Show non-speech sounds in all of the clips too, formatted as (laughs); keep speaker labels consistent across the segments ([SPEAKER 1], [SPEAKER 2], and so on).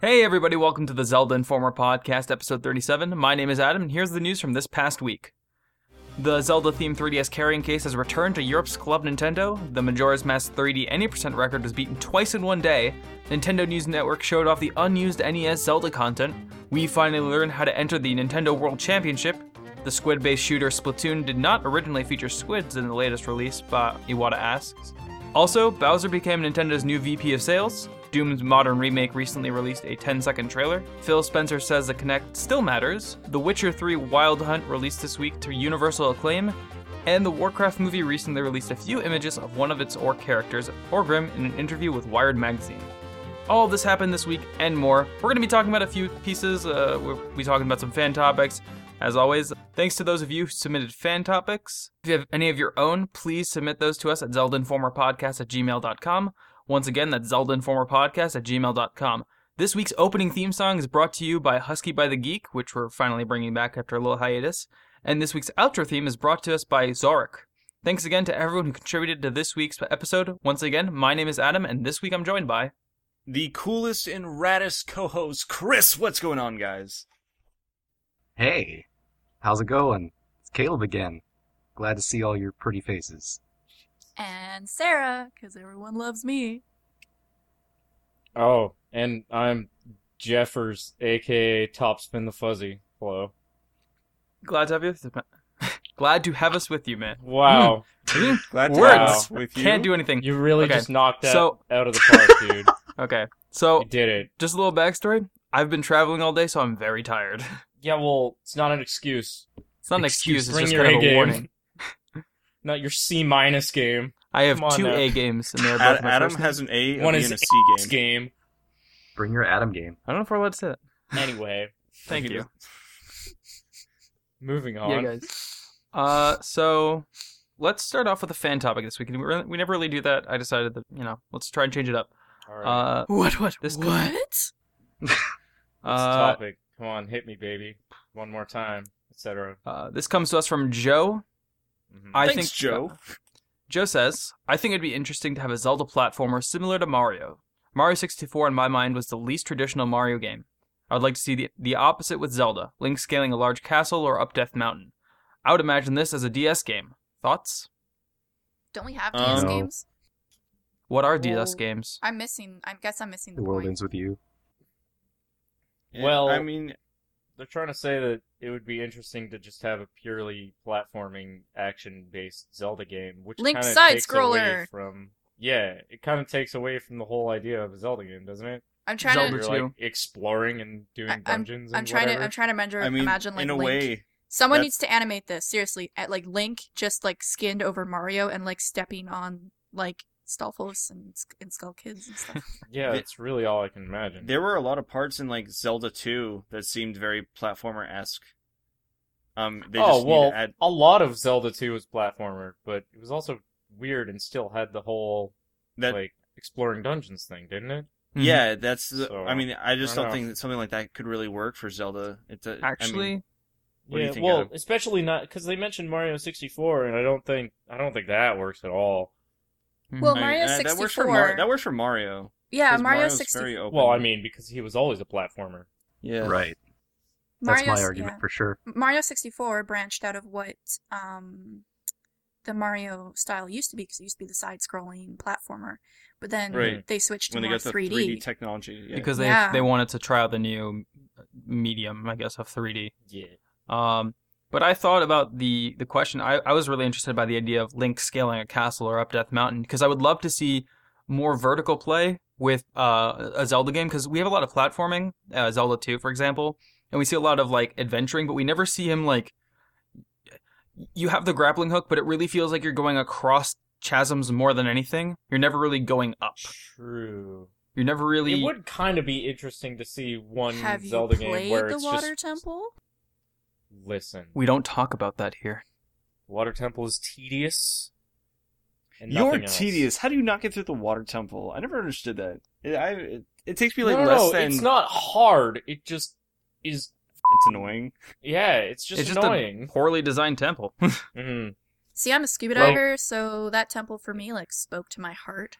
[SPEAKER 1] Hey, everybody, welcome to the Zelda Informer Podcast, episode 37. My name is Adam, and here's the news from this past week. The Zelda themed 3DS carrying case has returned to Europe's Club Nintendo. The Majora's Mask 3D Any Percent record was beaten twice in one day. Nintendo News Network showed off the unused NES Zelda content. We finally learned how to enter the Nintendo World Championship. The squid based shooter Splatoon did not originally feature squids in the latest release, but Iwata asks. Also, Bowser became Nintendo's new VP of sales. Doom's modern remake recently released a 10 second trailer. Phil Spencer says the Kinect still matters. The Witcher 3 Wild Hunt released this week to universal acclaim. And the Warcraft movie recently released a few images of one of its orc characters, Orgrim, in an interview with Wired Magazine. All this happened this week and more. We're going to be talking about a few pieces. Uh, we'll be talking about some fan topics. As always, thanks to those of you who submitted fan topics. If you have any of your own, please submit those to us at ZeldaInformerPodcast at gmail.com. Once again, that's ZeldaInformerPodcast at gmail.com. This week's opening theme song is brought to you by Husky by the Geek, which we're finally bringing back after a little hiatus. And this week's outro theme is brought to us by Zorik. Thanks again to everyone who contributed to this week's episode. Once again, my name is Adam, and this week I'm joined by.
[SPEAKER 2] the coolest and raddest co-host, Chris. What's going on, guys?
[SPEAKER 3] Hey, how's it going? It's Caleb again. Glad to see all your pretty faces.
[SPEAKER 4] and Sarah, because everyone loves me.
[SPEAKER 5] Oh, and I'm Jeffers, aka Topspin the Fuzzy. Hello.
[SPEAKER 1] Glad to have you. (laughs) Glad to have us with you, man.
[SPEAKER 5] Wow.
[SPEAKER 2] Glad to
[SPEAKER 5] Words.
[SPEAKER 2] have us with
[SPEAKER 1] (laughs)
[SPEAKER 2] you.
[SPEAKER 1] Can't do anything.
[SPEAKER 5] you really
[SPEAKER 1] Hmm. Okay,
[SPEAKER 5] just knocked that
[SPEAKER 1] so-
[SPEAKER 5] out of the
[SPEAKER 1] (laughs)
[SPEAKER 5] park, dude.
[SPEAKER 1] Okay.
[SPEAKER 5] you
[SPEAKER 1] So,
[SPEAKER 5] did it.
[SPEAKER 1] just a little backstory. I've been traveling all day, so I'm very tired. (laughs)
[SPEAKER 5] Yeah, well, it's not an excuse.
[SPEAKER 1] It's not an excuse,
[SPEAKER 5] Excuse,
[SPEAKER 1] it's
[SPEAKER 5] bring
[SPEAKER 1] just
[SPEAKER 5] your
[SPEAKER 1] kind of
[SPEAKER 5] A
[SPEAKER 1] a
[SPEAKER 5] game.
[SPEAKER 1] warning.
[SPEAKER 5] (laughs) Not your C minus game.
[SPEAKER 1] I have
[SPEAKER 5] Come on
[SPEAKER 1] two
[SPEAKER 5] now.
[SPEAKER 1] A games,
[SPEAKER 5] (laughs)
[SPEAKER 1] and they're both
[SPEAKER 2] Ad-
[SPEAKER 1] my
[SPEAKER 2] Adam
[SPEAKER 1] first name.
[SPEAKER 2] has an A, a
[SPEAKER 5] One
[SPEAKER 2] B,
[SPEAKER 5] is
[SPEAKER 2] and a C
[SPEAKER 5] This
[SPEAKER 2] game.
[SPEAKER 5] game.
[SPEAKER 3] Bring your Adam game.
[SPEAKER 1] I don't know if we're allowed to say that.
[SPEAKER 5] Anyway,
[SPEAKER 1] Thank you.
[SPEAKER 5] moving on.
[SPEAKER 1] Yeah, guys. Uh, so let's start off with a fan topic this week. And we, really, we never really do that. I decided that you know let's try and change it up.
[SPEAKER 5] All right.
[SPEAKER 1] Uh,
[SPEAKER 4] What? What?
[SPEAKER 1] This-
[SPEAKER 4] what?
[SPEAKER 1] (laughs)
[SPEAKER 5] What's the
[SPEAKER 1] uh,
[SPEAKER 5] topic? Come on, hit me, baby. One more time, etc.
[SPEAKER 1] uh, this comes to us from Joe.
[SPEAKER 5] Mhm.
[SPEAKER 1] I
[SPEAKER 2] Thanks,
[SPEAKER 1] think
[SPEAKER 2] Joe.
[SPEAKER 1] Joe says, I think it'd be interesting to have a Zelda platformer similar to Mario. Mario 64, in my mind, was the least traditional Mario game. I would like to see the, the opposite with Zelda, Link scaling a large castle or up Death Mountain. I would imagine this as a DS game. Thoughts?
[SPEAKER 4] Don't we have
[SPEAKER 2] Um,
[SPEAKER 4] DS
[SPEAKER 3] No.
[SPEAKER 4] games?
[SPEAKER 1] What are DS
[SPEAKER 4] Well-
[SPEAKER 1] games?
[SPEAKER 4] I'm missing. I guess I'm missing the,
[SPEAKER 3] The world
[SPEAKER 4] point.
[SPEAKER 3] ends with you.
[SPEAKER 5] Well-
[SPEAKER 2] I mean,
[SPEAKER 5] They're trying to say that it would be interesting to just have a purely platforming action-based Zelda game, which
[SPEAKER 4] Link
[SPEAKER 5] kinda
[SPEAKER 4] side
[SPEAKER 5] takes away
[SPEAKER 4] scroller.
[SPEAKER 5] from yeah, it kind of takes away from the whole idea of a Zelda game, doesn't it?
[SPEAKER 4] I'm trying
[SPEAKER 1] Zelda
[SPEAKER 5] You're
[SPEAKER 1] too.
[SPEAKER 4] to.
[SPEAKER 5] like exploring and doing
[SPEAKER 4] I-
[SPEAKER 5] dungeons.
[SPEAKER 4] I'm
[SPEAKER 5] and
[SPEAKER 4] trying
[SPEAKER 5] whatever.
[SPEAKER 4] to. I'm trying to measure.
[SPEAKER 2] I mean,
[SPEAKER 4] imagine like
[SPEAKER 2] in a
[SPEAKER 4] Link.
[SPEAKER 2] way,
[SPEAKER 4] Someone
[SPEAKER 2] that's-
[SPEAKER 4] needs to animate this seriously. At like Link, just like skinned over Mario and like stepping on like Stalfos and Sk- and Skull Kids
[SPEAKER 2] (laughs)
[SPEAKER 4] and stuff.
[SPEAKER 5] Yeah,
[SPEAKER 2] Th-
[SPEAKER 5] that's really all I can imagine.
[SPEAKER 2] there were a lot of parts in like Zelda 2 that seemed very platformer esque. Um, they
[SPEAKER 5] oh
[SPEAKER 2] just
[SPEAKER 5] well,
[SPEAKER 2] need to add.
[SPEAKER 5] a lot of Zelda 2 was platformer, but it was also weird and still had the whole
[SPEAKER 2] That,
[SPEAKER 5] like exploring dungeons thing, didn't it?
[SPEAKER 2] yeah, that's. The,
[SPEAKER 5] So,
[SPEAKER 2] I mean, I just
[SPEAKER 5] I
[SPEAKER 2] don't
[SPEAKER 5] don't know.
[SPEAKER 2] think that something like that could really work for Zelda. It, uh,
[SPEAKER 1] Actually,
[SPEAKER 2] I mean, What do you
[SPEAKER 5] yeah,
[SPEAKER 2] think,
[SPEAKER 5] well,
[SPEAKER 2] Adam?
[SPEAKER 5] especially not because they mentioned Mario 64, and I don't think I don't think that works at all.
[SPEAKER 4] well,
[SPEAKER 2] I mean,
[SPEAKER 4] Mario
[SPEAKER 2] uh,
[SPEAKER 4] 64.
[SPEAKER 2] that works for Mar- that works for Mario.
[SPEAKER 4] yeah,
[SPEAKER 2] 'cause
[SPEAKER 4] Mario
[SPEAKER 2] Mario's
[SPEAKER 4] 64.
[SPEAKER 2] very open.
[SPEAKER 5] Well, I mean, because he was always a platformer.
[SPEAKER 2] yeah,
[SPEAKER 3] Right. That's my argument for sure.
[SPEAKER 4] Mario 64 branched out of what um, the Mario style used to be, because it used to be the side-scrolling platformer. But then
[SPEAKER 2] Right.
[SPEAKER 4] they switched to
[SPEAKER 2] when they
[SPEAKER 4] more
[SPEAKER 2] got the
[SPEAKER 4] 3D.
[SPEAKER 2] 3D technology, yeah.
[SPEAKER 1] because they
[SPEAKER 4] Yeah.
[SPEAKER 1] they wanted to try out the new medium, I guess, of 3D.
[SPEAKER 5] Yeah.
[SPEAKER 1] Um, but I thought about the the question. I, I was really interested by the idea of Link scaling a castle or up Death Mountain because I would love to see more vertical play with uh, a Zelda game because we have a lot of platforming, uh, Zelda 2, for example, and we see a lot of like adventuring, but we never see him like. You have the grappling hook, but it really feels like you're going across chasms more than anything. You're never really going up.
[SPEAKER 5] True.
[SPEAKER 1] You're never really.
[SPEAKER 5] It would kind of be interesting to see one
[SPEAKER 4] Have
[SPEAKER 5] Zelda
[SPEAKER 4] you played
[SPEAKER 5] game where
[SPEAKER 4] the
[SPEAKER 5] it's
[SPEAKER 4] Water
[SPEAKER 5] just
[SPEAKER 4] Temple?
[SPEAKER 5] listen.
[SPEAKER 1] We don't talk about that here.
[SPEAKER 5] Water Temple is tedious. And
[SPEAKER 2] You're
[SPEAKER 5] nothing else.
[SPEAKER 2] tedious. How do you not get through the water temple? I never understood that. It, I, it, it takes me
[SPEAKER 5] No,
[SPEAKER 2] like
[SPEAKER 5] no,
[SPEAKER 2] less
[SPEAKER 5] no,
[SPEAKER 2] than.
[SPEAKER 5] it's not hard. It just is.
[SPEAKER 2] (laughs) It's annoying.
[SPEAKER 5] Yeah, it's just
[SPEAKER 1] it's just a
[SPEAKER 5] annoying.
[SPEAKER 1] poorly designed temple.
[SPEAKER 5] Mhm.
[SPEAKER 4] See, I'm a scuba
[SPEAKER 5] Well-
[SPEAKER 4] diver, so that temple for me like spoke to my heart.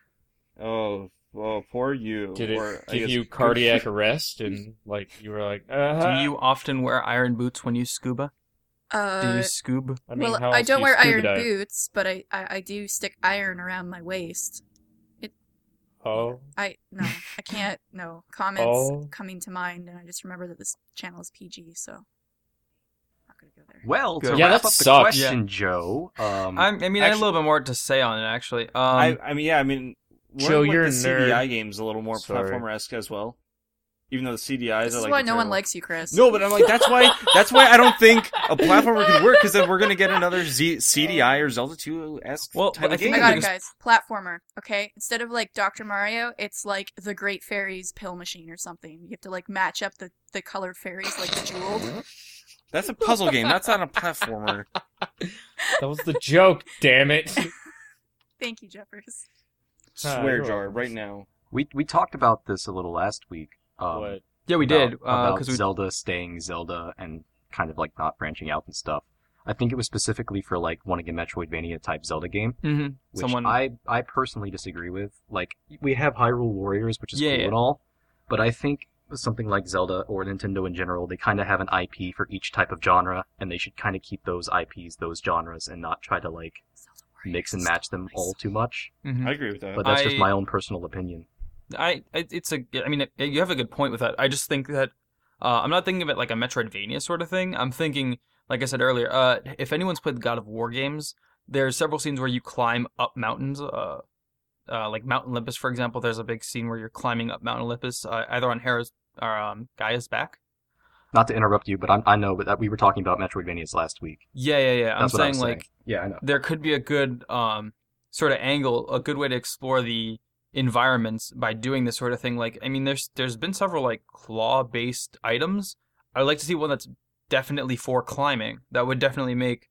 [SPEAKER 2] Oh, Whoa, poor you.
[SPEAKER 5] Did
[SPEAKER 2] Or,
[SPEAKER 5] it
[SPEAKER 2] I
[SPEAKER 5] give
[SPEAKER 2] guess, (laughs)
[SPEAKER 5] you
[SPEAKER 2] good
[SPEAKER 5] cardiac
[SPEAKER 2] for-
[SPEAKER 5] arrest and like you were
[SPEAKER 1] (laughs)
[SPEAKER 5] like?
[SPEAKER 1] Do
[SPEAKER 5] Uh,
[SPEAKER 1] you often wear iron boots when you scuba? Do you
[SPEAKER 4] Uh,
[SPEAKER 1] scoob?
[SPEAKER 5] I mean,
[SPEAKER 4] well,
[SPEAKER 5] how
[SPEAKER 4] I
[SPEAKER 5] else
[SPEAKER 4] don't
[SPEAKER 5] do you
[SPEAKER 4] wear
[SPEAKER 5] scuba
[SPEAKER 4] iron
[SPEAKER 5] dive?
[SPEAKER 4] boots, but I, I I do stick iron around my waist.
[SPEAKER 5] Oh,
[SPEAKER 4] I no, I can't. No comments
[SPEAKER 5] (laughs) Oh.
[SPEAKER 4] coming to mind, and I just remember that this channel is PG, so not gonna go there.
[SPEAKER 3] Well, to
[SPEAKER 1] Good.
[SPEAKER 5] Yeah,
[SPEAKER 3] wrap
[SPEAKER 5] that
[SPEAKER 3] up the
[SPEAKER 5] sucks.
[SPEAKER 3] question, Joe. Um,
[SPEAKER 1] I, I mean, I had a little bit more to say on it actually. Um,
[SPEAKER 2] I, I mean, yeah, I mean, weren't
[SPEAKER 5] Joe,
[SPEAKER 2] like,
[SPEAKER 5] you're a
[SPEAKER 2] the
[SPEAKER 5] nerd.
[SPEAKER 2] CDI games a little more
[SPEAKER 5] Sorry.
[SPEAKER 2] platformer esque as well. Even though the CDIs
[SPEAKER 4] This
[SPEAKER 2] are
[SPEAKER 4] is
[SPEAKER 2] like
[SPEAKER 4] why no one
[SPEAKER 2] terrible.
[SPEAKER 4] likes you, Chris.
[SPEAKER 2] No, but I'm like that's why
[SPEAKER 4] (laughs)
[SPEAKER 2] that's why I don't think a platformer can work because then we're gonna get another Z- CDI or Zelda two esque
[SPEAKER 1] Well,
[SPEAKER 2] type
[SPEAKER 1] I
[SPEAKER 2] of
[SPEAKER 1] think
[SPEAKER 2] game.
[SPEAKER 4] I got it,
[SPEAKER 1] Because-
[SPEAKER 4] Oh guys. Platformer. Okay, instead of like Doctor Mario, it's like the Great Fairies pill machine or something. You have to like match up the the colored fairies, like bejeweled.
[SPEAKER 2] That's a puzzle game. That's
[SPEAKER 4] (laughs)
[SPEAKER 2] not a
[SPEAKER 5] (laughs)
[SPEAKER 2] platformer.
[SPEAKER 5] that was the joke.
[SPEAKER 1] (laughs)
[SPEAKER 5] damn it!
[SPEAKER 4] Thank you, Jeffers.
[SPEAKER 2] Swear
[SPEAKER 5] you're
[SPEAKER 2] jar
[SPEAKER 5] welcome.
[SPEAKER 2] right now.
[SPEAKER 3] we we talked about this a little last week. Um,
[SPEAKER 5] What?
[SPEAKER 1] yeah, we
[SPEAKER 3] about-
[SPEAKER 1] did
[SPEAKER 3] about
[SPEAKER 1] because we
[SPEAKER 3] Zelda staying Zelda and kind of like not branching out and stuff. I think it was specifically for like wanting a Metroidvania type Zelda game,
[SPEAKER 1] Mhm.
[SPEAKER 3] which
[SPEAKER 1] someone
[SPEAKER 3] I I personally disagree with. Like we have Hyrule Warriors, which is
[SPEAKER 1] Yeah,
[SPEAKER 3] cool
[SPEAKER 1] yeah.
[SPEAKER 3] and all, but I think something like Zelda or Nintendo in general, they kind of have an IP for each type of genre, and they should kind of keep those IPs, those genres, and not try to like mix and match them all too much.
[SPEAKER 1] Mhm.
[SPEAKER 2] I agree with that.
[SPEAKER 3] But that's just
[SPEAKER 1] I-
[SPEAKER 3] my own personal opinion.
[SPEAKER 1] I it- it's a I mean it- you have a good point with that. I just think that uh, I'm not thinking of it like a Metroidvania sort of thing. I'm thinking like I said earlier. Uh, if anyone's played the God of War games, there's several scenes where you climb up mountains. Uh, uh, like Mount Olympus, for example, there's a big scene where you're climbing up Mount Olympus, uh, either on Hera's or um, Gaia's back.
[SPEAKER 3] Not to interrupt you, but I, I know, but that we were talking about Metroidvanias last week.
[SPEAKER 1] Yeah, yeah, yeah. I'm
[SPEAKER 3] That's what I
[SPEAKER 1] saying
[SPEAKER 3] was
[SPEAKER 1] like
[SPEAKER 3] yeah, I know.
[SPEAKER 1] there could be a good um, sort of angle, a good way to explore the environments by doing this sort of thing. Like, I mean, there's there's been several like claw based items. I would like to see one that's definitely for climbing. That would definitely make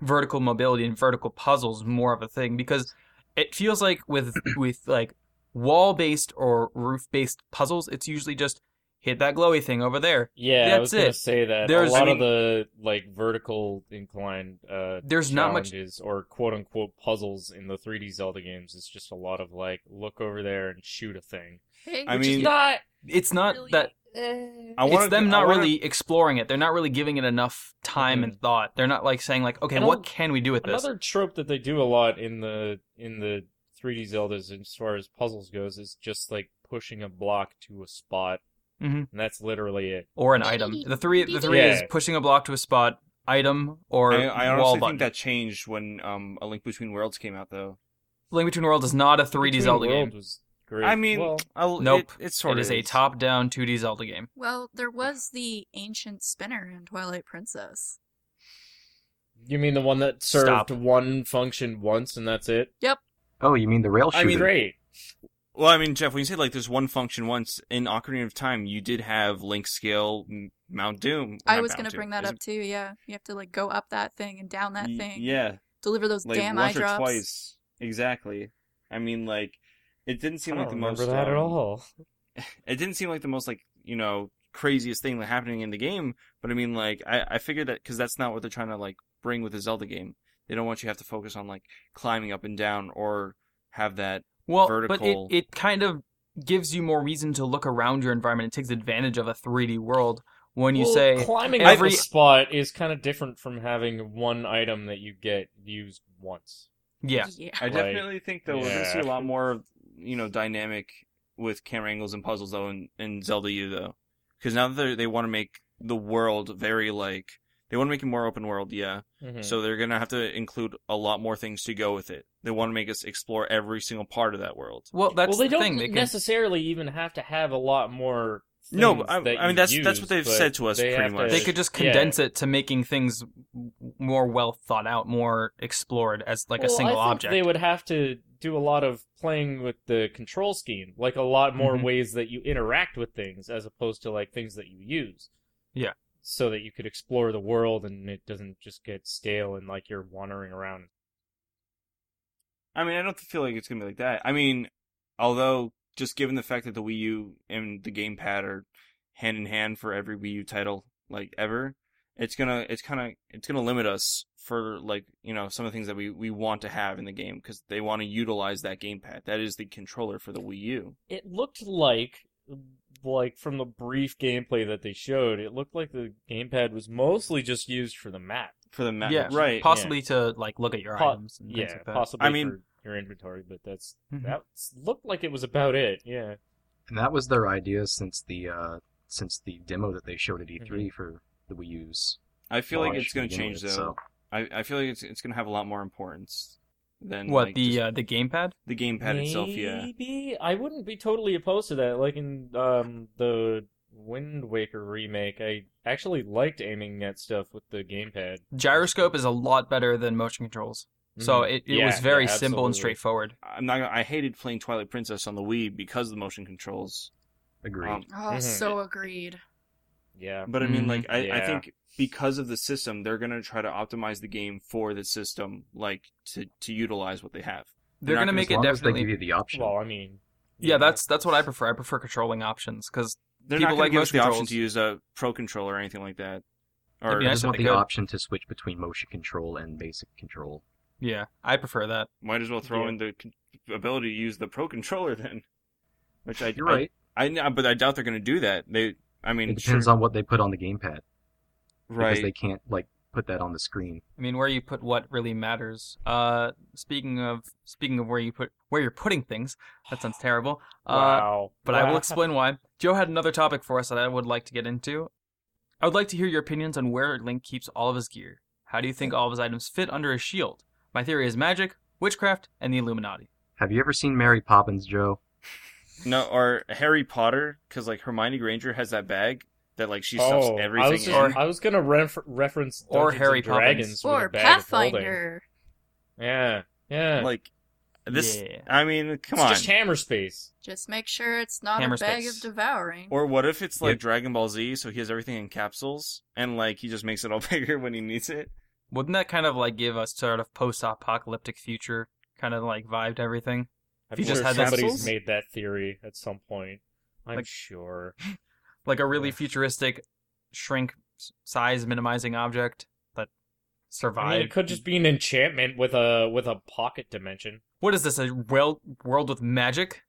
[SPEAKER 1] vertical mobility and vertical puzzles more of a thing because it feels like with with like wall based or roof based puzzles, it's usually just hit that glowy thing over there.
[SPEAKER 5] Yeah, I
[SPEAKER 1] That's
[SPEAKER 5] was gonna
[SPEAKER 1] it.
[SPEAKER 5] say that
[SPEAKER 1] There's-
[SPEAKER 5] a
[SPEAKER 1] I
[SPEAKER 5] lot
[SPEAKER 1] mean-
[SPEAKER 5] of the like vertical inclined uh
[SPEAKER 1] There's not much
[SPEAKER 5] challenges or quote unquote puzzles in the 3D Zelda games is just a lot of like look over there and shoot a thing.
[SPEAKER 4] Hey,
[SPEAKER 2] I
[SPEAKER 5] Which is
[SPEAKER 2] mean-
[SPEAKER 5] not
[SPEAKER 1] It's not
[SPEAKER 4] really-
[SPEAKER 1] that
[SPEAKER 2] I wanna,
[SPEAKER 1] it's them
[SPEAKER 2] I Mm-hmm.
[SPEAKER 1] not
[SPEAKER 2] wanna-
[SPEAKER 1] really exploring it. They're not really giving it enough time and thought. They're not like saying like, okay,
[SPEAKER 5] And
[SPEAKER 1] what
[SPEAKER 5] al-
[SPEAKER 1] can we do with this?
[SPEAKER 5] Another trope that they do a lot in the in the 3D Zeldas as far as puzzles goes is just like pushing a block to a spot.
[SPEAKER 1] Mhm.
[SPEAKER 5] And that's literally it.
[SPEAKER 1] Or an item. The three, the three
[SPEAKER 5] Yeah.
[SPEAKER 1] is pushing a block to a spot, item, or
[SPEAKER 2] I, I
[SPEAKER 1] wall
[SPEAKER 2] honestly
[SPEAKER 1] button.
[SPEAKER 2] think that changed when um, A Link Between Worlds came out, though.
[SPEAKER 1] Link Between Worlds is not a 3D
[SPEAKER 5] Between
[SPEAKER 1] Zelda
[SPEAKER 5] World
[SPEAKER 1] game.
[SPEAKER 5] was great.
[SPEAKER 2] I mean,
[SPEAKER 5] well,
[SPEAKER 2] I'll,
[SPEAKER 1] Nope.
[SPEAKER 2] It, it
[SPEAKER 1] It
[SPEAKER 2] sort
[SPEAKER 1] is a top-down 2D Zelda game.
[SPEAKER 4] Well, there was the ancient spinner in Twilight Princess.
[SPEAKER 5] you mean the one that served
[SPEAKER 1] Stop.
[SPEAKER 5] one function once and that's it?
[SPEAKER 3] Oh, you mean the rail shooter?
[SPEAKER 2] I mean,
[SPEAKER 5] Great.
[SPEAKER 2] Well, I mean, Jeff, when you say like there's one function once in Ocarina of Time, you did have Link scale M- Mount Doom.
[SPEAKER 4] I
[SPEAKER 2] Not
[SPEAKER 4] was
[SPEAKER 2] Mount
[SPEAKER 4] gonna
[SPEAKER 2] Doom.
[SPEAKER 4] bring that
[SPEAKER 2] There's-
[SPEAKER 4] up too. Yeah, you have to like go up that thing and down that
[SPEAKER 2] y-
[SPEAKER 4] thing.
[SPEAKER 2] Yeah,
[SPEAKER 4] Deliver those
[SPEAKER 2] like
[SPEAKER 4] damn eye
[SPEAKER 2] once or
[SPEAKER 4] drops.
[SPEAKER 2] twice. Exactly. I mean, like it didn't
[SPEAKER 5] I
[SPEAKER 2] seem
[SPEAKER 5] don't
[SPEAKER 2] like the
[SPEAKER 5] remember
[SPEAKER 2] most.
[SPEAKER 5] that at
[SPEAKER 2] um,
[SPEAKER 5] all.
[SPEAKER 2] (laughs) It didn't seem like the most like you know craziest thing that happening in the game. But I mean, like I I figured that because that's not what they're trying to like bring with the Zelda game. They don't want you to have to focus on like climbing up and down or have that.
[SPEAKER 1] Well,
[SPEAKER 2] Vertical.
[SPEAKER 1] but it, it kind of gives you more reason to look around your environment. It takes advantage of a 3D world when you
[SPEAKER 5] Well,
[SPEAKER 1] say
[SPEAKER 5] climbing
[SPEAKER 1] every-
[SPEAKER 5] up a spot is kind of different from having one item that you get used once.
[SPEAKER 1] yeah.
[SPEAKER 4] Yeah.
[SPEAKER 2] I
[SPEAKER 5] Like,
[SPEAKER 2] definitely think though we're gonna see
[SPEAKER 5] yeah.
[SPEAKER 2] a lot more you know dynamic with camera angles and puzzles though in, in Zelda U though because now that they're- they want to make the world very like they want to make it more open world yeah
[SPEAKER 5] Hmm. Mm-hmm.
[SPEAKER 2] So they're gonna have to include a lot more things to go with it. They want to make us explore every single part of that world.
[SPEAKER 1] Well, that's
[SPEAKER 5] well, they
[SPEAKER 1] the
[SPEAKER 5] don't
[SPEAKER 1] thing. They can
[SPEAKER 5] necessarily even have to have a lot more.
[SPEAKER 2] No,
[SPEAKER 5] things
[SPEAKER 2] but I-
[SPEAKER 5] that
[SPEAKER 2] I mean,
[SPEAKER 5] you
[SPEAKER 2] that's- that's what
[SPEAKER 5] use,
[SPEAKER 2] they've
[SPEAKER 5] but
[SPEAKER 2] said to us
[SPEAKER 5] they
[SPEAKER 2] pretty
[SPEAKER 5] have to-
[SPEAKER 2] much.
[SPEAKER 1] They could just
[SPEAKER 5] yeah.
[SPEAKER 1] condense it to making things w- more well thought out, more explored as like a
[SPEAKER 5] Well, I
[SPEAKER 1] single
[SPEAKER 5] think
[SPEAKER 1] object.
[SPEAKER 5] They would have to do a lot of playing with the control scheme, like a lot more
[SPEAKER 1] Mhm.
[SPEAKER 5] ways that you interact with things as opposed to like things that you use.
[SPEAKER 1] Yeah.
[SPEAKER 5] So that you could explore the world and it doesn't just get stale and like you're wandering around
[SPEAKER 2] I mean, I don't feel like it's gonna be like that. I mean, although just given the fact that the Wii U and the gamepad are hand in hand for every Wii U title like ever, it's gonna it's kind of it's gonna limit us for like you know some of the things that we we want to have in the game because they want to utilize that gamepad. That is the controller for the Wii U.
[SPEAKER 5] it looked like like from the brief gameplay that they showed, it looked like the gamepad was mostly just used for the map.
[SPEAKER 2] For the Mac,
[SPEAKER 1] Yeah.
[SPEAKER 2] right?
[SPEAKER 1] Possibly to like look at your
[SPEAKER 5] Po-
[SPEAKER 1] items and
[SPEAKER 5] yeah,
[SPEAKER 1] things like that.
[SPEAKER 5] possibly
[SPEAKER 2] I mean-
[SPEAKER 5] for your inventory, but that's
[SPEAKER 1] Mhm.
[SPEAKER 5] that looked like it was about it. Yeah.
[SPEAKER 3] And that was their idea since the uh, since the demo that they showed at E3
[SPEAKER 1] Mm-hmm.
[SPEAKER 3] for the Wii U's.
[SPEAKER 2] I feel like
[SPEAKER 3] launch
[SPEAKER 2] it's going
[SPEAKER 3] to
[SPEAKER 2] to
[SPEAKER 3] begin
[SPEAKER 2] change though.
[SPEAKER 3] with, so-
[SPEAKER 2] I, I feel like it's it's going to have a lot more importance than
[SPEAKER 1] what
[SPEAKER 2] like,
[SPEAKER 1] the
[SPEAKER 2] just
[SPEAKER 1] uh, the gamepad?
[SPEAKER 2] the gamepad itself. Yeah,
[SPEAKER 5] Maybe I wouldn't be totally opposed to that. Like in um the Wind Waker remake, I actually liked aiming at stuff with the gamepad.
[SPEAKER 1] Gyroscope is a lot better than motion controls. So
[SPEAKER 5] Mhm.
[SPEAKER 1] it, it
[SPEAKER 5] Yeah,
[SPEAKER 1] was very
[SPEAKER 5] yeah,
[SPEAKER 1] simple and
[SPEAKER 5] absolutely.
[SPEAKER 1] straightforward.
[SPEAKER 2] I'm not. Gonna, I hated playing Twilight Princess on the Wii because of the motion controls.
[SPEAKER 3] Agreed.
[SPEAKER 2] Um,
[SPEAKER 4] Oh,
[SPEAKER 5] Mhm.
[SPEAKER 4] so agreed.
[SPEAKER 5] Yeah.
[SPEAKER 2] But I mean,
[SPEAKER 1] Mhm.
[SPEAKER 2] like, I, I
[SPEAKER 5] Yeah.
[SPEAKER 2] think because of the system, they're gonna try to optimize the game for the system, like to to utilize what they have.
[SPEAKER 1] They're,
[SPEAKER 2] They're not
[SPEAKER 1] gonna
[SPEAKER 2] gonna
[SPEAKER 1] make
[SPEAKER 3] as
[SPEAKER 1] it
[SPEAKER 3] long as they
[SPEAKER 1] definitely.
[SPEAKER 3] give you the option.
[SPEAKER 5] Well, I mean.
[SPEAKER 1] yeah, that's that's what I prefer. I prefer controlling options because
[SPEAKER 2] They're
[SPEAKER 1] People
[SPEAKER 2] not gonna
[SPEAKER 1] like
[SPEAKER 2] give us the
[SPEAKER 1] motion
[SPEAKER 2] option
[SPEAKER 1] controls.
[SPEAKER 2] to use a pro controller or anything like that.
[SPEAKER 1] That'd
[SPEAKER 2] Or
[SPEAKER 1] be
[SPEAKER 3] I
[SPEAKER 1] nice
[SPEAKER 3] just
[SPEAKER 1] if
[SPEAKER 3] want
[SPEAKER 1] they
[SPEAKER 3] the
[SPEAKER 1] could.
[SPEAKER 3] option to switch between motion control and basic control.
[SPEAKER 1] yeah, I prefer that.
[SPEAKER 2] might as well throw
[SPEAKER 5] Yeah.
[SPEAKER 2] in the con- ability to use the pro controller then. Which I
[SPEAKER 3] You're right.
[SPEAKER 2] I, I know, but I doubt they're gonna do that. They, I mean,
[SPEAKER 3] it depends
[SPEAKER 2] sure,
[SPEAKER 3] on what they put on the gamepad because
[SPEAKER 2] right.
[SPEAKER 3] they can't like put that on the screen.
[SPEAKER 1] I mean, where you put what really matters. Uh, speaking of speaking of where you put where you're putting things, that sounds terrible. Uh,
[SPEAKER 5] Wow. Oh,
[SPEAKER 1] but I will
[SPEAKER 5] Wow. (laughs)
[SPEAKER 1] explain why. Joe had another topic for us that I would like to get into. I would like to hear your opinions on where Link keeps all of his gear. How do you think all of his items fit under his shield? My theory is magic, witchcraft, and the Illuminati.
[SPEAKER 3] Have you ever seen Mary Poppins, Joe?
[SPEAKER 2] No, or Harry Potter, because like Hermione Granger has that bag that like she stuffs
[SPEAKER 5] Oh, I was,
[SPEAKER 2] everything
[SPEAKER 5] just-
[SPEAKER 2] in.
[SPEAKER 5] I was gonna ref- reference Dungeons
[SPEAKER 1] Or Harry
[SPEAKER 5] and
[SPEAKER 1] Poppins.
[SPEAKER 5] Dragons with
[SPEAKER 4] Or
[SPEAKER 5] a bag of holding.
[SPEAKER 4] Pathfinder.
[SPEAKER 5] Yeah, yeah.
[SPEAKER 2] Like this.
[SPEAKER 1] Yeah.
[SPEAKER 2] I mean, come
[SPEAKER 5] it's
[SPEAKER 2] on.
[SPEAKER 5] just hammer space.
[SPEAKER 4] Just make sure it's not
[SPEAKER 1] Hammer
[SPEAKER 4] a bag
[SPEAKER 1] space.
[SPEAKER 4] of devouring.
[SPEAKER 2] Or what if it's like
[SPEAKER 3] Yep.
[SPEAKER 2] Dragon Ball Z, so he has everything in capsules, and like he just makes it all (laughs) bigger when he needs it?
[SPEAKER 1] Wouldn't that kind of like give us sort of post-apocalyptic future kind of like vibe to everything?
[SPEAKER 5] I'm
[SPEAKER 1] If you just
[SPEAKER 5] sure
[SPEAKER 1] had
[SPEAKER 5] somebody's
[SPEAKER 1] capsules?
[SPEAKER 5] made that theory at some point. I'm
[SPEAKER 1] Like-
[SPEAKER 5] sure.
[SPEAKER 1] Like a really
[SPEAKER 5] Yeah.
[SPEAKER 1] futuristic shrink s- size minimizing object that
[SPEAKER 5] I
[SPEAKER 1] survived.
[SPEAKER 5] mean, it could just be an enchantment with a with a pocket dimension.
[SPEAKER 1] What is this? A world world with magic?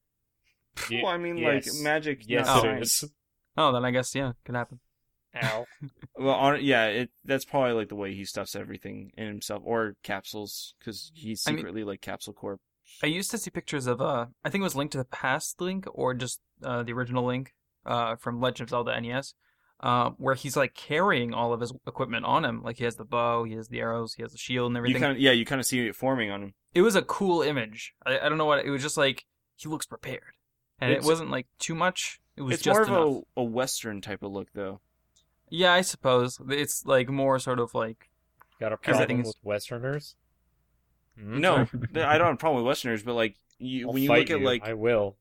[SPEAKER 5] Ye-
[SPEAKER 2] well, I mean,
[SPEAKER 5] yes.
[SPEAKER 2] like magic.
[SPEAKER 5] Yes,
[SPEAKER 2] not
[SPEAKER 1] it
[SPEAKER 2] science.
[SPEAKER 5] is.
[SPEAKER 1] Oh, then I guess yeah, could happen.
[SPEAKER 5] Ow.
[SPEAKER 2] Well, on, yeah, it, that's probably like the way he stuffs everything in himself, or capsules, because he's
[SPEAKER 1] I mean-
[SPEAKER 2] secretly like Capsule Corp.
[SPEAKER 1] I used to see pictures of uh, I think it was Link to the Past Link or just uh, the original Link uh, from Legend of Zelda NES, uh, where he's like carrying all of his equipment on him. Like he has the bow, he has the arrows, he has the shield, and
[SPEAKER 2] You
[SPEAKER 1] everything.
[SPEAKER 2] kind of, yeah, you kind of see it forming on him.
[SPEAKER 1] it was a cool image. I, I don't know what it was. Just like he looks prepared, and
[SPEAKER 2] It's-
[SPEAKER 1] it wasn't like too much. It was
[SPEAKER 2] It's
[SPEAKER 1] just
[SPEAKER 2] more of
[SPEAKER 1] enough.
[SPEAKER 2] a, a Western type of look, though.
[SPEAKER 1] Yeah, I suppose it's like more sort of like
[SPEAKER 5] (laughs) Got a
[SPEAKER 1] 'Cause I think
[SPEAKER 5] problem
[SPEAKER 1] it's-
[SPEAKER 5] with Westerners?
[SPEAKER 1] Mm-hmm. (laughs)
[SPEAKER 5] Hmm? (laughs)
[SPEAKER 2] No, th- I don't have a problem with Westerners, but like you,
[SPEAKER 5] I'll
[SPEAKER 2] when you
[SPEAKER 5] fight
[SPEAKER 2] look at like (laughs)
[SPEAKER 5] I will.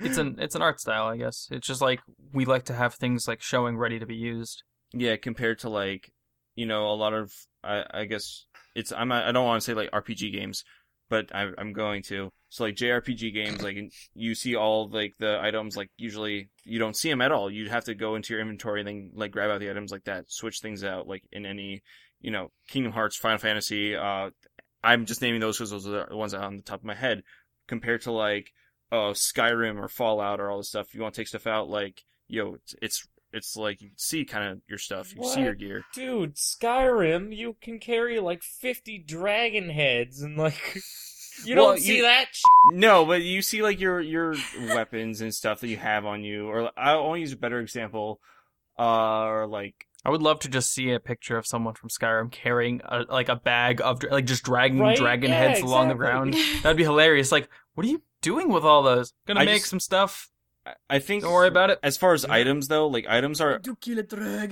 [SPEAKER 1] it's an it's an art style, I guess. It's just like we like to have things like showing ready to be used.
[SPEAKER 2] Yeah, compared to like, you know, a lot of I, I guess it's I'm not, I don't want to say like RPG games, but I, I'm going to. So like JRPG games, like you see all like the items, like usually you don't see them at all. You'd have to go into your inventory and then like grab out the items like that, switch things out like in any, you know, Kingdom Hearts, Final Fantasy. Uh, I'm just naming those because those are the ones on the top of my head. Compared to like, oh, Skyrim or Fallout or all this stuff. If you want to take stuff out, like yo, it's it's, it's like you can see kind of your stuff, you can see your
[SPEAKER 5] What?
[SPEAKER 2] gear.
[SPEAKER 5] Dude, Skyrim, you can carry like 50 dragon heads and like. (laughs) You
[SPEAKER 2] Well,
[SPEAKER 5] don't see
[SPEAKER 2] you-
[SPEAKER 5] that sh-
[SPEAKER 2] No, but you see like your your (laughs) weapons and stuff that you have on you, or I will use a better example, uh, or like
[SPEAKER 1] I would love to just see a picture of someone from Skyrim carrying a, like a bag of dra- like just dragging
[SPEAKER 5] Right?
[SPEAKER 1] dragon
[SPEAKER 5] Yeah,
[SPEAKER 1] heads along the
[SPEAKER 4] (laughs)
[SPEAKER 5] exactly.
[SPEAKER 1] (laughs)
[SPEAKER 5] (laughs)
[SPEAKER 1] ground. That'd be hilarious. Like, what are you doing with all those? Gonna
[SPEAKER 2] I
[SPEAKER 1] make
[SPEAKER 2] just-
[SPEAKER 1] some stuff.
[SPEAKER 2] I- I think.
[SPEAKER 1] Don't worry about it.
[SPEAKER 2] As far as items though, like items are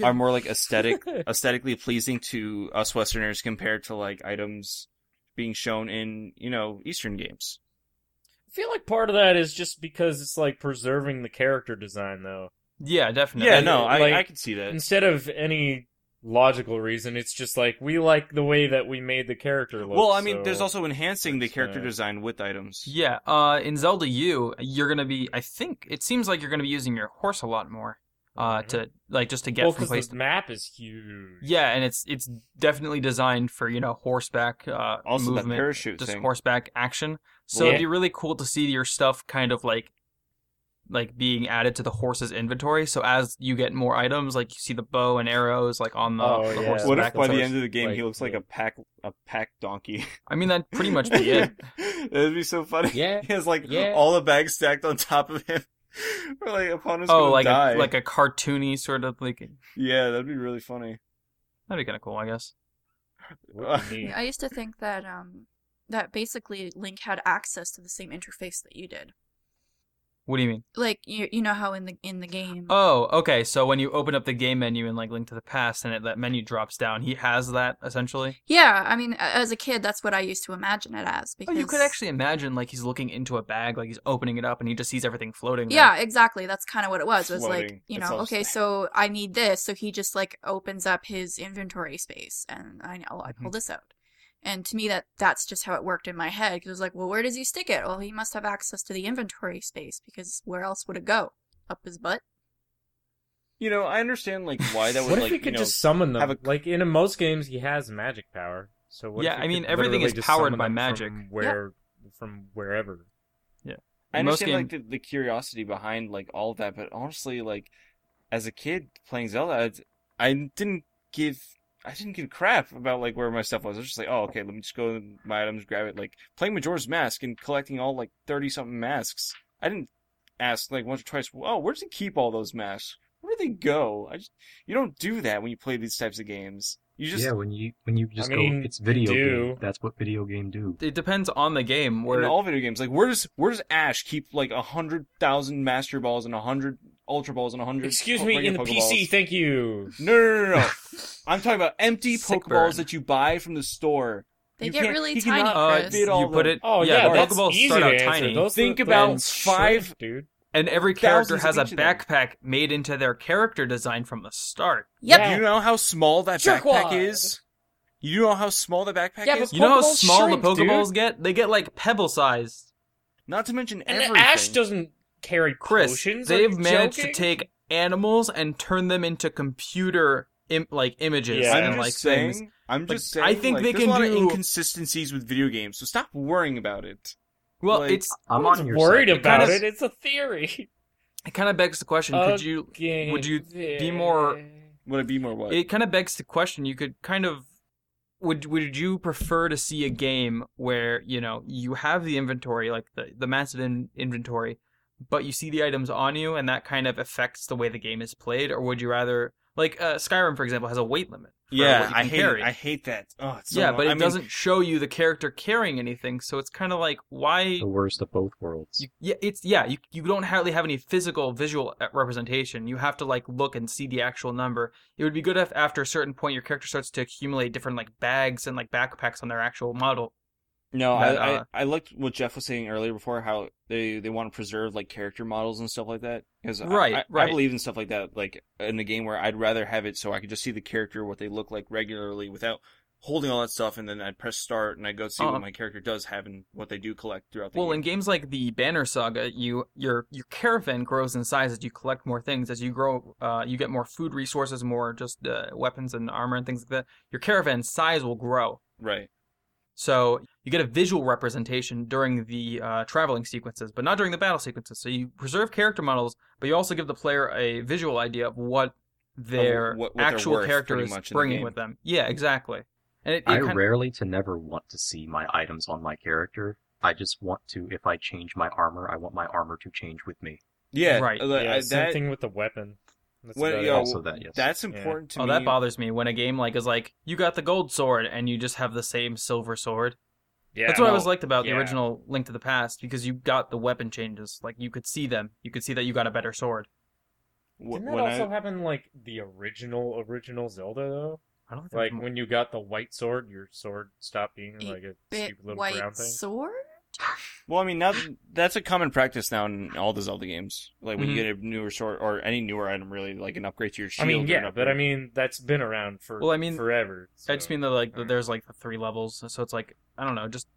[SPEAKER 2] are more
[SPEAKER 1] (laughs)
[SPEAKER 2] like
[SPEAKER 5] (laughs)
[SPEAKER 2] aesthetic aesthetically pleasing to us Westerners compared to like items being shown in you know Eastern games.
[SPEAKER 5] I feel like part of that is just because it's like preserving the character design, though.
[SPEAKER 1] Yeah, definitely.
[SPEAKER 2] Yeah,
[SPEAKER 5] and
[SPEAKER 2] no,
[SPEAKER 5] it-
[SPEAKER 2] I
[SPEAKER 5] like-
[SPEAKER 2] I can see that.
[SPEAKER 5] Instead of any logical reason, it's just like we like the way that we made the character look.
[SPEAKER 2] Well, I mean,
[SPEAKER 5] so-
[SPEAKER 2] there's also enhancing the
[SPEAKER 5] it's,
[SPEAKER 2] character
[SPEAKER 5] uh,
[SPEAKER 2] design with items.
[SPEAKER 1] Yeah, uh, in Zelda U, you're gonna be. I think it seems like you're gonna be using your horse a lot more.
[SPEAKER 2] Mm-hmm.
[SPEAKER 1] uh, to like just to get
[SPEAKER 5] well,
[SPEAKER 1] from
[SPEAKER 5] because
[SPEAKER 1] place.
[SPEAKER 5] the map is huge.
[SPEAKER 1] Yeah, and it's it's definitely designed for you know horseback uh,
[SPEAKER 2] Also, that
[SPEAKER 1] movement,
[SPEAKER 2] parachute
[SPEAKER 1] just
[SPEAKER 2] thing.
[SPEAKER 1] horseback action. So
[SPEAKER 5] Yeah.
[SPEAKER 1] it'd be really cool to see your stuff kind of like like being added to the horse's inventory. So as you get more items, like you see the bow and arrows like on the,
[SPEAKER 5] Oh,
[SPEAKER 1] the
[SPEAKER 5] yeah.
[SPEAKER 1] horse's
[SPEAKER 2] what if
[SPEAKER 1] back.
[SPEAKER 2] by
[SPEAKER 1] and
[SPEAKER 2] the
[SPEAKER 1] so-
[SPEAKER 2] end of the game he
[SPEAKER 5] like,
[SPEAKER 2] looks like
[SPEAKER 5] yeah.
[SPEAKER 2] a pack a pack donkey?
[SPEAKER 1] I mean that'd pretty much
[SPEAKER 2] (laughs)
[SPEAKER 1] be it.
[SPEAKER 2] That'd be
[SPEAKER 1] (laughs)
[SPEAKER 2] so funny.
[SPEAKER 5] Yeah,
[SPEAKER 2] (laughs) He has like
[SPEAKER 5] yeah.
[SPEAKER 2] all the bags stacked on top of him. (laughs) Or like opponents
[SPEAKER 1] oh,
[SPEAKER 2] gonna
[SPEAKER 1] like
[SPEAKER 2] die.
[SPEAKER 1] a, like a cartoony sort of like
[SPEAKER 2] yeah, that'd be really funny. Uh,
[SPEAKER 1] that'd be kind of cool, I guess.
[SPEAKER 5] What do you mean?
[SPEAKER 4] I used to think that um that basically Link had access to the same interface that you did.
[SPEAKER 1] What do you mean?
[SPEAKER 4] Like you you know how in the in the game.
[SPEAKER 1] Oh, okay. So when you open up the game menu and like Link to the Past, and it, that menu drops down, he has that essentially.
[SPEAKER 4] Yeah, I mean, a- as a kid, that's what I used to imagine it as.
[SPEAKER 1] Oh,
[SPEAKER 4] Because
[SPEAKER 1] you could actually imagine like he's looking into a bag, like he's opening it up, and he just sees everything floating. there.
[SPEAKER 4] Yeah, exactly. That's kind of what it was. Was like,
[SPEAKER 2] Floating.
[SPEAKER 4] you
[SPEAKER 2] It's
[SPEAKER 4] know,
[SPEAKER 2] all
[SPEAKER 4] okay,
[SPEAKER 2] just-
[SPEAKER 4] so I need this, so he just like opens up his inventory space, and I know
[SPEAKER 2] Mm-hmm.
[SPEAKER 4] I pull this out. And to me, that that's just how it worked in my head because it was like, well, where does he stick it? Well, he must have access to the inventory space because where else would it go? Up his butt?
[SPEAKER 2] You know, I understand like why that
[SPEAKER 5] (laughs) What
[SPEAKER 2] would
[SPEAKER 5] if
[SPEAKER 2] like
[SPEAKER 5] he
[SPEAKER 2] you
[SPEAKER 5] could
[SPEAKER 2] know,
[SPEAKER 5] just summon them?
[SPEAKER 2] have a-
[SPEAKER 5] Like in most games, he has magic power. So what if
[SPEAKER 1] Yeah,
[SPEAKER 5] he
[SPEAKER 1] I mean,
[SPEAKER 5] could
[SPEAKER 1] everything
[SPEAKER 5] literally
[SPEAKER 1] is
[SPEAKER 5] just
[SPEAKER 1] powered
[SPEAKER 5] summon
[SPEAKER 1] by
[SPEAKER 5] them
[SPEAKER 1] magic.
[SPEAKER 5] from where from wherever.
[SPEAKER 2] I
[SPEAKER 1] In most
[SPEAKER 2] understand like the, the curiosity behind like all of that, but honestly, like as a kid playing Zelda, I'd- I didn't give I didn't give a crap about like where my stuff was. I was just like, oh, okay, let me just go to my items, grab it. Like playing Majora's Mask and collecting all like thirty something masks. I didn't ask like once or twice. Oh, where does he keep all those masks? Where do they go? I just you don't do that when you play these types of games. You just
[SPEAKER 3] yeah, when you when you just
[SPEAKER 5] mean,
[SPEAKER 3] go, it's video
[SPEAKER 5] you do.
[SPEAKER 3] game. That's what video game do.
[SPEAKER 1] It depends on the game. Where
[SPEAKER 2] in all video games. Like, where does where does Ash keep like a hundred thousand Master Balls and a hundred Ultra Balls and a hundred?
[SPEAKER 5] Excuse
[SPEAKER 2] po-
[SPEAKER 5] me, in
[SPEAKER 2] regular
[SPEAKER 5] the PC,
[SPEAKER 2] Pokeballs?
[SPEAKER 5] thank you.
[SPEAKER 2] No, no,
[SPEAKER 5] (laughs)
[SPEAKER 2] no, no. no. I'm talking about empty
[SPEAKER 1] Sick
[SPEAKER 2] Pokeballs
[SPEAKER 1] burn.
[SPEAKER 2] that you buy from the store.
[SPEAKER 4] They
[SPEAKER 2] You
[SPEAKER 4] get
[SPEAKER 2] can't-
[SPEAKER 4] really
[SPEAKER 2] he
[SPEAKER 4] tiny,
[SPEAKER 2] cannot
[SPEAKER 1] uh,
[SPEAKER 4] Chris.
[SPEAKER 2] fit Oh, all
[SPEAKER 1] you put
[SPEAKER 2] the-
[SPEAKER 1] it,
[SPEAKER 5] Oh
[SPEAKER 1] yeah,
[SPEAKER 5] yeah,
[SPEAKER 1] the
[SPEAKER 5] that's
[SPEAKER 1] Pokeballs
[SPEAKER 5] easy
[SPEAKER 1] start
[SPEAKER 5] to
[SPEAKER 1] out
[SPEAKER 5] answer.
[SPEAKER 1] tiny,
[SPEAKER 5] Those
[SPEAKER 2] Think
[SPEAKER 5] th-
[SPEAKER 2] about
[SPEAKER 5] then shrink,
[SPEAKER 2] five-
[SPEAKER 5] dude.
[SPEAKER 1] and every
[SPEAKER 2] Thousands
[SPEAKER 1] character
[SPEAKER 2] of
[SPEAKER 1] has a
[SPEAKER 2] each of them.
[SPEAKER 1] backpack made into their character design from the start.
[SPEAKER 4] Yep.
[SPEAKER 5] Yeah.
[SPEAKER 2] You know how small that
[SPEAKER 5] Jerkwad.
[SPEAKER 2] backpack is. You know how small that backpack
[SPEAKER 5] Yeah, but
[SPEAKER 2] is.
[SPEAKER 1] You know how
[SPEAKER 5] Pokeballs
[SPEAKER 1] small
[SPEAKER 5] shrink,
[SPEAKER 1] the Pokeballs
[SPEAKER 5] dude.
[SPEAKER 1] get? They get like pebble sized.
[SPEAKER 2] Not to mention
[SPEAKER 5] And
[SPEAKER 2] everything.
[SPEAKER 5] Ash doesn't carry
[SPEAKER 1] Chris,
[SPEAKER 5] potions. are
[SPEAKER 1] they've
[SPEAKER 5] you
[SPEAKER 1] managed
[SPEAKER 5] joking?
[SPEAKER 1] to take animals and turn them into computer Im- like images
[SPEAKER 5] Yeah.
[SPEAKER 2] I'm
[SPEAKER 1] and
[SPEAKER 2] just
[SPEAKER 1] like
[SPEAKER 2] saying.
[SPEAKER 1] things.
[SPEAKER 2] I'm
[SPEAKER 1] Like,
[SPEAKER 2] just saying.
[SPEAKER 1] I think
[SPEAKER 2] like,
[SPEAKER 1] they
[SPEAKER 2] there's
[SPEAKER 1] can
[SPEAKER 2] a lot
[SPEAKER 1] do-
[SPEAKER 2] of inconsistencies with video games, so stop worrying about it.
[SPEAKER 1] Well,
[SPEAKER 2] like-
[SPEAKER 1] it's
[SPEAKER 3] I'm
[SPEAKER 5] No one's
[SPEAKER 3] on your
[SPEAKER 5] worried
[SPEAKER 3] side.
[SPEAKER 5] about
[SPEAKER 1] Kinda-
[SPEAKER 5] it. It's a theory.
[SPEAKER 1] it kind of begs the question: Could you would you be more-
[SPEAKER 2] Would it be more what?
[SPEAKER 1] it kind of begs the question you could kind of would would you prefer to see a game where you know you have the inventory like the the massive in- inventory but you see the items on you and that kind of affects the way the game is played or would you rather like uh, Skyrim for example has a weight limit for what
[SPEAKER 2] yeah,
[SPEAKER 1] you
[SPEAKER 2] I
[SPEAKER 1] can
[SPEAKER 2] hate.
[SPEAKER 1] carry.
[SPEAKER 2] I hate that. Oh, it's so
[SPEAKER 1] yeah,
[SPEAKER 2] annoying.
[SPEAKER 1] but it
[SPEAKER 2] I mean,
[SPEAKER 1] doesn't show you the character carrying anything, so it's kind of like why
[SPEAKER 3] The worst of both worlds.
[SPEAKER 1] you, yeah, it's yeah. You you don't hardly have any physical visual uh, representation. You have to like look and see the actual number. It would be good if after a certain point your character starts to accumulate different like bags and like backpacks on their actual model.
[SPEAKER 2] No,
[SPEAKER 1] that,
[SPEAKER 2] I,
[SPEAKER 1] uh,
[SPEAKER 2] I I liked what Jeff was saying earlier before how they they want to preserve like character models and stuff like that because
[SPEAKER 1] Right,
[SPEAKER 2] I, I,
[SPEAKER 1] right.
[SPEAKER 2] I believe in stuff like that like in the game where I'd rather have it so I could just see the character what they look like regularly without holding all that stuff and then I'd press start and I'd go see
[SPEAKER 1] Uh-huh.
[SPEAKER 2] what my character does have and what they do collect throughout the
[SPEAKER 1] Well, in
[SPEAKER 2] game.
[SPEAKER 1] games like the Banner Saga, you your your caravan grows in size as you collect more things. As you grow, uh, you get more food resources, more just uh, weapons and armor and things like that. Your caravan size will grow.
[SPEAKER 2] right.
[SPEAKER 1] So you get a visual representation during the uh, traveling sequences, but not during the battle sequences. So you preserve character models, but you also give the player a visual idea of what their
[SPEAKER 2] Of what- what they're
[SPEAKER 1] actual
[SPEAKER 2] worth,
[SPEAKER 1] character
[SPEAKER 2] pretty
[SPEAKER 1] is
[SPEAKER 2] much, in the
[SPEAKER 1] bringing
[SPEAKER 2] game.
[SPEAKER 1] with them. Yeah, exactly. And it, it
[SPEAKER 3] I
[SPEAKER 1] kind
[SPEAKER 3] rarely to never want to see my items on my character. I just want to, if I change my armor, I want my armor to change with me.
[SPEAKER 2] Yeah.
[SPEAKER 1] Right.
[SPEAKER 2] like,
[SPEAKER 5] Yeah,
[SPEAKER 2] I-
[SPEAKER 5] same
[SPEAKER 2] that-
[SPEAKER 5] thing with the weapon. That's
[SPEAKER 2] Well,
[SPEAKER 5] about
[SPEAKER 2] yeah,
[SPEAKER 5] it.
[SPEAKER 2] well,
[SPEAKER 3] also, that yes.
[SPEAKER 2] That's
[SPEAKER 5] Yeah.
[SPEAKER 2] important to
[SPEAKER 1] oh,
[SPEAKER 2] me.
[SPEAKER 1] that bothers me when a game like is like you got the gold sword and you just have the same silver sword.
[SPEAKER 5] yeah,
[SPEAKER 1] That's what I
[SPEAKER 5] no.
[SPEAKER 1] was liked about
[SPEAKER 5] yeah.
[SPEAKER 1] the original Link to the Past because you got the weapon changes. Like you could see them. You could see that you got a better sword.
[SPEAKER 2] Wh-
[SPEAKER 5] Didn't that
[SPEAKER 2] when I-
[SPEAKER 5] also happen like the original original Zelda though?
[SPEAKER 1] I don't think
[SPEAKER 5] Like
[SPEAKER 1] there's
[SPEAKER 5] when you got the white sword, your sword stopped being like a
[SPEAKER 4] Bit
[SPEAKER 5] stupid little brown
[SPEAKER 4] white
[SPEAKER 5] thing.
[SPEAKER 4] sword.
[SPEAKER 2] Well, I mean, now that's a common practice now in all the Zelda games. Like when you
[SPEAKER 1] Mhm.
[SPEAKER 2] get a newer sword or any newer item, really, like an upgrade to your
[SPEAKER 5] I
[SPEAKER 2] shield.
[SPEAKER 5] mean,
[SPEAKER 2] or an
[SPEAKER 5] yeah, but I
[SPEAKER 2] upgrade-
[SPEAKER 5] mean that's been around for
[SPEAKER 1] Well, I mean,
[SPEAKER 5] forever.
[SPEAKER 1] I just
[SPEAKER 5] so-
[SPEAKER 1] mean that like that
[SPEAKER 5] alright.
[SPEAKER 1] there's like the three levels, so it's like I don't know, just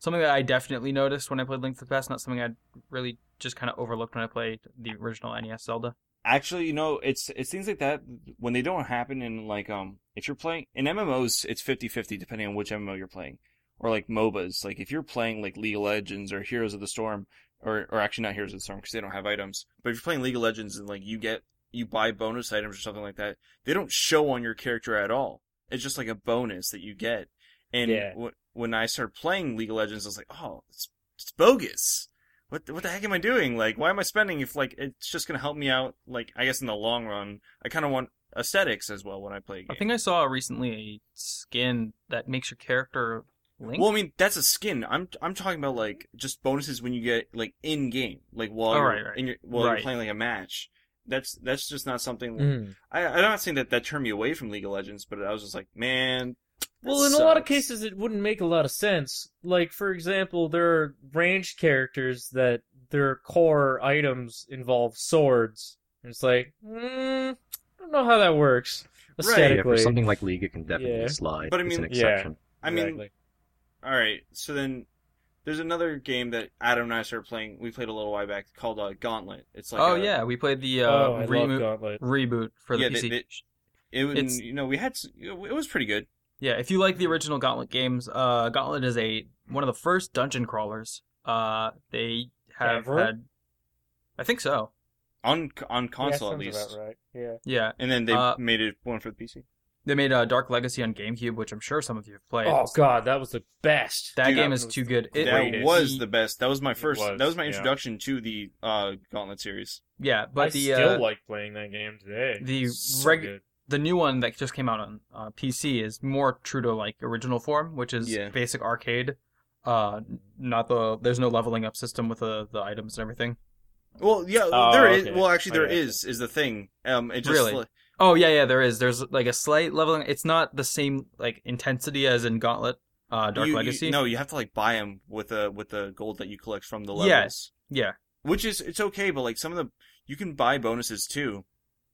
[SPEAKER 1] something that I definitely noticed when I played Link to the Past, not something I would really just kind of overlooked when I played the original NES Zelda.
[SPEAKER 2] Actually, you know, it's it's things like that when they don't happen in like um if you're playing in MMOs, it's 50-50 depending on which MMO you're playing. Or like MOBAs, like if you're playing like League of Legends or Heroes of the Storm or or actually not Heroes of the Storm because they don't have items. But if you're playing League of Legends and like you get you buy bonus items or something like that, they don't show on your character at all. It's just like a bonus that you get. And
[SPEAKER 5] Yeah.
[SPEAKER 2] wh- when I started playing League of Legends, I was like, oh, it's it's bogus. What the- what the heck am I doing? Like, why am I spending if like it's just gonna help me out? Like, I guess in the long run, I kind of want aesthetics as well when I play a game.
[SPEAKER 1] I think I saw recently a skin that makes your character Link.
[SPEAKER 2] Well, I mean, that's a skin. I'm I'm talking about like just bonuses when you get like in game, like while
[SPEAKER 1] Oh,
[SPEAKER 2] you're
[SPEAKER 1] right, right.
[SPEAKER 2] in your while
[SPEAKER 1] Right.
[SPEAKER 2] you're playing like a match. That's that's just not something.
[SPEAKER 5] Mm.
[SPEAKER 2] I, I'm not saying that that turned me away from League of Legends, but I was just like, man. that
[SPEAKER 5] Well, in a lot of
[SPEAKER 2] sucks.
[SPEAKER 5] cases, it wouldn't make a lot of sense. Like, for example, there are ranged characters that their core items involve swords. And it's like, mm, I don't know how that works
[SPEAKER 2] Right.
[SPEAKER 3] Yeah,
[SPEAKER 5] aesthetically.
[SPEAKER 3] for something like League, it can definitely
[SPEAKER 5] Yeah.
[SPEAKER 3] slide.
[SPEAKER 2] But I
[SPEAKER 3] it's
[SPEAKER 2] mean-
[SPEAKER 3] an
[SPEAKER 5] Yeah.
[SPEAKER 3] exception.
[SPEAKER 2] I mean,
[SPEAKER 5] Exactly.
[SPEAKER 2] all right. So then, there's another game that Adam and I started playing. We played a little while back called uh, Gauntlet. It's like
[SPEAKER 1] oh
[SPEAKER 2] a-
[SPEAKER 1] yeah, we played the uh,
[SPEAKER 5] oh, I love
[SPEAKER 1] remo-
[SPEAKER 5] Gauntlet.
[SPEAKER 1] reboot for the
[SPEAKER 2] Yeah,
[SPEAKER 1] PC.
[SPEAKER 2] they- they- It, was
[SPEAKER 1] It's-
[SPEAKER 2] you know, we had s- it was pretty good.
[SPEAKER 1] Yeah, if you like the original Gauntlet games, uh, Gauntlet is a one of the first dungeon crawlers. Uh, they have
[SPEAKER 5] Ever?
[SPEAKER 1] had, I think so.
[SPEAKER 2] on on
[SPEAKER 5] Yeah,
[SPEAKER 2] console at
[SPEAKER 5] sounds
[SPEAKER 2] least.
[SPEAKER 5] about right. Yeah.
[SPEAKER 1] Yeah,
[SPEAKER 2] And then they
[SPEAKER 1] Uh,
[SPEAKER 2] made it one for the PC.
[SPEAKER 1] they made uh, Dark Legacy on GameCube, which I'm sure some of you have played.
[SPEAKER 5] Oh god, that was the best.
[SPEAKER 1] that
[SPEAKER 2] dude,
[SPEAKER 1] game
[SPEAKER 5] that
[SPEAKER 1] is
[SPEAKER 5] was
[SPEAKER 1] too good. It,
[SPEAKER 2] that
[SPEAKER 5] greatest.
[SPEAKER 2] was the best. That was my first.
[SPEAKER 5] was,
[SPEAKER 2] that was my
[SPEAKER 5] yeah.
[SPEAKER 2] introduction to the uh, Gauntlet series.
[SPEAKER 1] yeah, but
[SPEAKER 5] I
[SPEAKER 1] the
[SPEAKER 5] still
[SPEAKER 1] uh,
[SPEAKER 5] like playing that game today.
[SPEAKER 1] the
[SPEAKER 5] so
[SPEAKER 1] reg-
[SPEAKER 5] good.
[SPEAKER 1] the new one that just came out on uh, PC is more true to like original form, which is
[SPEAKER 2] Yeah.
[SPEAKER 1] basic arcade. Uh, not the there's no leveling up system with the the items and everything.
[SPEAKER 2] Well, yeah,
[SPEAKER 5] Oh,
[SPEAKER 2] there is.
[SPEAKER 5] okay.
[SPEAKER 2] Well, actually, there
[SPEAKER 5] Okay.
[SPEAKER 2] is is the thing. Um, it just
[SPEAKER 1] Really?
[SPEAKER 2] like-
[SPEAKER 1] Oh yeah, yeah, there is. There's like a slight leveling. It's not the same like intensity as in Gauntlet, uh, Dark
[SPEAKER 2] you- you-
[SPEAKER 1] Legacy.
[SPEAKER 2] no, you have to like buy them with the with the gold that you collect from the levels.
[SPEAKER 1] Yes. yeah,
[SPEAKER 2] which is it's okay, but like some of the you can buy bonuses too.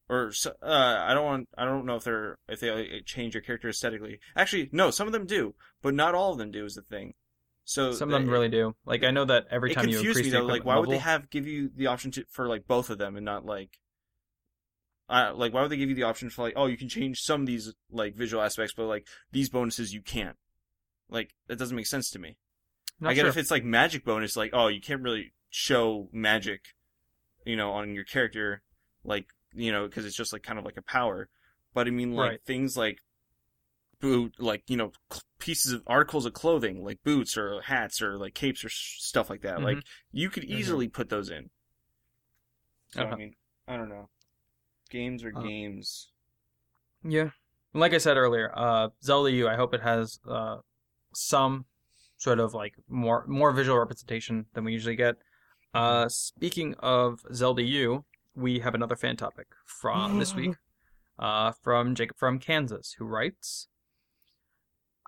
[SPEAKER 2] Or so- uh, I don't want I don't know if they're if they like, change your character aesthetically. Actually, no, some of them do, but not all of them do is the thing. So
[SPEAKER 1] some
[SPEAKER 2] the-
[SPEAKER 1] of them really do. Like I know that every
[SPEAKER 2] it
[SPEAKER 1] time you
[SPEAKER 2] confused
[SPEAKER 1] increase
[SPEAKER 2] me
[SPEAKER 1] the
[SPEAKER 2] though. Like,
[SPEAKER 1] equipment
[SPEAKER 2] why would they
[SPEAKER 1] level-
[SPEAKER 2] have give you the option to for like both of them and not like, uh, like why would they give you the option for like, oh, you can change some of these like visual aspects, but like these bonuses you can't. Like that doesn't make sense to me.
[SPEAKER 1] Not
[SPEAKER 2] I get
[SPEAKER 1] sure.
[SPEAKER 2] if it's like magic bonus, like oh, you can't really show magic, you know, on your character, like you know, because it's just like kind of like a power. But I mean, like
[SPEAKER 1] Right.
[SPEAKER 2] things like boot, like you know, cl- pieces of articles of clothing, like boots or hats or like capes or s- stuff like that. Like you could easily put those in. So I
[SPEAKER 1] Mm-hmm. Uh-huh.
[SPEAKER 2] mean, I don't know. Games are
[SPEAKER 1] Uh,
[SPEAKER 2] games.
[SPEAKER 1] Yeah. And like I said earlier, uh, Zelda U, I hope it has uh, some sort of like more more visual representation than we usually get. Uh, speaking of Zelda U, we have another fan topic from this week uh, from Jacob from Kansas, who writes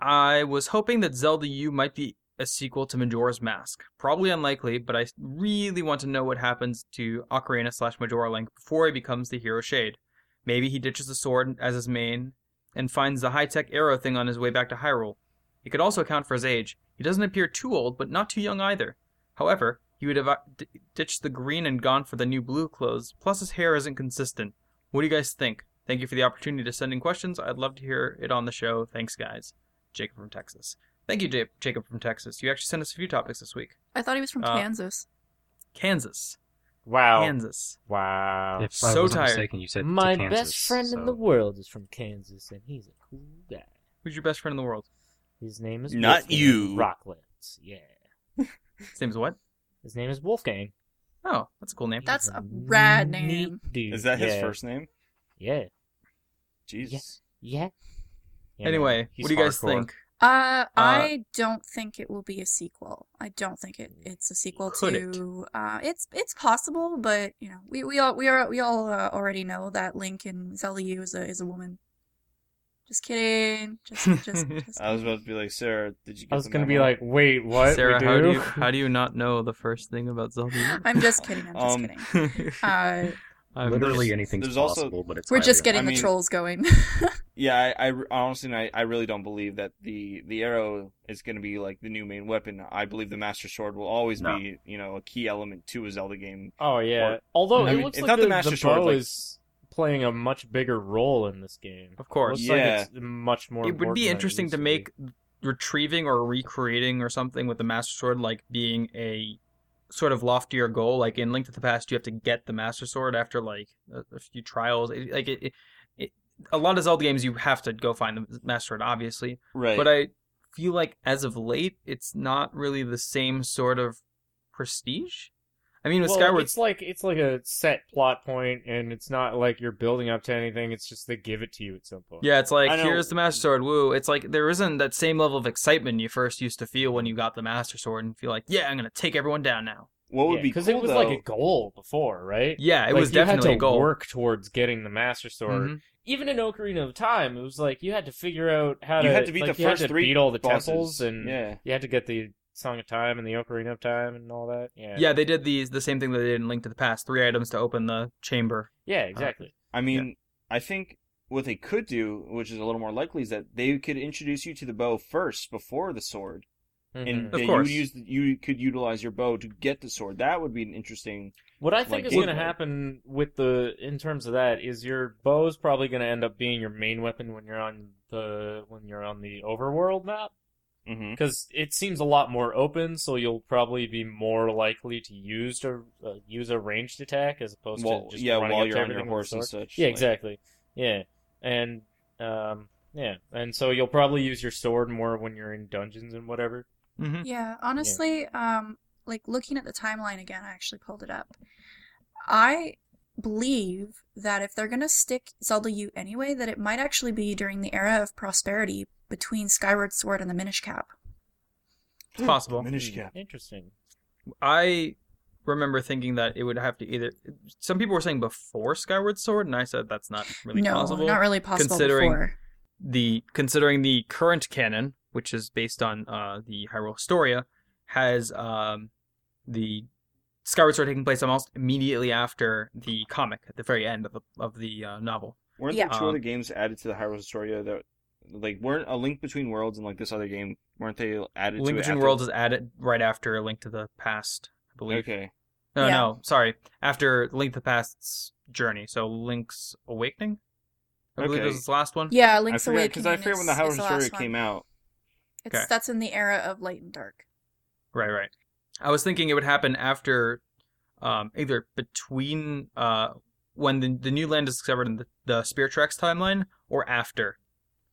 [SPEAKER 1] I was hoping that Zelda U might be a sequel to Majora's Mask. Probably unlikely, but I really want to know what happens to Ocarina slash Majora Link before he becomes the Hero Shade. Maybe he ditches the sword as his main and finds the high tech arrow thing on his way back to Hyrule. It could also account for his age. He doesn't appear too old, but not too young either. However, he would have uh, d- ditched the green and gone for the new blue clothes, plus his hair isn't consistent. What do you guys think? Thank you for the opportunity to send in questions. I'd love to hear it on the show. Thanks, guys. Jacob from Texas. Thank you, Ja- Jacob from Texas. You actually sent us a few topics this week.
[SPEAKER 4] I thought he was from
[SPEAKER 1] Uh,
[SPEAKER 4] Kansas.
[SPEAKER 1] Kansas.
[SPEAKER 5] Wow.
[SPEAKER 1] Kansas.
[SPEAKER 5] Wow.
[SPEAKER 3] If I
[SPEAKER 1] So
[SPEAKER 3] wasn't
[SPEAKER 1] tired.
[SPEAKER 3] mistaken, you said to
[SPEAKER 5] My
[SPEAKER 3] Kansas,
[SPEAKER 5] best friend
[SPEAKER 3] so.
[SPEAKER 5] in the world is from Kansas, and he's a cool guy.
[SPEAKER 1] Who's your best friend in the
[SPEAKER 5] (laughs)
[SPEAKER 1] world?
[SPEAKER 5] His name is
[SPEAKER 2] Not
[SPEAKER 5] Wolfgang
[SPEAKER 2] you.
[SPEAKER 5] Rocklands. Yeah.
[SPEAKER 1] His name's what?
[SPEAKER 5] His name is Wolfgang.
[SPEAKER 1] Oh, that's a cool name.
[SPEAKER 4] That's
[SPEAKER 5] He's
[SPEAKER 4] a rad
[SPEAKER 5] neat
[SPEAKER 4] name.
[SPEAKER 5] Dude.
[SPEAKER 2] Is that his
[SPEAKER 5] Yeah.
[SPEAKER 2] first name?
[SPEAKER 5] Yeah.
[SPEAKER 2] Jesus.
[SPEAKER 5] Yeah. Yeah,
[SPEAKER 1] Anyway,
[SPEAKER 5] man. He's
[SPEAKER 1] what do you guys
[SPEAKER 5] hardcore.
[SPEAKER 1] think?
[SPEAKER 4] Uh, I don't think it will be a sequel. I don't think it, it's a sequel
[SPEAKER 1] Could it?
[SPEAKER 4] to. Uh, it's it's possible, but you know, we, we all we are we all uh, already know that Link in Zelda U is a is a woman. Just kidding. Just
[SPEAKER 2] (laughs)
[SPEAKER 4] just. just
[SPEAKER 2] I was about to be like, Sarah, did you? Get
[SPEAKER 5] I was
[SPEAKER 2] the
[SPEAKER 5] gonna be
[SPEAKER 2] memo?"
[SPEAKER 5] like, wait, what?
[SPEAKER 1] Sarah,
[SPEAKER 5] we do?
[SPEAKER 1] how do you
[SPEAKER 5] (laughs)
[SPEAKER 1] how do you not know the first thing about Zelda?
[SPEAKER 4] (laughs) I'm just kidding. I'm just
[SPEAKER 2] Um,
[SPEAKER 4] kidding. Uh,
[SPEAKER 1] (laughs) I'm
[SPEAKER 4] (laughs)
[SPEAKER 2] (laughs)
[SPEAKER 3] Literally
[SPEAKER 1] just-
[SPEAKER 3] anything's
[SPEAKER 2] There's also-
[SPEAKER 3] possible, but it's
[SPEAKER 4] we're just
[SPEAKER 3] highly
[SPEAKER 4] getting
[SPEAKER 2] I
[SPEAKER 4] the
[SPEAKER 2] mean-
[SPEAKER 4] trolls going.
[SPEAKER 2] yeah, I, I re- honestly, I, I really don't believe that the the arrow is going to be like the new main weapon. I believe the Master Sword will always
[SPEAKER 3] No.
[SPEAKER 2] be, you know, a key element to a Zelda game.
[SPEAKER 5] Oh yeah.
[SPEAKER 2] Or-
[SPEAKER 5] Although
[SPEAKER 2] I
[SPEAKER 5] it
[SPEAKER 2] mean,
[SPEAKER 5] looks
[SPEAKER 2] it's
[SPEAKER 5] like
[SPEAKER 2] not
[SPEAKER 5] the,
[SPEAKER 2] the Master
[SPEAKER 5] the
[SPEAKER 2] Sword,
[SPEAKER 5] bow
[SPEAKER 2] like-
[SPEAKER 5] is playing a much bigger role in this game.
[SPEAKER 1] Of course.
[SPEAKER 5] Looks
[SPEAKER 2] Yeah.
[SPEAKER 5] like it's much more.
[SPEAKER 1] it would
[SPEAKER 5] important
[SPEAKER 1] be
[SPEAKER 5] than
[SPEAKER 1] interesting
[SPEAKER 5] used
[SPEAKER 1] to
[SPEAKER 5] be.
[SPEAKER 1] make retrieving or recreating or something with the master sword like being a sort of loftier goal like in link to the past you have to get the master sword after like a, a few trials it, like it, it, it a lot of zelda games you have to go find the master sword obviously
[SPEAKER 2] Right.
[SPEAKER 1] but i feel like as of late it's not really the same sort of prestige i mean with
[SPEAKER 5] Well,
[SPEAKER 1] skyward
[SPEAKER 5] it's like it's like a set plot point, and it's not like you're building up to anything. It's just they give it to you at some point.
[SPEAKER 1] Yeah, it's like
[SPEAKER 2] I know-
[SPEAKER 1] here's the Master Sword. Woo! It's like there isn't that same level of excitement you first used to feel when you got the Master Sword and feel like, yeah, I'm gonna take everyone down now.
[SPEAKER 2] what would be cool
[SPEAKER 5] because it was
[SPEAKER 2] though?
[SPEAKER 5] like a goal before, right?
[SPEAKER 1] Yeah, it
[SPEAKER 5] Like,
[SPEAKER 1] was
[SPEAKER 5] you
[SPEAKER 1] definitely
[SPEAKER 5] had to
[SPEAKER 1] a goal.
[SPEAKER 5] work towards getting the master sword.
[SPEAKER 1] Mhm.
[SPEAKER 5] Even in Ocarina of Time, it was like you had to figure out how
[SPEAKER 2] You
[SPEAKER 5] to
[SPEAKER 2] had to beat
[SPEAKER 5] like,
[SPEAKER 2] the
[SPEAKER 5] you had
[SPEAKER 2] first
[SPEAKER 5] to
[SPEAKER 2] three
[SPEAKER 5] beat all the
[SPEAKER 2] bosses.
[SPEAKER 5] temples, and
[SPEAKER 2] yeah,
[SPEAKER 5] you had to get the Song of Time and the Ocarina of Time and all that. Yeah,
[SPEAKER 1] Yeah, they did these the same thing that they did in Link to the Past. Three items to open the chamber.
[SPEAKER 5] yeah, exactly.
[SPEAKER 2] I mean, I think what they could do, which is a little more likely, is that they could introduce you to the bow first before the sword,
[SPEAKER 5] Mhm.
[SPEAKER 2] and
[SPEAKER 1] Of
[SPEAKER 2] that you
[SPEAKER 1] course.
[SPEAKER 2] would use you could utilize your bow to get the sword. That would be an interesting.
[SPEAKER 5] What I think
[SPEAKER 2] like,
[SPEAKER 5] is going to
[SPEAKER 2] gameplay.
[SPEAKER 5] happen with the in terms of that is your bow's probably going to end up being your main weapon when you're on the when you're on the overworld map
[SPEAKER 2] Mm-hmm.
[SPEAKER 5] because it seems a lot more open, so you'll probably be more likely to use to uh, use a ranged attack as opposed
[SPEAKER 2] Well,
[SPEAKER 5] to just
[SPEAKER 2] yeah,
[SPEAKER 5] running
[SPEAKER 2] while
[SPEAKER 5] up
[SPEAKER 2] you're
[SPEAKER 5] to
[SPEAKER 2] on your
[SPEAKER 5] everything with a
[SPEAKER 2] horse and
[SPEAKER 5] sword.
[SPEAKER 2] such.
[SPEAKER 5] Yeah,
[SPEAKER 2] like-
[SPEAKER 5] exactly. Yeah, and um, yeah, and so you'll probably use your sword more when you're in dungeons and whatever.
[SPEAKER 1] hmm
[SPEAKER 4] Yeah, honestly, um, like looking at the timeline again, I actually pulled it up. I believe that if they're gonna stick Zelda U anyway, that it might actually be during the era of prosperity between Skyward Sword and the Minish Cap.
[SPEAKER 1] It's possible.
[SPEAKER 2] Minish
[SPEAKER 5] Hmm,
[SPEAKER 2] cap.
[SPEAKER 5] Interesting.
[SPEAKER 1] I remember thinking that it would have to either. Some people were saying before Skyward Sword, and I said that's not really
[SPEAKER 4] no,
[SPEAKER 1] possible.
[SPEAKER 4] not really possible
[SPEAKER 1] considering-
[SPEAKER 4] before.
[SPEAKER 1] the considering the current canon, which is based on uh, the Hyrule Historia, has um, the Skyward Sword taking place almost immediately after the comic at the very end of the of the uh, novel.
[SPEAKER 2] Weren't
[SPEAKER 4] Yeah.
[SPEAKER 2] there two
[SPEAKER 1] Um,
[SPEAKER 2] other games added to the Hyrule Historia that, like, weren't a Link Between Worlds and like this other game? Weren't they added?
[SPEAKER 1] Link
[SPEAKER 2] to it
[SPEAKER 1] Between
[SPEAKER 2] after-
[SPEAKER 1] Worlds is added right after Link to the Past, I believe.
[SPEAKER 2] Okay.
[SPEAKER 1] No,
[SPEAKER 4] Yeah.
[SPEAKER 1] no, sorry, after Link to the Past's journey. So Link's Awakening, I believe
[SPEAKER 2] Okay.
[SPEAKER 1] was this last one.
[SPEAKER 4] Yeah,
[SPEAKER 2] I
[SPEAKER 4] Link's
[SPEAKER 2] forget
[SPEAKER 4] Awakening.
[SPEAKER 2] because I forget when the
[SPEAKER 4] is-
[SPEAKER 2] Hyrule
[SPEAKER 4] is last
[SPEAKER 2] Historia
[SPEAKER 4] one.
[SPEAKER 2] came out.
[SPEAKER 4] It's
[SPEAKER 1] Okay.
[SPEAKER 4] that's in the era of light and dark.
[SPEAKER 1] Right, right. I was thinking it would happen after, um, either between uh, when the, the new land is discovered in the, the Spear Tracks timeline, or after.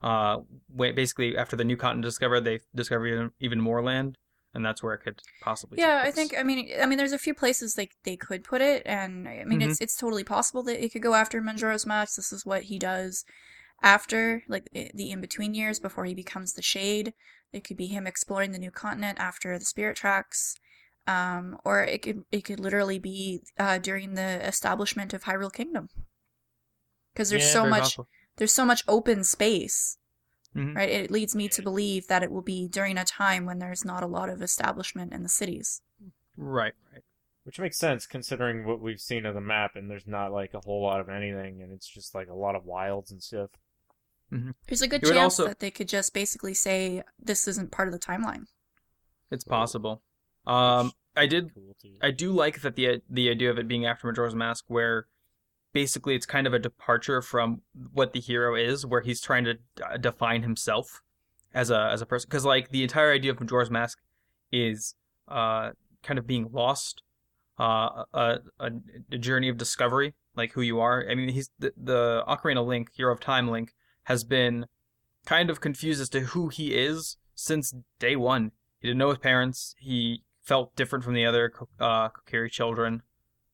[SPEAKER 1] Uh, wait, basically after the new continent is discovered, they discover even, even more land, and that's where it could possibly. take
[SPEAKER 4] Yeah, I
[SPEAKER 1] place.
[SPEAKER 4] think I mean I mean there's a few places they they could put it, and I mean
[SPEAKER 1] Mm-hmm.
[SPEAKER 4] it's it's totally possible that it could go after Manjoro's match. This is what he does after like i- the in between years before he becomes the Shade. It could be him exploring the new continent after the Spirit Tracks, um, or it could it could literally be uh, during the establishment of Hyrule Kingdom. Because there's
[SPEAKER 5] Yeah,
[SPEAKER 4] so
[SPEAKER 1] Very
[SPEAKER 4] much
[SPEAKER 1] possible.
[SPEAKER 4] there's so much open space
[SPEAKER 1] Mhm.
[SPEAKER 4] right it leads me to believe that it will be during a time when there's not a lot of establishment in the cities
[SPEAKER 1] Right, right.
[SPEAKER 5] Which makes sense considering what we've seen of the map, and there's not like a whole lot of anything, and it's just like a lot of wilds and stuff.
[SPEAKER 4] there's a good
[SPEAKER 1] It would
[SPEAKER 4] chance
[SPEAKER 1] also-
[SPEAKER 4] that they could just basically say this isn't part of the timeline
[SPEAKER 1] It's possible. Um,
[SPEAKER 5] which
[SPEAKER 1] I
[SPEAKER 5] would be
[SPEAKER 1] did
[SPEAKER 5] Cool too.
[SPEAKER 1] I do like that the the idea of it being after Majora's Mask, where basically it's kind of a departure from what the hero is, where he's trying to uh, define himself as a as a person. Because like the entire idea of Majora's Mask is uh, kind of being lost, uh, a, a, a journey of discovery, like who you are. I mean, he's the, the Ocarina Link, Hero of Time Link, has been kind of confused as to who he is since day one. He didn't know his parents. He felt different from the other uh, Kokiri children,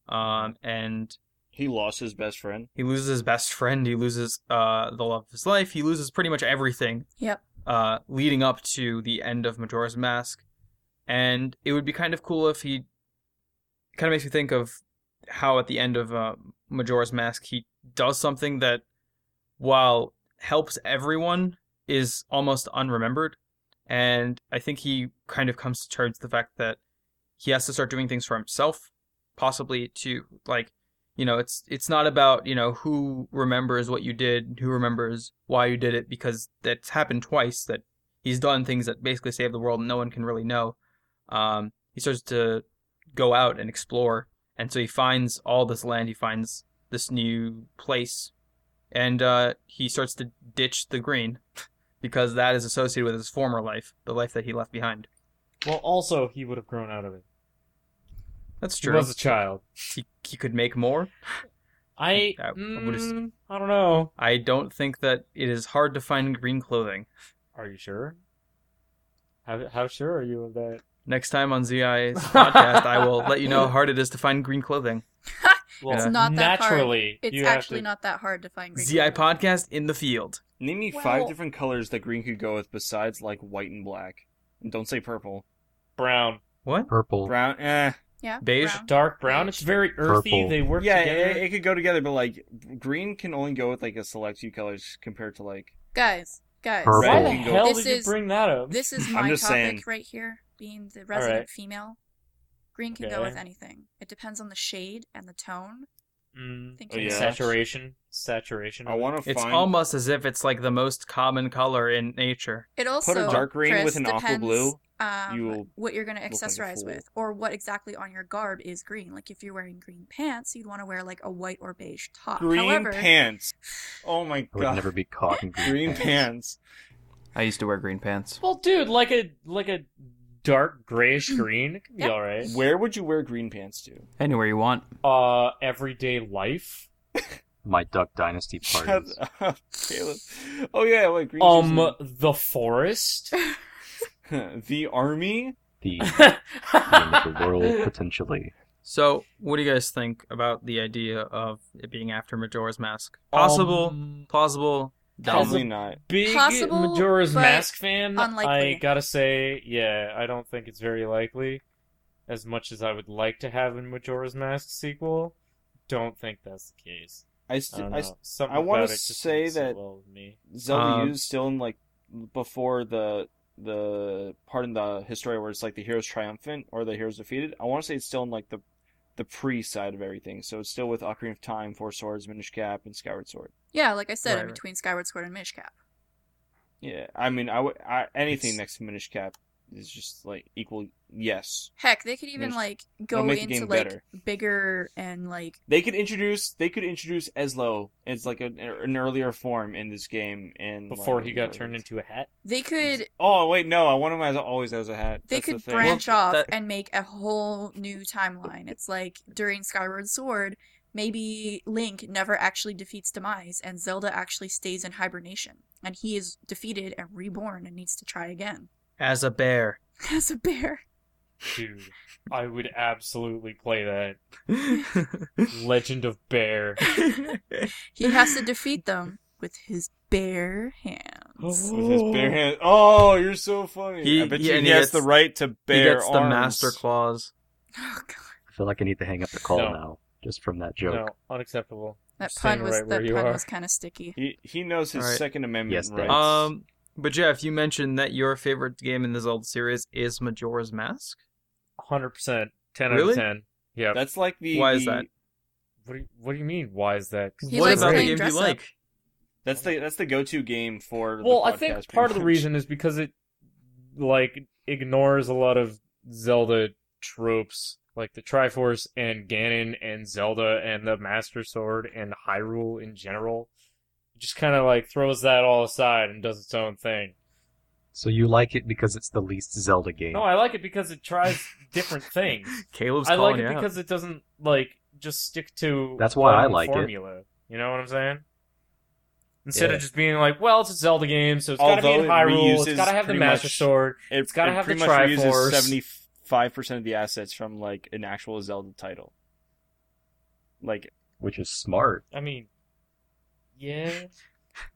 [SPEAKER 1] um, and
[SPEAKER 2] He lost his best friend.
[SPEAKER 1] he loses his best friend. He loses uh, the love of his life. He loses pretty much everything
[SPEAKER 4] yep
[SPEAKER 1] uh, leading up to the end of Majora's Mask, and it would be kind of cool if he kind of makes me think of how at the end of uh, Majora's Mask he does something that, while helps everyone, is almost unremembered, and I think he kind of comes to terms with the fact that he has to start doing things for himself, possibly to like you know it's it's not about you know who remembers what you did who remembers why you did it because that's happened twice that he's done things that basically save the world and no one can really know um, he starts to go out and explore and so he finds all this land he finds this new place and uh, he starts to ditch the green (laughs) because that is associated with his former life the life that he left behind
[SPEAKER 5] Well, also he would have grown out of it.
[SPEAKER 1] that's
[SPEAKER 5] He
[SPEAKER 1] true
[SPEAKER 5] was a child.
[SPEAKER 1] he, he could make more
[SPEAKER 5] I
[SPEAKER 1] I- I would've-
[SPEAKER 5] mm, I don't know.
[SPEAKER 1] i don't think that it is hard to find green clothing
[SPEAKER 5] Are you sure? How how sure are you of that?
[SPEAKER 1] next time on zi's podcast i will let you know how hard it is to find green clothing
[SPEAKER 5] Well,
[SPEAKER 1] It's
[SPEAKER 4] not that hard.
[SPEAKER 5] naturally,
[SPEAKER 4] It's
[SPEAKER 5] you
[SPEAKER 4] actually
[SPEAKER 5] have to,
[SPEAKER 4] not that hard to find green.
[SPEAKER 1] zi
[SPEAKER 4] clothing.
[SPEAKER 1] podcast in the field
[SPEAKER 2] Name me five
[SPEAKER 4] Well-
[SPEAKER 2] different colors that green could go with besides like white and black. And don't say purple.
[SPEAKER 5] brown,
[SPEAKER 1] what
[SPEAKER 3] Purple.
[SPEAKER 2] Brown, eh.
[SPEAKER 4] Yeah.
[SPEAKER 1] Beige?
[SPEAKER 4] brown.
[SPEAKER 5] dark brown. It's very earthy.
[SPEAKER 3] Purple.
[SPEAKER 5] They work
[SPEAKER 2] yeah,
[SPEAKER 5] together.
[SPEAKER 2] it, it could go together, but like green can only go with like a select few colors compared to like
[SPEAKER 4] Guys, guys.
[SPEAKER 3] Purple.
[SPEAKER 5] Why the
[SPEAKER 2] Purple.
[SPEAKER 5] hell
[SPEAKER 4] This
[SPEAKER 5] did
[SPEAKER 4] is-
[SPEAKER 5] you bring that up?
[SPEAKER 4] This is
[SPEAKER 2] I'm
[SPEAKER 4] my topic
[SPEAKER 2] just saying.
[SPEAKER 4] right here, being the resident
[SPEAKER 5] right.
[SPEAKER 4] female. Green can go
[SPEAKER 5] Okay.
[SPEAKER 4] with anything. It depends on the shade and the tone.
[SPEAKER 5] Mm,
[SPEAKER 4] Thank
[SPEAKER 2] Oh,
[SPEAKER 4] you.
[SPEAKER 2] yeah.
[SPEAKER 5] Saturation, saturation.
[SPEAKER 2] I want to
[SPEAKER 1] It's
[SPEAKER 2] find
[SPEAKER 1] almost as if it's like the most common color in nature.
[SPEAKER 4] It also
[SPEAKER 2] put a dark green
[SPEAKER 4] Chris,
[SPEAKER 2] with an aqua
[SPEAKER 4] depends,
[SPEAKER 2] blue.
[SPEAKER 4] Um,
[SPEAKER 2] you will
[SPEAKER 4] what you're going to
[SPEAKER 2] look like a
[SPEAKER 4] accessorize
[SPEAKER 2] fool.
[SPEAKER 4] with, or what exactly on your garb is green. Like if you're wearing green pants, you'd want to wear like a white or beige top.
[SPEAKER 2] Green
[SPEAKER 4] However,
[SPEAKER 2] pants. Oh my
[SPEAKER 3] I would
[SPEAKER 2] god.
[SPEAKER 3] never be caught in green,
[SPEAKER 2] green pants.
[SPEAKER 1] I used to wear green pants.
[SPEAKER 5] Well, dude, like a like a dark grayish green it can be
[SPEAKER 4] Mm. Yeah.
[SPEAKER 5] all right.
[SPEAKER 2] Where would you wear green pants
[SPEAKER 1] (laughs)
[SPEAKER 2] to?
[SPEAKER 1] Anywhere you want.
[SPEAKER 5] Uh, everyday life.
[SPEAKER 3] My Duck
[SPEAKER 2] (laughs)
[SPEAKER 3] Dynasty
[SPEAKER 2] Shut
[SPEAKER 3] parties.
[SPEAKER 2] up, Caleb. Oh yeah, wait, green
[SPEAKER 5] Um,
[SPEAKER 4] (laughs)
[SPEAKER 5] the forest. (laughs)
[SPEAKER 2] shoes. (laughs) the army. (laughs)
[SPEAKER 3] The end of the world,
[SPEAKER 5] That's
[SPEAKER 3] potentially.
[SPEAKER 1] So, what do you guys think about the idea of it being after Majora's Mask? Possible,
[SPEAKER 5] Um,
[SPEAKER 1] plausible, dumb.
[SPEAKER 2] Probably not.
[SPEAKER 5] Big
[SPEAKER 4] Possible,
[SPEAKER 5] Majora's
[SPEAKER 4] but
[SPEAKER 5] Mask fan.
[SPEAKER 4] unlikely.
[SPEAKER 5] I gotta say, yeah, I don't think it's very likely. As much as I would like to have a Majora's Mask sequel, don't think that's the case.
[SPEAKER 2] I
[SPEAKER 5] I,
[SPEAKER 2] st-
[SPEAKER 5] don't
[SPEAKER 2] I
[SPEAKER 5] know. Something
[SPEAKER 2] I wanna
[SPEAKER 5] about it just
[SPEAKER 2] say
[SPEAKER 5] didn't sit
[SPEAKER 2] that-
[SPEAKER 5] well with me.
[SPEAKER 2] Zelda
[SPEAKER 1] Um,
[SPEAKER 2] U's still in like before the the part in the history where it's like the heroes triumphant or the heroes defeated. I want to say it's still in like the the pre side of everything. So it's still with Ocarina of Time, Four Swords, Minish Cap, and Skyward Sword.
[SPEAKER 4] yeah, like I said,
[SPEAKER 1] Right,
[SPEAKER 4] in
[SPEAKER 1] right.
[SPEAKER 4] between Skyward Sword and Mishcap.
[SPEAKER 2] Yeah, I mean, I would I, anything
[SPEAKER 1] It's-
[SPEAKER 2] next to Minish Cap is just like equal yes.
[SPEAKER 4] Heck, they could even
[SPEAKER 2] There's-
[SPEAKER 4] like
[SPEAKER 2] It'll
[SPEAKER 4] go
[SPEAKER 2] make the
[SPEAKER 4] into
[SPEAKER 2] game
[SPEAKER 4] like
[SPEAKER 2] better.
[SPEAKER 4] bigger and like
[SPEAKER 2] They could introduce they could introduce Eslo as like an, an earlier form in this game and
[SPEAKER 5] Before
[SPEAKER 2] like,
[SPEAKER 5] he got turned into a hat.
[SPEAKER 4] they could
[SPEAKER 2] Oh wait, no! I want him as always as a hat.
[SPEAKER 4] they
[SPEAKER 2] That's the
[SPEAKER 4] could
[SPEAKER 2] thing.
[SPEAKER 4] branch
[SPEAKER 5] (gasps)
[SPEAKER 1] Well,
[SPEAKER 4] off
[SPEAKER 1] that-
[SPEAKER 4] and make a whole new timeline. It's like during Skyward Sword, maybe Link never actually defeats Demise and Zelda actually stays in hibernation and he is defeated and reborn and needs to try again (laughs)
[SPEAKER 1] as a bear. (laughs)
[SPEAKER 4] as a bear.
[SPEAKER 5] Dude, I would absolutely play that.
[SPEAKER 1] he
[SPEAKER 5] Legend of Bear.
[SPEAKER 4] He has to defeat them with his bare
[SPEAKER 2] (gasps)
[SPEAKER 4] hands.
[SPEAKER 2] With his bare hand. Oh, you're so funny.
[SPEAKER 1] He-
[SPEAKER 2] I bet
[SPEAKER 1] he-
[SPEAKER 2] you
[SPEAKER 1] and
[SPEAKER 2] he,
[SPEAKER 1] he
[SPEAKER 2] has
[SPEAKER 1] gets-
[SPEAKER 2] the right to bear
[SPEAKER 1] gets the
[SPEAKER 2] arms.
[SPEAKER 1] master claws.
[SPEAKER 4] Oh god.
[SPEAKER 3] I feel like I need to hang up the call
[SPEAKER 5] No.
[SPEAKER 3] now, just from that joke.
[SPEAKER 5] No, unacceptable.
[SPEAKER 4] That
[SPEAKER 5] You're
[SPEAKER 4] pun
[SPEAKER 5] staying
[SPEAKER 4] was
[SPEAKER 5] right where
[SPEAKER 4] that
[SPEAKER 5] you
[SPEAKER 4] pun
[SPEAKER 5] are.
[SPEAKER 4] was kind of sticky.
[SPEAKER 2] He he knows his
[SPEAKER 1] All right.
[SPEAKER 2] Second Amendment
[SPEAKER 3] Yes, Dad.
[SPEAKER 2] rights.
[SPEAKER 1] Um, but Jeff, you mentioned that your favorite game in the Zelda series is Majora's Mask.
[SPEAKER 5] Hundred percent, ten out
[SPEAKER 1] Really?
[SPEAKER 5] of ten. Yeah.
[SPEAKER 2] that's like the
[SPEAKER 1] Why is
[SPEAKER 2] the-
[SPEAKER 1] that?
[SPEAKER 5] What do you, What do you mean? Why is that? 'Cause
[SPEAKER 4] He
[SPEAKER 1] what
[SPEAKER 4] likes
[SPEAKER 1] about the
[SPEAKER 4] playing
[SPEAKER 1] game do you
[SPEAKER 4] dress up.
[SPEAKER 1] like?
[SPEAKER 2] That's the that's the go-to game for.
[SPEAKER 5] Well,
[SPEAKER 2] the
[SPEAKER 5] I
[SPEAKER 2] podcast,
[SPEAKER 5] think
[SPEAKER 2] pretty
[SPEAKER 5] part of the
[SPEAKER 2] much.
[SPEAKER 5] reason is because it like ignores a lot of Zelda tropes, like the Triforce and Ganon and Zelda and the Master Sword and Hyrule in general. It just kind of like throws that all aside and does its own thing.
[SPEAKER 3] So you like it because it's the least Zelda game.
[SPEAKER 5] No, I like it because it tries different things.
[SPEAKER 1] (laughs) Caleb's
[SPEAKER 5] I
[SPEAKER 1] calling
[SPEAKER 5] like it
[SPEAKER 1] you out.
[SPEAKER 5] because it doesn't like just stick to
[SPEAKER 3] That's why I
[SPEAKER 5] one
[SPEAKER 3] like it.
[SPEAKER 5] formula. You know what I'm saying? Instead
[SPEAKER 3] Yeah.
[SPEAKER 5] of just being like, well, it's a Zelda game, so it's got to be
[SPEAKER 2] Although
[SPEAKER 5] in
[SPEAKER 2] it
[SPEAKER 5] Hyrule, it's
[SPEAKER 2] reuses
[SPEAKER 5] got to have the
[SPEAKER 2] pretty
[SPEAKER 5] Master
[SPEAKER 2] much-
[SPEAKER 5] Sword.
[SPEAKER 2] It,
[SPEAKER 5] It's gotta
[SPEAKER 2] it
[SPEAKER 5] have the
[SPEAKER 2] pretty much
[SPEAKER 5] Triforce.
[SPEAKER 2] reuses seventy-five percent of the assets from like an actual Zelda title. Like
[SPEAKER 3] Which is smart.
[SPEAKER 5] I mean, yeah.
[SPEAKER 2] (laughs) no,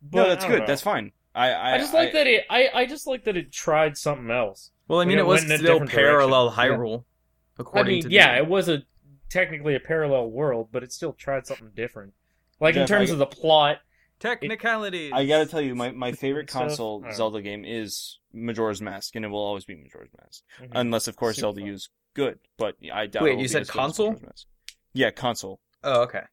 [SPEAKER 5] But
[SPEAKER 2] that's
[SPEAKER 5] I don't
[SPEAKER 2] good.
[SPEAKER 5] know.
[SPEAKER 2] That's fine. I I,
[SPEAKER 5] I just like that it. I, I just like that it tried something else.
[SPEAKER 1] Well, I
[SPEAKER 5] We
[SPEAKER 1] mean,
[SPEAKER 5] got
[SPEAKER 1] it was
[SPEAKER 5] wind in a
[SPEAKER 1] still
[SPEAKER 5] different direction.
[SPEAKER 1] parallel
[SPEAKER 5] Yeah.
[SPEAKER 1] Hyrule, according
[SPEAKER 5] I mean,
[SPEAKER 1] to the-
[SPEAKER 5] yeah, it was a technically a parallel world, but it still tried something different. Like in
[SPEAKER 2] Jeff, I-
[SPEAKER 5] terms of the plot,
[SPEAKER 1] technicalities.
[SPEAKER 2] I gotta tell you, my, my favorite
[SPEAKER 5] Stuff.
[SPEAKER 2] console
[SPEAKER 5] Alright.
[SPEAKER 2] Zelda game is Majora's Mask, and it will always be Majora's Mask.
[SPEAKER 5] Mhm.
[SPEAKER 2] Unless, of course,
[SPEAKER 5] Super
[SPEAKER 2] Zelda
[SPEAKER 5] fun.
[SPEAKER 2] U's good, but I doubt.
[SPEAKER 1] Wait,
[SPEAKER 2] it will
[SPEAKER 1] you
[SPEAKER 2] be
[SPEAKER 1] said
[SPEAKER 2] as good as
[SPEAKER 1] console?
[SPEAKER 2] Majora's Mask. Yeah, console.
[SPEAKER 1] Oh, okay.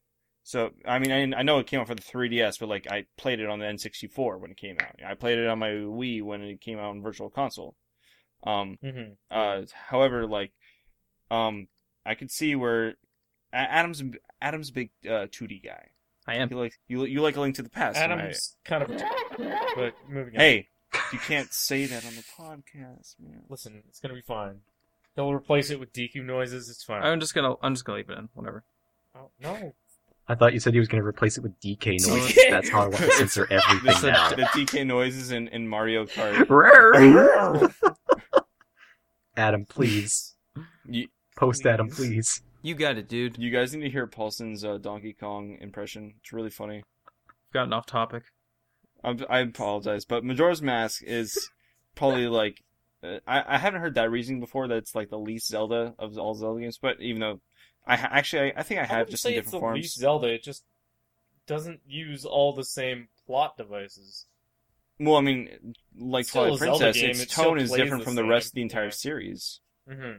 [SPEAKER 2] So I mean, I, I know it came out for the 3DS, but like I played it on the N64 when it came out. I played it on my Wii when it came out on Virtual Console. Um,
[SPEAKER 5] Mm-hmm.
[SPEAKER 2] uh, however, like, um, I could see where A- Adam's Adam's a big uh, 2D guy.
[SPEAKER 1] I am.
[SPEAKER 2] You like you you like A Link to the Past. and
[SPEAKER 5] Adam's kind of, but moving
[SPEAKER 2] I-
[SPEAKER 5] on.
[SPEAKER 2] hey, you can't say that on the podcast, man.
[SPEAKER 5] listen, it's gonna be fine. They'll replace it with DQ noises. It's fine.
[SPEAKER 1] I'm just gonna I'm just gonna leave it in. Whatever.
[SPEAKER 5] oh, no,
[SPEAKER 3] I thought you said he was going to replace it with DK
[SPEAKER 2] (laughs)
[SPEAKER 3] noise.
[SPEAKER 2] Yeah.
[SPEAKER 3] That's how I want to censor everything
[SPEAKER 2] There's the,
[SPEAKER 3] now.
[SPEAKER 2] the DK noises in, in Mario Kart.
[SPEAKER 3] Rare.
[SPEAKER 2] (laughs)
[SPEAKER 3] Adam, please
[SPEAKER 2] You,
[SPEAKER 3] post Adam,
[SPEAKER 2] Please.
[SPEAKER 3] please.
[SPEAKER 1] You got it, dude.
[SPEAKER 2] you guys need to hear Paulson's uh, Donkey Kong impression. It's really funny.
[SPEAKER 1] You've gotten off topic.
[SPEAKER 2] i I apologize, but Majora's Mask is
[SPEAKER 5] (laughs)
[SPEAKER 2] probably like uh, I I haven't heard that reasoning before. That it's like the least Zelda of all Zelda games. But even though I ha- actually I, I think I
[SPEAKER 5] I
[SPEAKER 2] have
[SPEAKER 5] wouldn't
[SPEAKER 2] just in
[SPEAKER 5] say it's
[SPEAKER 2] different
[SPEAKER 5] the
[SPEAKER 2] forms.
[SPEAKER 5] least Zelda. It just doesn't use all the same plot devices.
[SPEAKER 2] well, I mean, like
[SPEAKER 5] It's still
[SPEAKER 2] Twilight
[SPEAKER 5] a Zelda
[SPEAKER 2] Princess,
[SPEAKER 5] game,
[SPEAKER 2] its
[SPEAKER 5] it still
[SPEAKER 2] tone is
[SPEAKER 5] plays
[SPEAKER 2] different
[SPEAKER 5] the
[SPEAKER 2] from the
[SPEAKER 5] same,
[SPEAKER 2] rest of the entire
[SPEAKER 5] yeah.
[SPEAKER 2] series.
[SPEAKER 5] Mm-hmm.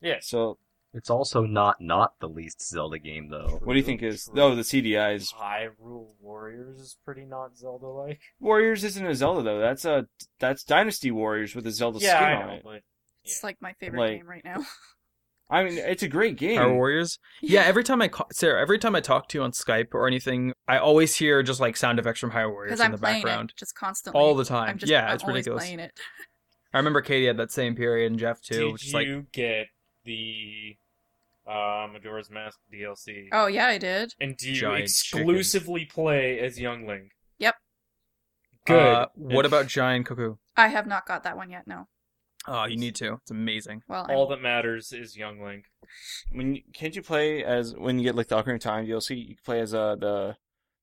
[SPEAKER 5] Yes.
[SPEAKER 2] So
[SPEAKER 3] It's also not not the least Zelda game though.
[SPEAKER 2] what do you think is?
[SPEAKER 5] True.
[SPEAKER 2] Oh, the CDI is
[SPEAKER 5] Hyrule Warriors is pretty not Zelda-like.
[SPEAKER 2] Warriors isn't a Zelda though. That's a that's Dynasty Warriors with a Zelda
[SPEAKER 5] yeah,
[SPEAKER 2] skin
[SPEAKER 5] I
[SPEAKER 2] on
[SPEAKER 5] know,
[SPEAKER 2] it.
[SPEAKER 5] but
[SPEAKER 4] It's like my favorite
[SPEAKER 2] Like-
[SPEAKER 4] game right now.
[SPEAKER 2] I mean, it's a great game.
[SPEAKER 1] Our
[SPEAKER 4] (laughs)
[SPEAKER 1] warriors. Yeah. Every time I ca- Sarah, every time I talk to you on Skype or anything, I always hear just like sound effects from High Warriors
[SPEAKER 4] Because
[SPEAKER 1] in
[SPEAKER 4] I'm
[SPEAKER 1] the
[SPEAKER 4] playing
[SPEAKER 1] background
[SPEAKER 4] it just constantly.
[SPEAKER 1] all the time.
[SPEAKER 4] I'm just,
[SPEAKER 1] yeah,
[SPEAKER 4] I'm
[SPEAKER 1] it's
[SPEAKER 4] always
[SPEAKER 1] ridiculous.
[SPEAKER 4] playing it.
[SPEAKER 1] I remember Katie had that same period and Jeff too.
[SPEAKER 5] Did
[SPEAKER 1] which is
[SPEAKER 5] you
[SPEAKER 1] like
[SPEAKER 5] get the uh, Majora's Mask DLC?
[SPEAKER 4] Oh yeah, I did.
[SPEAKER 5] and do you
[SPEAKER 1] Giant
[SPEAKER 5] exclusively play as Young Link?
[SPEAKER 4] Yep.
[SPEAKER 5] Good.
[SPEAKER 1] Uh, what about Giant Cuckoo?
[SPEAKER 4] I have not got that one yet. No.
[SPEAKER 1] Oh, you need to. It's amazing.
[SPEAKER 4] Well, I'm-
[SPEAKER 5] all that matters is Young Link.
[SPEAKER 2] When you, can't you play as when you get like the Ocarina of Time DLC? You can play as uh the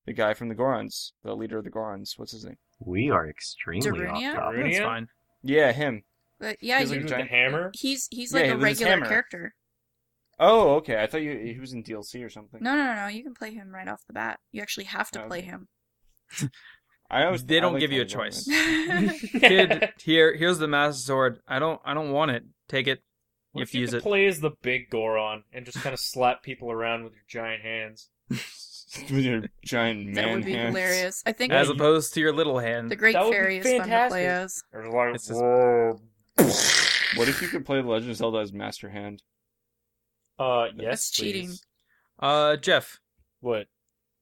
[SPEAKER 2] the guy from the Gorons, the leader of the Gorons. What's his name?
[SPEAKER 3] We are extremely off
[SPEAKER 4] Darunia?
[SPEAKER 3] topic.
[SPEAKER 1] It's
[SPEAKER 5] Darunia?
[SPEAKER 1] fine.
[SPEAKER 2] Yeah, him.
[SPEAKER 4] but yeah,
[SPEAKER 2] He's
[SPEAKER 4] you,
[SPEAKER 2] like a
[SPEAKER 5] With
[SPEAKER 2] giant-
[SPEAKER 5] the hammer.
[SPEAKER 4] he's he's
[SPEAKER 2] Yeah,
[SPEAKER 4] like
[SPEAKER 2] he
[SPEAKER 4] a
[SPEAKER 2] loses his
[SPEAKER 4] regular
[SPEAKER 2] hammer.
[SPEAKER 4] character.
[SPEAKER 2] Oh, okay. I thought you he was in DLC or something.
[SPEAKER 4] No, no, no, no. You can play him right off the bat. You actually have to
[SPEAKER 2] Oh,
[SPEAKER 4] play
[SPEAKER 2] okay. (laughs)
[SPEAKER 4] him. (laughs)
[SPEAKER 2] I always
[SPEAKER 1] They
[SPEAKER 2] I
[SPEAKER 1] don't
[SPEAKER 2] like
[SPEAKER 1] give you a
[SPEAKER 2] Zelda games.
[SPEAKER 1] choice.
[SPEAKER 4] (laughs)
[SPEAKER 1] Kid, here, here's the Master Sword. I don't, I don't want it. Take it.
[SPEAKER 5] What
[SPEAKER 1] if
[SPEAKER 5] if
[SPEAKER 1] you
[SPEAKER 5] you
[SPEAKER 1] use
[SPEAKER 5] could
[SPEAKER 1] it-
[SPEAKER 5] play as the big Goron and just kind of slap people around with your giant hands?
[SPEAKER 2] With your giant man
[SPEAKER 4] that would be
[SPEAKER 2] hands.
[SPEAKER 4] hilarious. I think
[SPEAKER 1] As
[SPEAKER 5] you-
[SPEAKER 1] opposed to your little hand.
[SPEAKER 4] the Great
[SPEAKER 5] That would be
[SPEAKER 4] Fairy is fun to
[SPEAKER 5] fantastic.
[SPEAKER 4] play as.
[SPEAKER 5] Or like,
[SPEAKER 1] It's just-
[SPEAKER 5] "Whoa."
[SPEAKER 2] What if you could play The Legend of Zelda as Master Hand?
[SPEAKER 5] uh, yes,
[SPEAKER 4] That's cheating.
[SPEAKER 5] please.
[SPEAKER 1] Uh, Jeff,
[SPEAKER 5] What?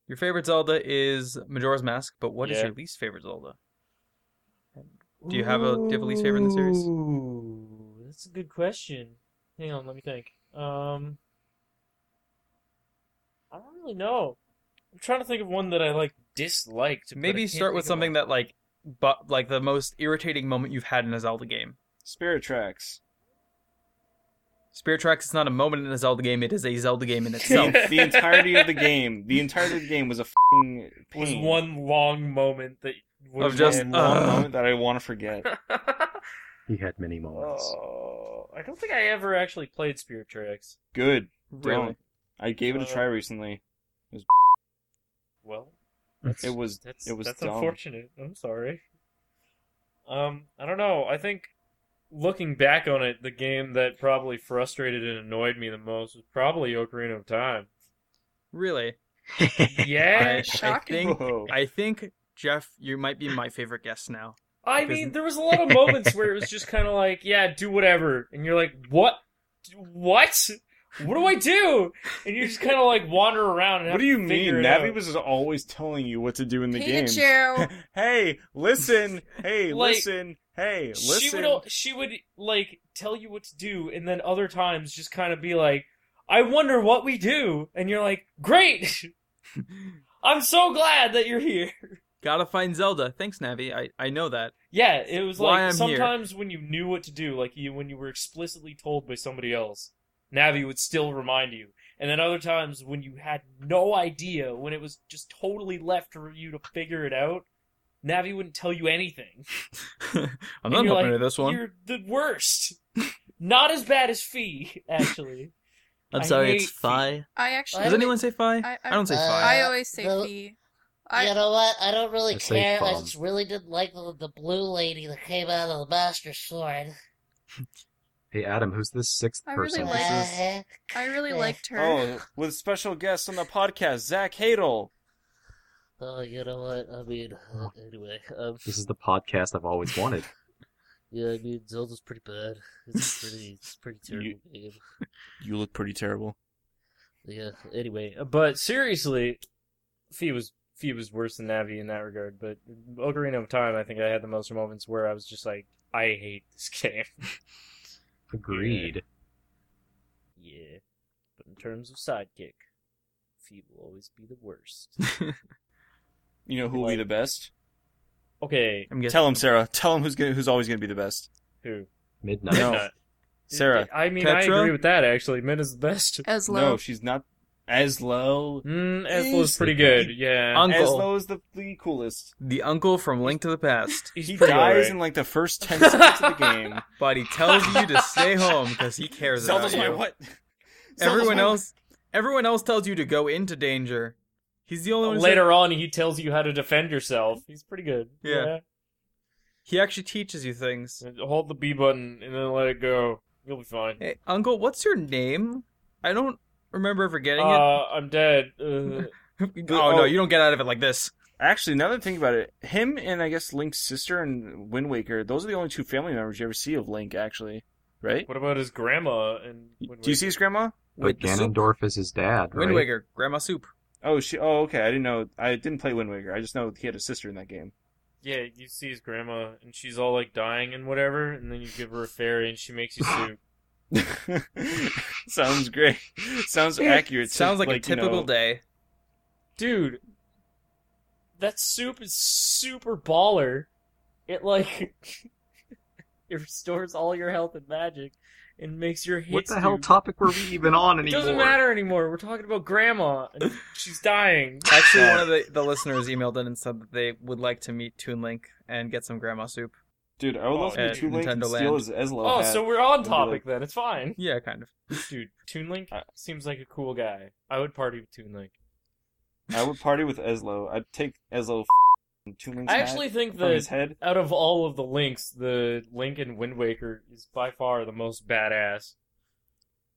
[SPEAKER 1] your favorite Zelda is Majora's Mask, but what is
[SPEAKER 5] Yeah.
[SPEAKER 1] your least favorite Zelda? Do you have a- do you have a least favorite in the series?
[SPEAKER 5] Ooh, that's a good question. Hang on, let me think. Um, I don't really know. I'm trying to think of one that I like disliked.
[SPEAKER 1] Maybe start with something that like, but like the most irritating moment you've had in a Zelda game.
[SPEAKER 2] Spirit Tracks.
[SPEAKER 1] Spirit Tracks is not a moment in a Zelda game. It is a Zelda game in
[SPEAKER 2] The,
[SPEAKER 1] itself.
[SPEAKER 2] the entirety of the game. The entirety of the game was a fing
[SPEAKER 5] was
[SPEAKER 2] pain. uh,
[SPEAKER 5] one long moment that would
[SPEAKER 1] Of just, uh,
[SPEAKER 5] been-
[SPEAKER 2] One long
[SPEAKER 1] Ugh.
[SPEAKER 2] moment that I want to forget.
[SPEAKER 4] (laughs)
[SPEAKER 3] He had many (laughs) moments.
[SPEAKER 5] oh, I don't think I ever actually played Spirit Tracks.
[SPEAKER 2] Good.
[SPEAKER 1] (laughs) really?
[SPEAKER 2] Don't. I gave it a
[SPEAKER 5] Uh,
[SPEAKER 2] try recently.
[SPEAKER 5] Well,
[SPEAKER 2] It was
[SPEAKER 5] That's
[SPEAKER 2] it was
[SPEAKER 5] that's
[SPEAKER 2] dumb.
[SPEAKER 5] unfortunate. I'm sorry. Um, I don't know. I think looking back on it, the game that probably frustrated and annoyed me the most was probably Ocarina
[SPEAKER 2] (laughs)
[SPEAKER 5] of Time.
[SPEAKER 1] Really?
[SPEAKER 5] Yeah,
[SPEAKER 1] I, I
[SPEAKER 4] Shocking.
[SPEAKER 1] think
[SPEAKER 2] Whoa.
[SPEAKER 1] I think Jeff, you might be my favorite guest now.
[SPEAKER 5] I mean, there was a lot of moments where it was just kind of like, yeah, do whatever, and you're like, what, what, what do I do? And you just kind of like wander around. And
[SPEAKER 2] what do you mean? Navi
[SPEAKER 5] Navi
[SPEAKER 2] was always telling you what to do in the game.
[SPEAKER 4] Pikachu.
[SPEAKER 2] (laughs) hey, listen. Hey,
[SPEAKER 5] (laughs) Like,
[SPEAKER 2] listen. Hey, listen.
[SPEAKER 5] she would al- she would like tell you what to do and then other times just kind of be like i wonder what we do and you're like
[SPEAKER 1] (laughs)
[SPEAKER 5] great i'm so glad that you're here
[SPEAKER 1] Gotta find Zelda. Thanks, Navi. I, I know that. (laughs)
[SPEAKER 5] yeah it was
[SPEAKER 1] Why
[SPEAKER 5] like
[SPEAKER 1] I'm here.
[SPEAKER 5] sometimes when you knew what to do like you when you were explicitly told by somebody else navi would still remind you and then other times when you had no idea when it was just totally left for you to figure it out navi wouldn't tell you anything
[SPEAKER 1] I'm not
[SPEAKER 5] And you're
[SPEAKER 1] helping
[SPEAKER 5] like,
[SPEAKER 1] with this one.
[SPEAKER 5] You're the worst. Not as bad as Fee, (laughs) actually.
[SPEAKER 6] I'm
[SPEAKER 5] I
[SPEAKER 6] sorry,
[SPEAKER 5] hate
[SPEAKER 6] it's Fi.
[SPEAKER 4] I actually.
[SPEAKER 1] Does anyone say fi? I,
[SPEAKER 4] I- I-
[SPEAKER 1] don't say
[SPEAKER 6] Uh,
[SPEAKER 1] fi.
[SPEAKER 4] I always say
[SPEAKER 6] no.
[SPEAKER 4] fee. I
[SPEAKER 6] you know what? I don't really
[SPEAKER 3] It's a
[SPEAKER 6] care. I
[SPEAKER 3] bomb.
[SPEAKER 6] just really didn't like the, the blue lady that came out of the Master Sword.
[SPEAKER 3] Hey Adam, who's this sixth
[SPEAKER 4] I really
[SPEAKER 3] person?
[SPEAKER 4] like- Yes. I really liked her.
[SPEAKER 2] Oh, with special guest on the podcast, Zach Hadel.
[SPEAKER 6] (laughs) Oh, you know what? I mean, uh, anyway, um,
[SPEAKER 3] This is the podcast I've always wanted.
[SPEAKER 6] yeah, I mean, Zelda's pretty bad. It's a
[SPEAKER 3] (laughs)
[SPEAKER 6] pretty, it's a pretty terrible
[SPEAKER 2] You-
[SPEAKER 6] game.
[SPEAKER 2] You look pretty terrible.
[SPEAKER 6] Yeah. Anyway, um,
[SPEAKER 5] But seriously, Fee was Fee was worse than Navi in that regard. But Ocarina of Time, I think I had the most moments where I was just like, I hate this (laughs) game.
[SPEAKER 3] Agreed.
[SPEAKER 5] yeah. But in terms of sidekick, Fee will always be the worst.
[SPEAKER 2] You know who will be the best?
[SPEAKER 5] Okay,
[SPEAKER 1] (laughs) I'm guessing.
[SPEAKER 2] Tell him, Sarah. Tell him who's gonna, who's always gonna be the best.
[SPEAKER 5] who?
[SPEAKER 3] Midnight.
[SPEAKER 2] No.
[SPEAKER 5] Midna.
[SPEAKER 2] Sarah.
[SPEAKER 5] I mean, I
[SPEAKER 1] Petra?
[SPEAKER 5] agree with that. Actually, Min is the best.
[SPEAKER 4] As
[SPEAKER 2] No,
[SPEAKER 4] low.
[SPEAKER 2] she's not. As low.
[SPEAKER 5] Mm, Ethel's pretty good. Yeah.
[SPEAKER 1] Uncle.
[SPEAKER 2] As low is the, the coolest.
[SPEAKER 1] The uncle from Link to the Past.
[SPEAKER 5] He's
[SPEAKER 2] He
[SPEAKER 5] pretty
[SPEAKER 2] dies
[SPEAKER 5] alright.
[SPEAKER 2] in like the first
[SPEAKER 5] (laughs)
[SPEAKER 2] ten seconds of the game.
[SPEAKER 1] But he tells you to
[SPEAKER 2] (laughs)
[SPEAKER 1] stay home because he cares
[SPEAKER 2] Zelda's
[SPEAKER 1] about
[SPEAKER 2] my
[SPEAKER 1] you.
[SPEAKER 2] what?
[SPEAKER 1] Everyone
[SPEAKER 2] Zelda's my-
[SPEAKER 1] else, everyone else tells you to go into danger. He's the only one. who said-
[SPEAKER 5] Later on, he tells you how to defend yourself. He's pretty good.
[SPEAKER 1] Yeah. he actually teaches you things.
[SPEAKER 5] Yeah. Hold the B button and then let it go. You'll be fine.
[SPEAKER 1] Hey, uncle, what's your name? I don't remember ever getting
[SPEAKER 5] Uh, I'm dead. Uh,
[SPEAKER 1] it. (laughs) Oh, no, you don't get out of it like this.
[SPEAKER 2] Actually, now that I think about it, him and I guess Link's sister and Wind Waker, those are the only two family members you ever see of Link, actually. Right?
[SPEAKER 5] what about his grandma? And
[SPEAKER 2] Do you see his grandma?
[SPEAKER 3] But
[SPEAKER 2] With the soup?
[SPEAKER 3] Ganondorf is his dad, right?
[SPEAKER 1] Wind Waker, Grandma Soup.
[SPEAKER 2] Oh, she. Oh, okay. I didn't know. I didn't play Wind Waker. I just know he had a sister in that game. (laughs)
[SPEAKER 5] Yeah, you see his grandma, and she's all like dying and whatever, and then you give her a fairy, and she makes you soup.
[SPEAKER 2] Sounds great. Sounds accurate. to,
[SPEAKER 1] Sounds like, a
[SPEAKER 2] you know-
[SPEAKER 1] typical day.
[SPEAKER 5] Dude, that soup is super baller. It like (laughs) it restores all your health and magic, and makes your hits.
[SPEAKER 3] What the hell
[SPEAKER 5] dude.
[SPEAKER 3] topic were we even on
[SPEAKER 5] It
[SPEAKER 3] anymore?
[SPEAKER 5] (laughs) doesn't matter anymore. We're talking about grandma, and
[SPEAKER 2] (laughs)
[SPEAKER 5] she's dying.
[SPEAKER 1] Actually, one of
[SPEAKER 5] (laughs)
[SPEAKER 1] the, the listeners emailed in and said that they would like to meet Toon Link and get some Grandma Soup.
[SPEAKER 2] Dude, I would love
[SPEAKER 5] Oh,
[SPEAKER 2] to
[SPEAKER 5] at
[SPEAKER 2] be Toon Link and
[SPEAKER 1] Nintendo
[SPEAKER 2] steal
[SPEAKER 1] Land.
[SPEAKER 2] his Eslo
[SPEAKER 5] Oh,
[SPEAKER 2] hat.
[SPEAKER 5] so we're on
[SPEAKER 2] We'll be
[SPEAKER 5] topic
[SPEAKER 2] like-
[SPEAKER 5] then. It's fine.
[SPEAKER 1] Yeah, kind of.
[SPEAKER 5] Dude, Toon Link
[SPEAKER 2] I-
[SPEAKER 5] seems like a cool guy. I would party with Toon Link.
[SPEAKER 2] I would party with Eslo. I'd take Eslo f***ing Toon Link's
[SPEAKER 5] I
[SPEAKER 2] hat
[SPEAKER 5] actually think
[SPEAKER 2] from his
[SPEAKER 5] that
[SPEAKER 2] head.
[SPEAKER 5] out of all of the links, the Link and Wind Waker is by far the most badass.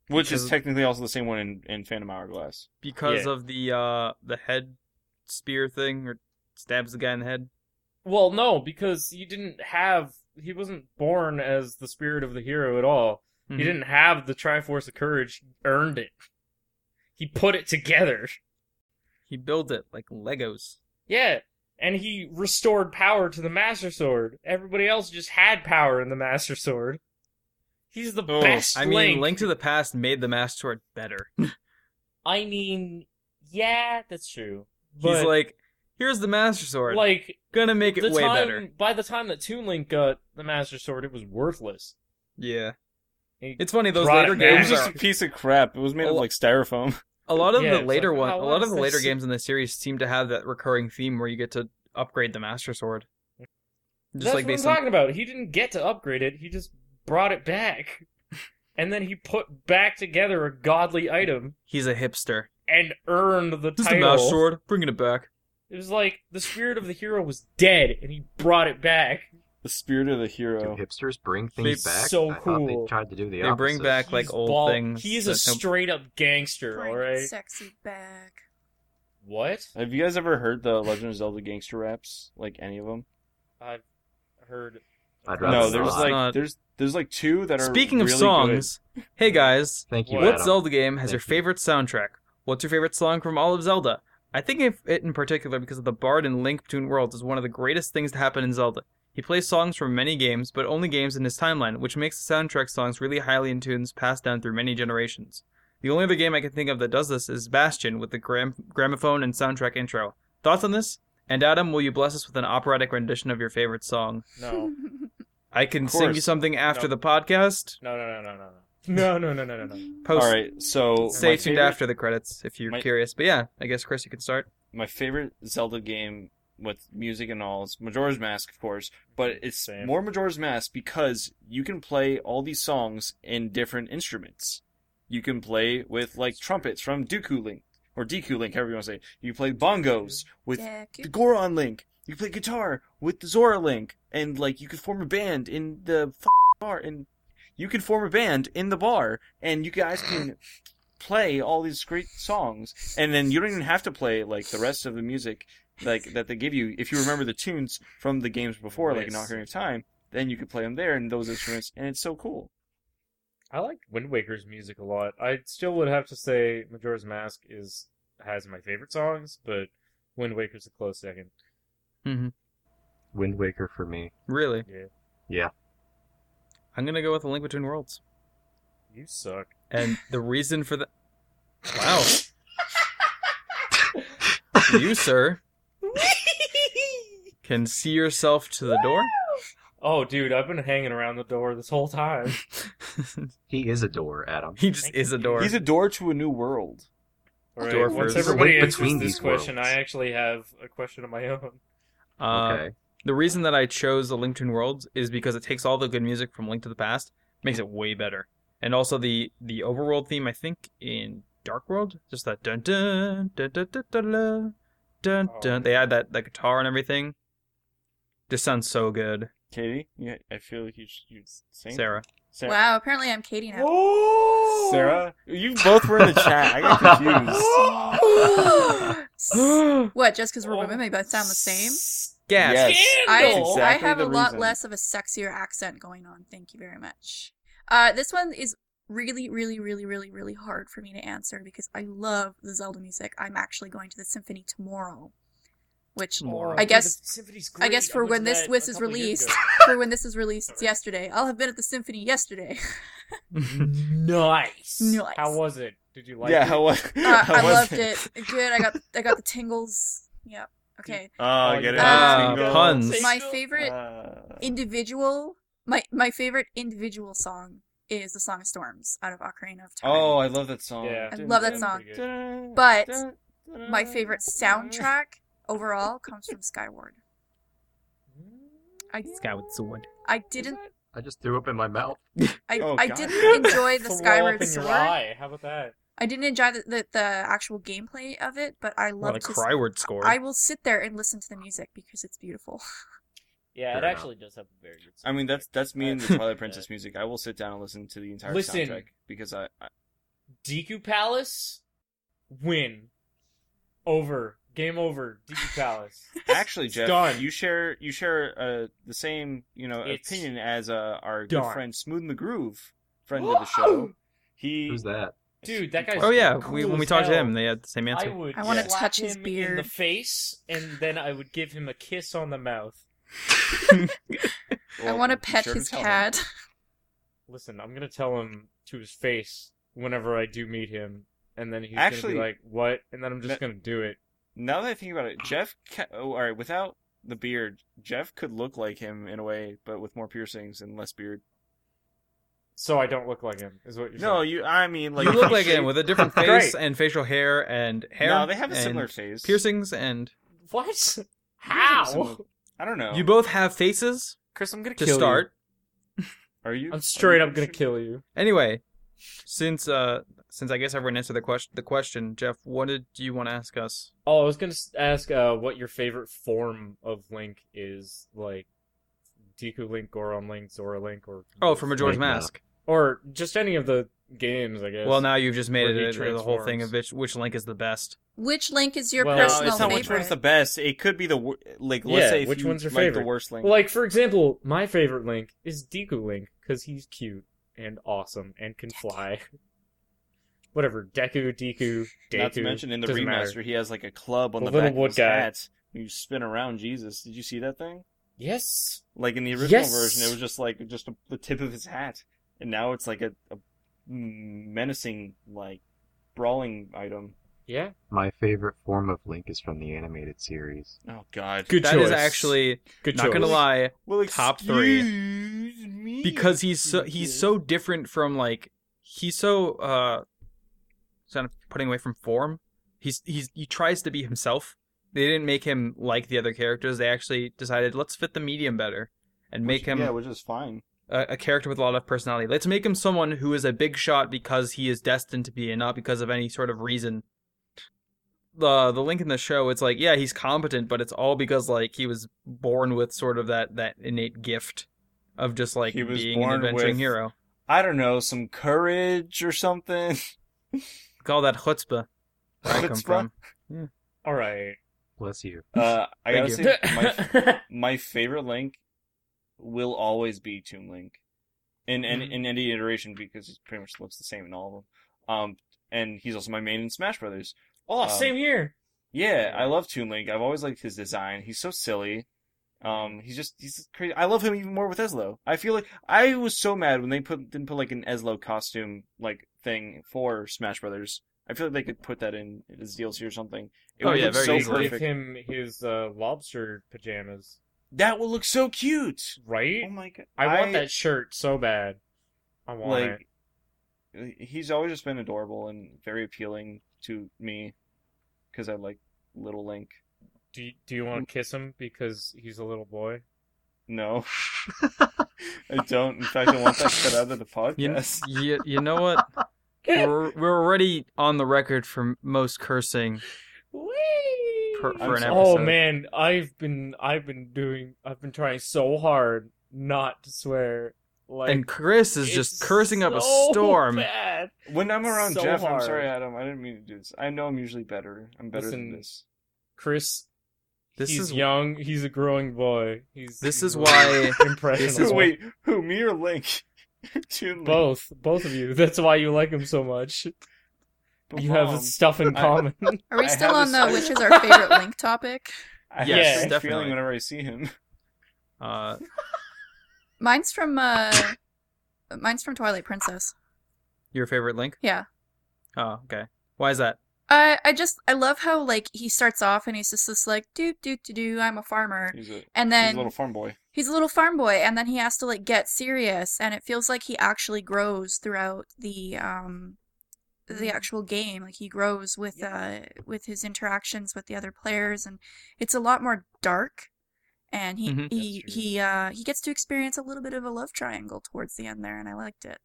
[SPEAKER 2] Which is
[SPEAKER 1] Because-
[SPEAKER 2] technically also the same one in, in Phantom Hourglass.
[SPEAKER 1] Because
[SPEAKER 5] Yeah.
[SPEAKER 1] of the uh the head spear thing, or stabs the guy in the head.
[SPEAKER 5] Well, no, because he didn't have. He wasn't born as the spirit of the hero at
[SPEAKER 1] Mhm.
[SPEAKER 5] all.
[SPEAKER 2] Mm-hmm.
[SPEAKER 5] He didn't have the Triforce of Courage. He earned it. He put it together.
[SPEAKER 1] He builds it like Legos.
[SPEAKER 5] Yeah. And he restored power to the Master Sword. Everybody else just had power in the Master Sword. He's the
[SPEAKER 2] Oh,
[SPEAKER 5] best
[SPEAKER 1] I mean,
[SPEAKER 5] Link.
[SPEAKER 1] Link to the Past made the Master Sword better.
[SPEAKER 5] I mean, yeah, that's true. But
[SPEAKER 1] He's like, here's the Master Sword.
[SPEAKER 5] like
[SPEAKER 1] Gonna make it
[SPEAKER 5] the
[SPEAKER 1] way
[SPEAKER 5] time,
[SPEAKER 1] better.
[SPEAKER 5] By the time that Toon Link got the Master Sword, it was worthless.
[SPEAKER 1] Yeah.
[SPEAKER 5] He-
[SPEAKER 1] It's funny those
[SPEAKER 5] Brought
[SPEAKER 1] later
[SPEAKER 5] it
[SPEAKER 2] It
[SPEAKER 5] back.
[SPEAKER 1] games
[SPEAKER 2] was just
[SPEAKER 1] are
[SPEAKER 2] a piece of crap. It was made
[SPEAKER 1] Oh,
[SPEAKER 2] of like styrofoam.
[SPEAKER 1] a lot of
[SPEAKER 5] Yeah,
[SPEAKER 1] the
[SPEAKER 5] it's
[SPEAKER 1] later
[SPEAKER 5] like,
[SPEAKER 1] one.
[SPEAKER 5] wow,
[SPEAKER 1] A
[SPEAKER 5] why
[SPEAKER 1] lot
[SPEAKER 5] is
[SPEAKER 1] of the later
[SPEAKER 5] this-
[SPEAKER 1] games in the series seem to have that recurring theme where you get to upgrade the Master Sword. Just
[SPEAKER 5] That's
[SPEAKER 1] like
[SPEAKER 5] what I'm
[SPEAKER 1] based
[SPEAKER 5] talking about. He didn't get to upgrade it. He just brought
[SPEAKER 1] (laughs)
[SPEAKER 5] it back, and then he put back together a godly item
[SPEAKER 1] on, he's a hipster.
[SPEAKER 5] and earned the
[SPEAKER 1] This is the
[SPEAKER 5] title.
[SPEAKER 1] Master Sword. Bringing it back.
[SPEAKER 5] It was like the spirit of the hero was dead, and he brought it back.
[SPEAKER 2] The spirit of the
[SPEAKER 3] Do
[SPEAKER 2] hero.
[SPEAKER 3] hipsters bring things
[SPEAKER 1] They-
[SPEAKER 3] back?
[SPEAKER 5] so
[SPEAKER 3] I thought
[SPEAKER 5] cool.
[SPEAKER 3] they tried to do the
[SPEAKER 1] They bring
[SPEAKER 3] opposite.
[SPEAKER 1] back like
[SPEAKER 5] He's
[SPEAKER 1] old
[SPEAKER 5] bald.
[SPEAKER 1] things.
[SPEAKER 5] He is a
[SPEAKER 1] that no-
[SPEAKER 5] straight up gangster.
[SPEAKER 4] Bring
[SPEAKER 5] all right.
[SPEAKER 4] Sexy back.
[SPEAKER 5] What?
[SPEAKER 2] Have you guys ever heard the Legend of Zelda gangster raps? Like any of them?
[SPEAKER 5] I've heard.
[SPEAKER 3] I'd rather
[SPEAKER 2] No,
[SPEAKER 3] not.
[SPEAKER 2] there's like
[SPEAKER 1] Not-
[SPEAKER 2] there's there's like two that are.
[SPEAKER 1] Speaking of
[SPEAKER 2] really
[SPEAKER 1] songs, hey guys,
[SPEAKER 3] Thank you,
[SPEAKER 5] What
[SPEAKER 1] what
[SPEAKER 3] Adam.
[SPEAKER 1] Zelda game has
[SPEAKER 3] Thank
[SPEAKER 1] your
[SPEAKER 3] you.
[SPEAKER 1] favorite soundtrack? What's your favorite song from all of Zelda? I think if it in particular because of the Bard and Link Between Worlds is one of the greatest things to happen in Zelda. He plays songs from many games, but only games in his timeline, which makes the soundtrack songs really highly in tunes passed down through many generations. The only other game I can think of that does this is Bastion with the gram- gramophone and soundtrack intro. Thoughts on this? And Adam, will you bless us with an operatic rendition of your favorite song?
[SPEAKER 2] Oh,
[SPEAKER 5] No,
[SPEAKER 1] I can
[SPEAKER 2] Of
[SPEAKER 1] sing you
[SPEAKER 2] course.
[SPEAKER 1] something after
[SPEAKER 5] No.
[SPEAKER 1] the podcast.
[SPEAKER 5] no, no, no, no, no, no, no, no, no, no, no.
[SPEAKER 4] (laughs)
[SPEAKER 1] Post
[SPEAKER 2] All right, so
[SPEAKER 1] Stay
[SPEAKER 2] my
[SPEAKER 1] tuned
[SPEAKER 2] favorite-
[SPEAKER 1] after the credits if you're
[SPEAKER 2] my-
[SPEAKER 1] curious. But yeah, I guess Chris, you can start.
[SPEAKER 2] my favorite Zelda game with music and all is Majora's Mask, of course, but it's
[SPEAKER 5] Same.
[SPEAKER 2] more Majora's Mask because you can play all these songs in different instruments. You can play with like trumpets from Dooku Link or Deku Link, however you want to say. it. You can play bongos with
[SPEAKER 4] yeah,
[SPEAKER 2] the
[SPEAKER 4] cute.
[SPEAKER 2] Goron Link. You can play guitar with the Zora Link, and like you could form a band in the f- bar, and you can form a band in the bar, and you guys can play all these great songs, and then you don't even have to play like the rest of the music like that they give you. If you remember the tunes from the games before, like in
[SPEAKER 5] Nice.
[SPEAKER 2] Ocarina of Time, then you can play them there and those instruments, and it's so cool.
[SPEAKER 5] I like Wind Waker's music a lot. I still would have to say Majora's Mask is has my favorite songs, but Wind Waker's a close second.
[SPEAKER 3] Wind Waker for me.
[SPEAKER 1] Really?
[SPEAKER 5] Yeah.
[SPEAKER 3] Yeah.
[SPEAKER 1] I'm gonna go with a Link Between Worlds,
[SPEAKER 5] You suck.
[SPEAKER 1] and the reason for that. Wow. you, sir, can see yourself to the door.
[SPEAKER 5] Oh, dude, I've been hanging around the door this
[SPEAKER 1] (laughs)
[SPEAKER 5] whole time.
[SPEAKER 3] He is a door, Adam.
[SPEAKER 1] he just is a door.
[SPEAKER 2] He's a door to a new world.
[SPEAKER 5] All right,
[SPEAKER 1] Door
[SPEAKER 5] once
[SPEAKER 1] first.
[SPEAKER 5] everybody
[SPEAKER 3] Link
[SPEAKER 5] answers
[SPEAKER 3] between
[SPEAKER 5] this
[SPEAKER 3] these
[SPEAKER 5] question,
[SPEAKER 3] worlds.
[SPEAKER 5] I actually have a question of my own.
[SPEAKER 1] Uh,
[SPEAKER 3] okay.
[SPEAKER 1] The reason that I chose A Link Between Worlds is because it takes all the good music from Link to the Past, makes it way better. And also the the overworld theme, I think, in Dark World, just that dun dun dun dun dun dun dun, dun,
[SPEAKER 2] Oh,
[SPEAKER 1] dun. They add that that guitar and everything. Just sounds so good,
[SPEAKER 2] Katie, yeah, I feel like you should you sing.
[SPEAKER 1] Sarah.
[SPEAKER 2] Sarah.
[SPEAKER 4] Wow, apparently I'm Katie now.
[SPEAKER 2] Sarah, you both were in the chat. I (laughs) got confused. (gasps)
[SPEAKER 4] (gasps) what, just because we're women, they both sound the same?
[SPEAKER 1] Gas.
[SPEAKER 4] I,
[SPEAKER 2] That's exactly
[SPEAKER 4] I have
[SPEAKER 2] the
[SPEAKER 4] a lot
[SPEAKER 2] reason.
[SPEAKER 4] less of a sexier accent going on. Thank you very much. Uh, this one is really, really, really, really, really hard for me to answer because I love the Zelda music. I'm actually going to the symphony tomorrow, which
[SPEAKER 2] (laughs)
[SPEAKER 1] Tomorrow. (laughs)
[SPEAKER 4] I guess
[SPEAKER 6] Symphony's
[SPEAKER 4] I guess
[SPEAKER 6] great.
[SPEAKER 4] for
[SPEAKER 6] went
[SPEAKER 4] when
[SPEAKER 6] to
[SPEAKER 4] this
[SPEAKER 6] that
[SPEAKER 4] whiz
[SPEAKER 6] a
[SPEAKER 4] is
[SPEAKER 6] couple years
[SPEAKER 4] released,
[SPEAKER 6] ago.
[SPEAKER 4] for when this is released, it's yesterday. I'll have been at the symphony
[SPEAKER 2] (laughs)
[SPEAKER 4] yesterday. (laughs)
[SPEAKER 5] Nice.
[SPEAKER 4] Nice.
[SPEAKER 5] How was it? Did you like
[SPEAKER 2] yeah,
[SPEAKER 5] it?
[SPEAKER 2] how, wa-
[SPEAKER 4] (laughs) Uh,
[SPEAKER 2] how
[SPEAKER 4] I
[SPEAKER 2] was
[SPEAKER 4] loved it. Good. I got I got the tingles. Yep. Okay.
[SPEAKER 2] Oh, I get it.
[SPEAKER 4] Uh,
[SPEAKER 2] Single.
[SPEAKER 1] puns.
[SPEAKER 4] My
[SPEAKER 6] Single-
[SPEAKER 4] favorite
[SPEAKER 2] Uh,
[SPEAKER 4] individual my my favorite individual song is the song of storms out of ocarina of time
[SPEAKER 2] oh, I love that song.
[SPEAKER 5] Yeah.
[SPEAKER 4] I love that song. But my favorite soundtrack overall comes from skyward i
[SPEAKER 1] Skyward Sword.
[SPEAKER 4] i didn't
[SPEAKER 3] (laughs) I just threw up in my mouth.
[SPEAKER 4] i,
[SPEAKER 2] Oh,
[SPEAKER 4] I
[SPEAKER 2] God.
[SPEAKER 4] didn't
[SPEAKER 2] (laughs)
[SPEAKER 4] enjoy the
[SPEAKER 5] Throw up
[SPEAKER 4] skyward
[SPEAKER 5] in your
[SPEAKER 4] sword
[SPEAKER 5] eye. How about that?
[SPEAKER 4] i didn't enjoy the, the the actual gameplay of it but i
[SPEAKER 1] What
[SPEAKER 4] love
[SPEAKER 1] a
[SPEAKER 4] to s-
[SPEAKER 1] Cryward score.
[SPEAKER 4] i will sit there and listen to the music because it's beautiful (laughs)
[SPEAKER 6] Yeah,
[SPEAKER 3] Fair
[SPEAKER 6] it
[SPEAKER 3] enough.
[SPEAKER 6] actually does have a very good.
[SPEAKER 2] I mean, that's that's me and (laughs)
[SPEAKER 6] I-
[SPEAKER 2] the Twilight Princess music. I will sit down and listen to the entire
[SPEAKER 5] Listen.
[SPEAKER 2] soundtrack because I, I
[SPEAKER 5] Deku Palace win over game over
[SPEAKER 4] (laughs)
[SPEAKER 5] Deku Palace.
[SPEAKER 2] actually Jeff,
[SPEAKER 5] done.
[SPEAKER 2] you share you share uh, the same you know
[SPEAKER 5] It's
[SPEAKER 2] opinion as uh, our
[SPEAKER 5] done.
[SPEAKER 2] good friend Smooth McGroove, friend of the show. He
[SPEAKER 3] Who's that?
[SPEAKER 5] Dude, that guy's
[SPEAKER 1] oh yeah,
[SPEAKER 5] cool
[SPEAKER 1] we, when
[SPEAKER 5] as
[SPEAKER 1] we talked to
[SPEAKER 5] hell.
[SPEAKER 1] him, they had the same
[SPEAKER 5] I
[SPEAKER 1] answer.
[SPEAKER 5] would
[SPEAKER 4] I
[SPEAKER 5] want
[SPEAKER 4] wanna
[SPEAKER 5] to
[SPEAKER 4] touch his
[SPEAKER 5] him in
[SPEAKER 4] beard.
[SPEAKER 5] the face, and then I would give him a kiss on the mouth.
[SPEAKER 4] i
[SPEAKER 2] Well,
[SPEAKER 4] want to
[SPEAKER 2] you
[SPEAKER 4] pet
[SPEAKER 2] sure
[SPEAKER 4] his
[SPEAKER 2] can tell
[SPEAKER 4] cat (laughs)
[SPEAKER 5] Listen, I'm gonna tell him to his face whenever I do meet him, and then he's
[SPEAKER 2] Actually-
[SPEAKER 5] gonna be like, "What?" And then I'm just
[SPEAKER 2] That-
[SPEAKER 5] gonna do it.
[SPEAKER 2] him. Now that I think about it, Jeff. Ca- oh, all right, without the beard, Jeff could look like him in a way, but with more piercings and less beard.
[SPEAKER 5] So I don't look like him, is what you're
[SPEAKER 2] No,
[SPEAKER 5] saying.
[SPEAKER 2] you. I mean, like
[SPEAKER 1] you look like him with a different face
[SPEAKER 5] Great.
[SPEAKER 1] and facial hair and hair.
[SPEAKER 2] (laughs) No, they have a similar
[SPEAKER 1] and
[SPEAKER 2] face.
[SPEAKER 1] piercings and
[SPEAKER 2] (laughs)
[SPEAKER 5] What?
[SPEAKER 2] Similar-
[SPEAKER 5] How?
[SPEAKER 2] I don't know.
[SPEAKER 5] Oh.
[SPEAKER 1] you both have faces
[SPEAKER 5] Chris, I'm gonna
[SPEAKER 1] to
[SPEAKER 5] kill
[SPEAKER 1] start.
[SPEAKER 2] Are you?
[SPEAKER 5] you. I'm straight
[SPEAKER 2] are you
[SPEAKER 5] up gonna
[SPEAKER 2] sure?
[SPEAKER 5] kill you.
[SPEAKER 1] Anyway, since uh since I guess everyone answered the question the question, Jeff, what did you want to ask us?
[SPEAKER 5] Oh, I was gonna s- ask uh, what your favorite form of Link is, like Deku Link, Goron Link, Zora Link, or
[SPEAKER 1] Oh, from Majora's
[SPEAKER 3] Like that.
[SPEAKER 1] Mask.
[SPEAKER 5] or just any of the games, I guess.
[SPEAKER 1] Well, now you've just made
[SPEAKER 5] Where he
[SPEAKER 1] it a- the whole thing
[SPEAKER 5] transforms.
[SPEAKER 1] of which, which Link is the best.
[SPEAKER 4] which link is your
[SPEAKER 5] Well,
[SPEAKER 2] No,
[SPEAKER 4] personal
[SPEAKER 2] it's not which
[SPEAKER 4] favorite
[SPEAKER 2] one's the best. It could be the wor- like. Let's
[SPEAKER 5] Yeah,
[SPEAKER 2] say if
[SPEAKER 5] which
[SPEAKER 2] you
[SPEAKER 5] one's your
[SPEAKER 2] like
[SPEAKER 5] favorite?
[SPEAKER 2] The worst link.
[SPEAKER 5] Like, for example, my favorite Link is Deku Link because he's cute and awesome and can fly. (laughs) Whatever, Deku, Deku, Deku.
[SPEAKER 2] Not to mention in the
[SPEAKER 5] doesn't
[SPEAKER 2] remaster,
[SPEAKER 5] matter.
[SPEAKER 2] he has like a club on
[SPEAKER 5] The
[SPEAKER 2] the,
[SPEAKER 5] little
[SPEAKER 2] back
[SPEAKER 5] wood
[SPEAKER 2] of his
[SPEAKER 5] guy.
[SPEAKER 2] hat. You spin around Jesus. Did you see that thing?
[SPEAKER 5] Yes.
[SPEAKER 2] Like in the original
[SPEAKER 5] Yes.
[SPEAKER 2] version, it was just like just a, the tip of his hat, and now it's like a, a menacing, like brawling item.
[SPEAKER 5] Yeah.
[SPEAKER 3] My favorite form of Link is from the animated series.
[SPEAKER 2] Oh God!
[SPEAKER 5] Good
[SPEAKER 1] That
[SPEAKER 5] choice.
[SPEAKER 1] is actually
[SPEAKER 5] Good
[SPEAKER 1] not
[SPEAKER 5] choice.
[SPEAKER 1] gonna lie
[SPEAKER 2] Well,
[SPEAKER 1] Top three.
[SPEAKER 2] excuse me.
[SPEAKER 1] because he's so he's so different from like he's so uh kind of putting away from form. He's he's he tries to be himself. They didn't make him like the other characters. They actually decided let's fit the medium better and make
[SPEAKER 2] Which-
[SPEAKER 1] him
[SPEAKER 2] Yeah, which is fine.
[SPEAKER 1] a, a character with a lot of personality. Let's make him someone who is a big shot because he is destined to be, and not because of any sort of reason. The the link in the show, it's like, yeah, he's competent, but it's all because like he was born with sort of that that innate gift of just like
[SPEAKER 2] He was
[SPEAKER 1] being an
[SPEAKER 2] born
[SPEAKER 1] adventuring
[SPEAKER 2] with-
[SPEAKER 1] hero.
[SPEAKER 2] I don't know, some courage or something. (laughs)
[SPEAKER 1] Call that chutzpah. Where I come
[SPEAKER 2] Chutzpah?
[SPEAKER 1] from.
[SPEAKER 5] All right.
[SPEAKER 3] Bless you.
[SPEAKER 2] Uh, I gotta
[SPEAKER 1] Thank
[SPEAKER 2] say, (laughs)
[SPEAKER 1] (laughs)
[SPEAKER 2] my, my favorite Link will always be Toon Link, in in, in any iteration because he pretty much looks the same in all of them. Um, and he's also my main in Smash Brothers.
[SPEAKER 5] (laughs) oh,
[SPEAKER 2] Um,
[SPEAKER 5] same here.
[SPEAKER 2] Yeah, I love Toon Link. I've always liked his design. He's so silly. Um, he's just he's crazy. I love him even more with Eslo. I feel like I was so mad when they put didn't put like an Eslo costume like thing for Smash Brothers. I feel like they could put that in as DLC or something. It
[SPEAKER 1] Oh,
[SPEAKER 2] would
[SPEAKER 1] yeah,
[SPEAKER 2] look
[SPEAKER 1] very
[SPEAKER 2] so
[SPEAKER 1] easily.
[SPEAKER 5] Give
[SPEAKER 2] perfect.
[SPEAKER 5] him his uh, lobster pajamas,
[SPEAKER 2] That would look so cute.
[SPEAKER 5] right?
[SPEAKER 2] Oh my god!
[SPEAKER 5] I want that shirt so bad. I want it.
[SPEAKER 2] Like, he's always just been adorable and very appealing to me because I like little Link.
[SPEAKER 5] Do you, do you want to kiss him because he's a little boy?
[SPEAKER 2] No, (laughs)
[SPEAKER 5] (laughs)
[SPEAKER 2] I don't. In fact, I want that cut out of the
[SPEAKER 1] You,
[SPEAKER 2] podcast.
[SPEAKER 1] you, you know what? We're, we're already on the record for most cursing per, for an
[SPEAKER 2] sorry.
[SPEAKER 1] episode.
[SPEAKER 5] Oh man, I've been I've been doing I've been trying so hard not to swear. Like
[SPEAKER 1] And Chris is
[SPEAKER 5] it's
[SPEAKER 1] just cursing up a
[SPEAKER 5] so
[SPEAKER 1] storm.
[SPEAKER 5] bad.
[SPEAKER 2] When I'm around
[SPEAKER 5] So
[SPEAKER 2] Jeff, I'm
[SPEAKER 5] hard.
[SPEAKER 2] sorry, Adam. I didn't mean to do this. I know I'm usually better. I'm better
[SPEAKER 5] Listen,
[SPEAKER 2] than this.
[SPEAKER 5] Chris,
[SPEAKER 1] This
[SPEAKER 5] he's
[SPEAKER 1] is-
[SPEAKER 5] young. He's a growing boy. He's
[SPEAKER 1] This is
[SPEAKER 5] he's really
[SPEAKER 1] why-
[SPEAKER 2] (laughs)
[SPEAKER 5] (laughs) impressionable.
[SPEAKER 1] this is
[SPEAKER 2] Who, wait, who? Me or Link? (laughs) Toon Link.
[SPEAKER 5] both both of you. That's why you like him so much.
[SPEAKER 2] But
[SPEAKER 5] You
[SPEAKER 2] Mom,
[SPEAKER 5] have stuff in
[SPEAKER 2] I-
[SPEAKER 5] common.
[SPEAKER 4] Are we
[SPEAKER 2] I
[SPEAKER 4] still
[SPEAKER 2] have
[SPEAKER 4] on
[SPEAKER 2] a
[SPEAKER 4] the
[SPEAKER 2] side- (laughs)
[SPEAKER 4] which is our favorite link topic?
[SPEAKER 2] I
[SPEAKER 1] Yes,
[SPEAKER 2] have a strange
[SPEAKER 1] definitely.
[SPEAKER 2] feeling whenever I see him. (laughs)
[SPEAKER 1] Uh,
[SPEAKER 4] Mine's from uh, mine's from Twilight Princess.
[SPEAKER 1] your favorite link?
[SPEAKER 4] Yeah.
[SPEAKER 1] Oh, okay. Why is that?
[SPEAKER 4] I I just I love how like he starts off and he's just this like do do do do I'm a farmer
[SPEAKER 2] He's a,
[SPEAKER 4] and
[SPEAKER 2] he's
[SPEAKER 4] then
[SPEAKER 2] a little farm boy.
[SPEAKER 4] he's a little farm boy and then he has to like get serious and it feels like he actually grows throughout the um the actual game like he grows with uh with his interactions with the other players and it's a lot more dark and he
[SPEAKER 2] Mm-hmm.
[SPEAKER 1] Mhm.
[SPEAKER 4] he
[SPEAKER 6] That's true.
[SPEAKER 4] he uh he gets to experience a little bit of a love triangle towards the end there and I liked it.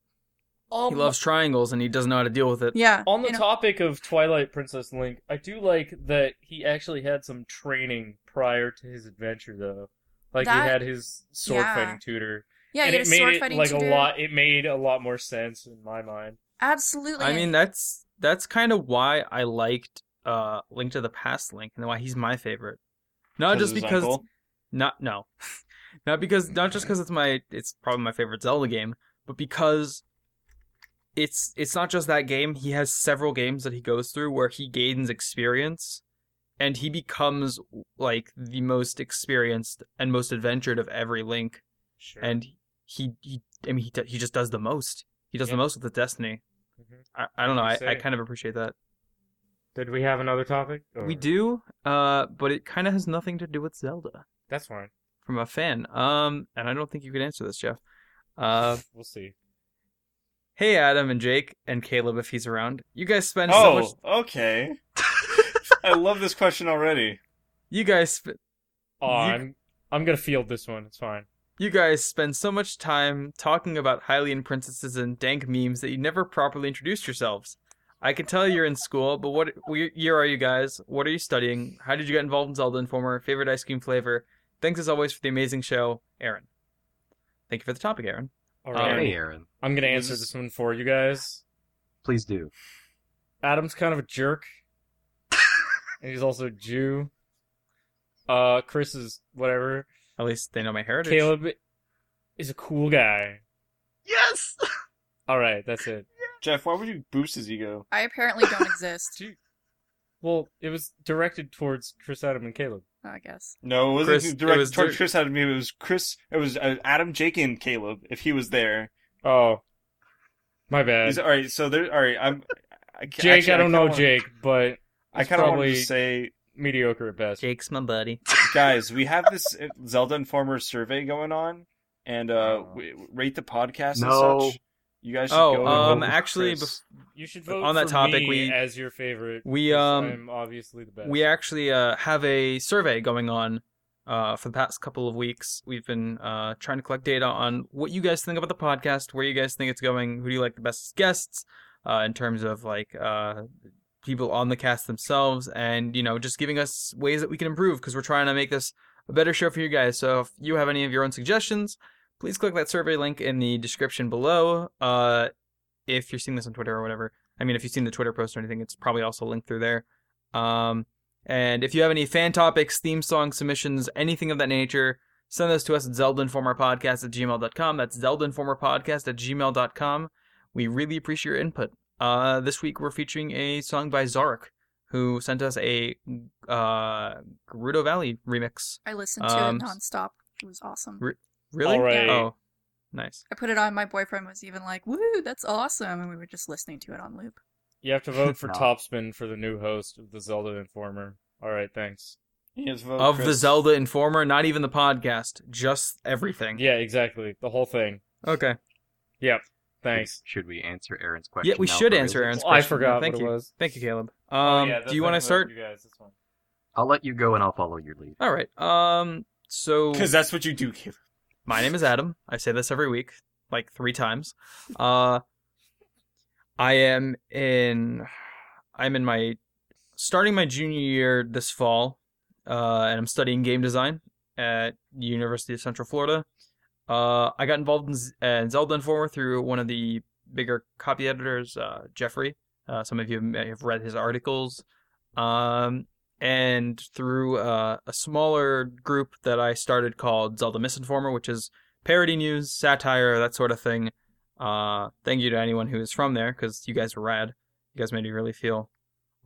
[SPEAKER 1] He
[SPEAKER 5] Oh.
[SPEAKER 1] loves triangles and he doesn't know how to deal with it.
[SPEAKER 4] Yeah.
[SPEAKER 5] On the
[SPEAKER 4] you know,
[SPEAKER 5] topic of Twilight Princess Link, I do like that he actually had some training prior to his adventure, though. Like
[SPEAKER 4] That-
[SPEAKER 5] he had his sword
[SPEAKER 4] yeah.
[SPEAKER 5] fighting tutor,
[SPEAKER 4] yeah,
[SPEAKER 5] and
[SPEAKER 4] you get
[SPEAKER 5] it
[SPEAKER 4] a
[SPEAKER 5] made
[SPEAKER 4] sword
[SPEAKER 5] it
[SPEAKER 4] fighting
[SPEAKER 5] like
[SPEAKER 4] tutor.
[SPEAKER 5] a lot. It made a lot more sense in my mind.
[SPEAKER 4] Absolutely.
[SPEAKER 1] I
[SPEAKER 4] and
[SPEAKER 1] mean, that's that's kind of why I liked uh, Link to the Past Link and why he's my favorite. Not just
[SPEAKER 2] of his
[SPEAKER 1] because
[SPEAKER 5] oh,
[SPEAKER 2] uncle.
[SPEAKER 1] not no (laughs) not because not just because it's my it's probably my favorite zelda game but because it's it's not just that game he has several games that he goes through where he gains experience and he becomes like the most experienced and most adventured of every link
[SPEAKER 5] Sure.
[SPEAKER 1] and he he i mean he, d- he just does the most he does
[SPEAKER 5] Yeah.
[SPEAKER 1] the most with the destiny
[SPEAKER 5] Mhm.
[SPEAKER 1] i, I don't know I,
[SPEAKER 5] Like you
[SPEAKER 1] I
[SPEAKER 5] say.
[SPEAKER 1] kind of appreciate that
[SPEAKER 5] did we have another topic?
[SPEAKER 1] we
[SPEAKER 5] Or-
[SPEAKER 1] do uh but it kind of has nothing to do with zelda
[SPEAKER 5] That's fine.
[SPEAKER 1] from a fan. Um, and I don't think you could answer this, Jeff. Uh,
[SPEAKER 5] we'll see.
[SPEAKER 1] hey Adam and Jake and Caleb, if he's around, you guys spend so much.
[SPEAKER 2] Oh,
[SPEAKER 5] (laughs)
[SPEAKER 2] okay. I love this question already.
[SPEAKER 1] You guys, sp-
[SPEAKER 5] Oh,
[SPEAKER 1] You-
[SPEAKER 5] I'm I'm gonna field this one. It's fine.
[SPEAKER 1] you guys spend so much time talking about Hylian princesses and dank memes that you never properly introduced yourselves. I can tell you're in school, but what what year are you guys? What are you studying? How did you get involved in Zelda Informer? Favorite ice cream flavor? Thanks as always for the amazing show, Aaron. Thank you for the topic, Aaron.
[SPEAKER 5] All
[SPEAKER 1] Um,
[SPEAKER 5] right.
[SPEAKER 3] hey, Aaron.
[SPEAKER 5] I'm gonna answer
[SPEAKER 2] This-
[SPEAKER 5] this one for you guys.
[SPEAKER 3] Please do.
[SPEAKER 5] Adam's kind of a
[SPEAKER 1] (laughs)
[SPEAKER 5] jerk, and he's also a Jew. Uh, Chris is whatever.
[SPEAKER 1] At least they know my heritage.
[SPEAKER 5] Caleb is a cool guy.
[SPEAKER 3] Yes.
[SPEAKER 5] All right, that's it.
[SPEAKER 2] Jeff, why would you boost his ego?
[SPEAKER 4] I apparently don't
[SPEAKER 5] (laughs)
[SPEAKER 4] exist.
[SPEAKER 5] Well, it was directed towards Chris, Adam, and Caleb.
[SPEAKER 4] I guess.
[SPEAKER 2] No, it wasn't
[SPEAKER 1] Chris-
[SPEAKER 2] directed
[SPEAKER 1] it was
[SPEAKER 2] towards
[SPEAKER 1] dir-
[SPEAKER 2] Chris out of me. It was Chris. It was uh, Adam, Jake, and Caleb. If he was there,
[SPEAKER 5] Oh, my bad,
[SPEAKER 2] Is- all right. So there. All right. I'm. I, ca-
[SPEAKER 5] Jake.
[SPEAKER 2] actually,
[SPEAKER 5] I don't
[SPEAKER 2] kinda
[SPEAKER 5] know
[SPEAKER 2] wanna-
[SPEAKER 5] Jake, but
[SPEAKER 2] I
[SPEAKER 5] it's
[SPEAKER 2] kind of want
[SPEAKER 5] probably-
[SPEAKER 2] to say,
[SPEAKER 5] mediocre at best.
[SPEAKER 1] Jake's my buddy.
[SPEAKER 2] guys, we have this uh, Zelda Informer survey going on, and uh,
[SPEAKER 5] Oh.
[SPEAKER 2] we, rate the podcast.
[SPEAKER 3] No.
[SPEAKER 2] And such. You guys. Should
[SPEAKER 1] Oh,
[SPEAKER 2] go and
[SPEAKER 1] um,
[SPEAKER 2] vote for
[SPEAKER 1] actually,
[SPEAKER 2] Chris.
[SPEAKER 1] bef-
[SPEAKER 5] You should vote
[SPEAKER 1] On that
[SPEAKER 5] for
[SPEAKER 1] topic,
[SPEAKER 5] me
[SPEAKER 1] we-
[SPEAKER 5] as your favorite.
[SPEAKER 1] we,
[SPEAKER 5] 'cause
[SPEAKER 1] um,
[SPEAKER 5] I'm obviously the best.
[SPEAKER 1] we actually uh, have a survey going on uh, for the past couple of weeks. We've been uh, trying to collect data on what you guys think about the podcast, where you guys think it's going, who do you like the best as guests uh, in terms of like uh, people on the cast themselves, and you know just giving us ways that we can improve because we're trying to make this a better show for you guys. So if you have any of your own suggestions, please click that survey link in the description below. Uh, if you're seeing this on Twitter or whatever, I mean, if you've seen the Twitter post or anything, it's probably also linked through there. Um, and if you have any fan topics, theme song submissions, anything of that nature, send those to us at zeldinformerpodcast at gmail.com. That's zeldinformerpodcast at gmail.com. We really appreciate your input. Uh, this week, we're featuring a song by Zarek, who sent us a uh, Gerudo Valley remix.
[SPEAKER 4] I listened to
[SPEAKER 1] Um,
[SPEAKER 4] it nonstop. It was awesome.
[SPEAKER 1] Re- Really?
[SPEAKER 5] All right.
[SPEAKER 1] Oh, nice.
[SPEAKER 4] I put it on. My boyfriend was even like, "Woo, that's awesome!" And we were just listening to it
[SPEAKER 1] (laughs)
[SPEAKER 4] on loop.
[SPEAKER 5] You have to vote for
[SPEAKER 3] No.
[SPEAKER 5] Topspin for the new host of the Zelda Informer. All right, thanks.
[SPEAKER 2] Yes, vote
[SPEAKER 5] Oh,
[SPEAKER 1] of the
[SPEAKER 2] Chris.
[SPEAKER 1] Zelda Informer, not even the podcast, just everything.
[SPEAKER 5] Yeah, exactly. The whole thing.
[SPEAKER 1] Okay.
[SPEAKER 5] Yep. Thanks.
[SPEAKER 3] Should we answer Aaron's question?
[SPEAKER 1] Yeah, we
[SPEAKER 3] now,
[SPEAKER 1] should
[SPEAKER 3] or is
[SPEAKER 1] answer
[SPEAKER 3] it-
[SPEAKER 1] Aaron's
[SPEAKER 5] Well, I
[SPEAKER 1] question.
[SPEAKER 5] forgot
[SPEAKER 1] Thank
[SPEAKER 5] what
[SPEAKER 1] you.
[SPEAKER 5] it was.
[SPEAKER 1] Thank you, Caleb. Um,
[SPEAKER 5] Oh, yeah, that's
[SPEAKER 1] do you want to
[SPEAKER 5] not
[SPEAKER 1] start?
[SPEAKER 5] You guys, that's fine.
[SPEAKER 3] I'll let you go and I'll follow your lead.
[SPEAKER 1] All right. Um. So
[SPEAKER 2] Because that's what you do, Caleb.
[SPEAKER 1] my name is Adam. I say this every week, like three times. Uh, I am in. I'm in my starting my junior year this fall, uh, and I'm studying game design at University of Central Florida. Uh, I got involved in, Z- uh, Zelda Informer through one of the bigger copy editors, uh, Jeffrey. Uh, some of you may have read his articles. Um, and through uh, a smaller group that I started called Zelda Misinformer, which is parody news, satire, that sort of thing. Uh, thank you to anyone who is from there because you guys were rad. You guys made me really feel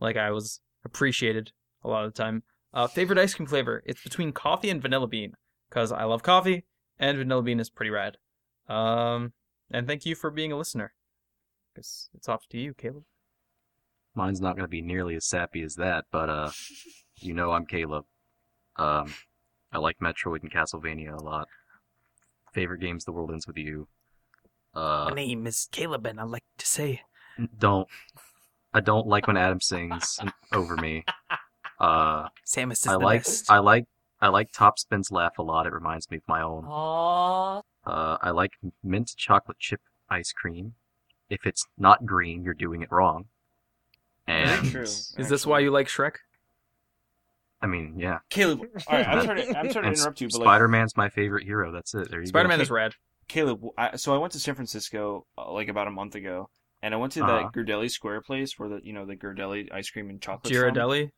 [SPEAKER 1] like I was appreciated a lot of the time. Uh, favorite ice cream flavor? It's between coffee and vanilla bean because I love coffee and vanilla bean is pretty rad. Um, and thank you for being a listener. 'Cause It's off to you, Caleb.
[SPEAKER 3] Mine's not going to be nearly as sappy as that, but uh, you know I'm Caleb. Um, I like Metroid and Castlevania a lot. Favorite games The World Ends With You. Uh,
[SPEAKER 1] name is Caleb, and I like to say
[SPEAKER 3] don't. I don't like when Adam sings over
[SPEAKER 5] (laughs)
[SPEAKER 3] me. Uh,
[SPEAKER 1] Samus is
[SPEAKER 3] I like I like I like Topspin's laugh a lot. It reminds me of my own.
[SPEAKER 6] Aww.
[SPEAKER 3] Uh, I like mint chocolate chip ice cream. If it's not green, you're doing it wrong. And
[SPEAKER 2] True.
[SPEAKER 1] Is this why you like Shrek?
[SPEAKER 3] I mean, yeah.
[SPEAKER 2] Caleb? All right, I'm sorry.
[SPEAKER 1] (laughs)
[SPEAKER 2] To, I'm sorry to
[SPEAKER 3] And
[SPEAKER 2] interrupt you, but like,
[SPEAKER 3] Spider Man's my favorite hero. That's it. There you
[SPEAKER 1] Spider Man
[SPEAKER 3] go.
[SPEAKER 1] is rad.
[SPEAKER 2] Caleb, I, so I went to San Francisco uh, like about a month ago, and I went to
[SPEAKER 3] Uh-huh.
[SPEAKER 2] that Girdelli Square place where the you know the Girdelli ice cream and chocolate.
[SPEAKER 1] Ghirardelli.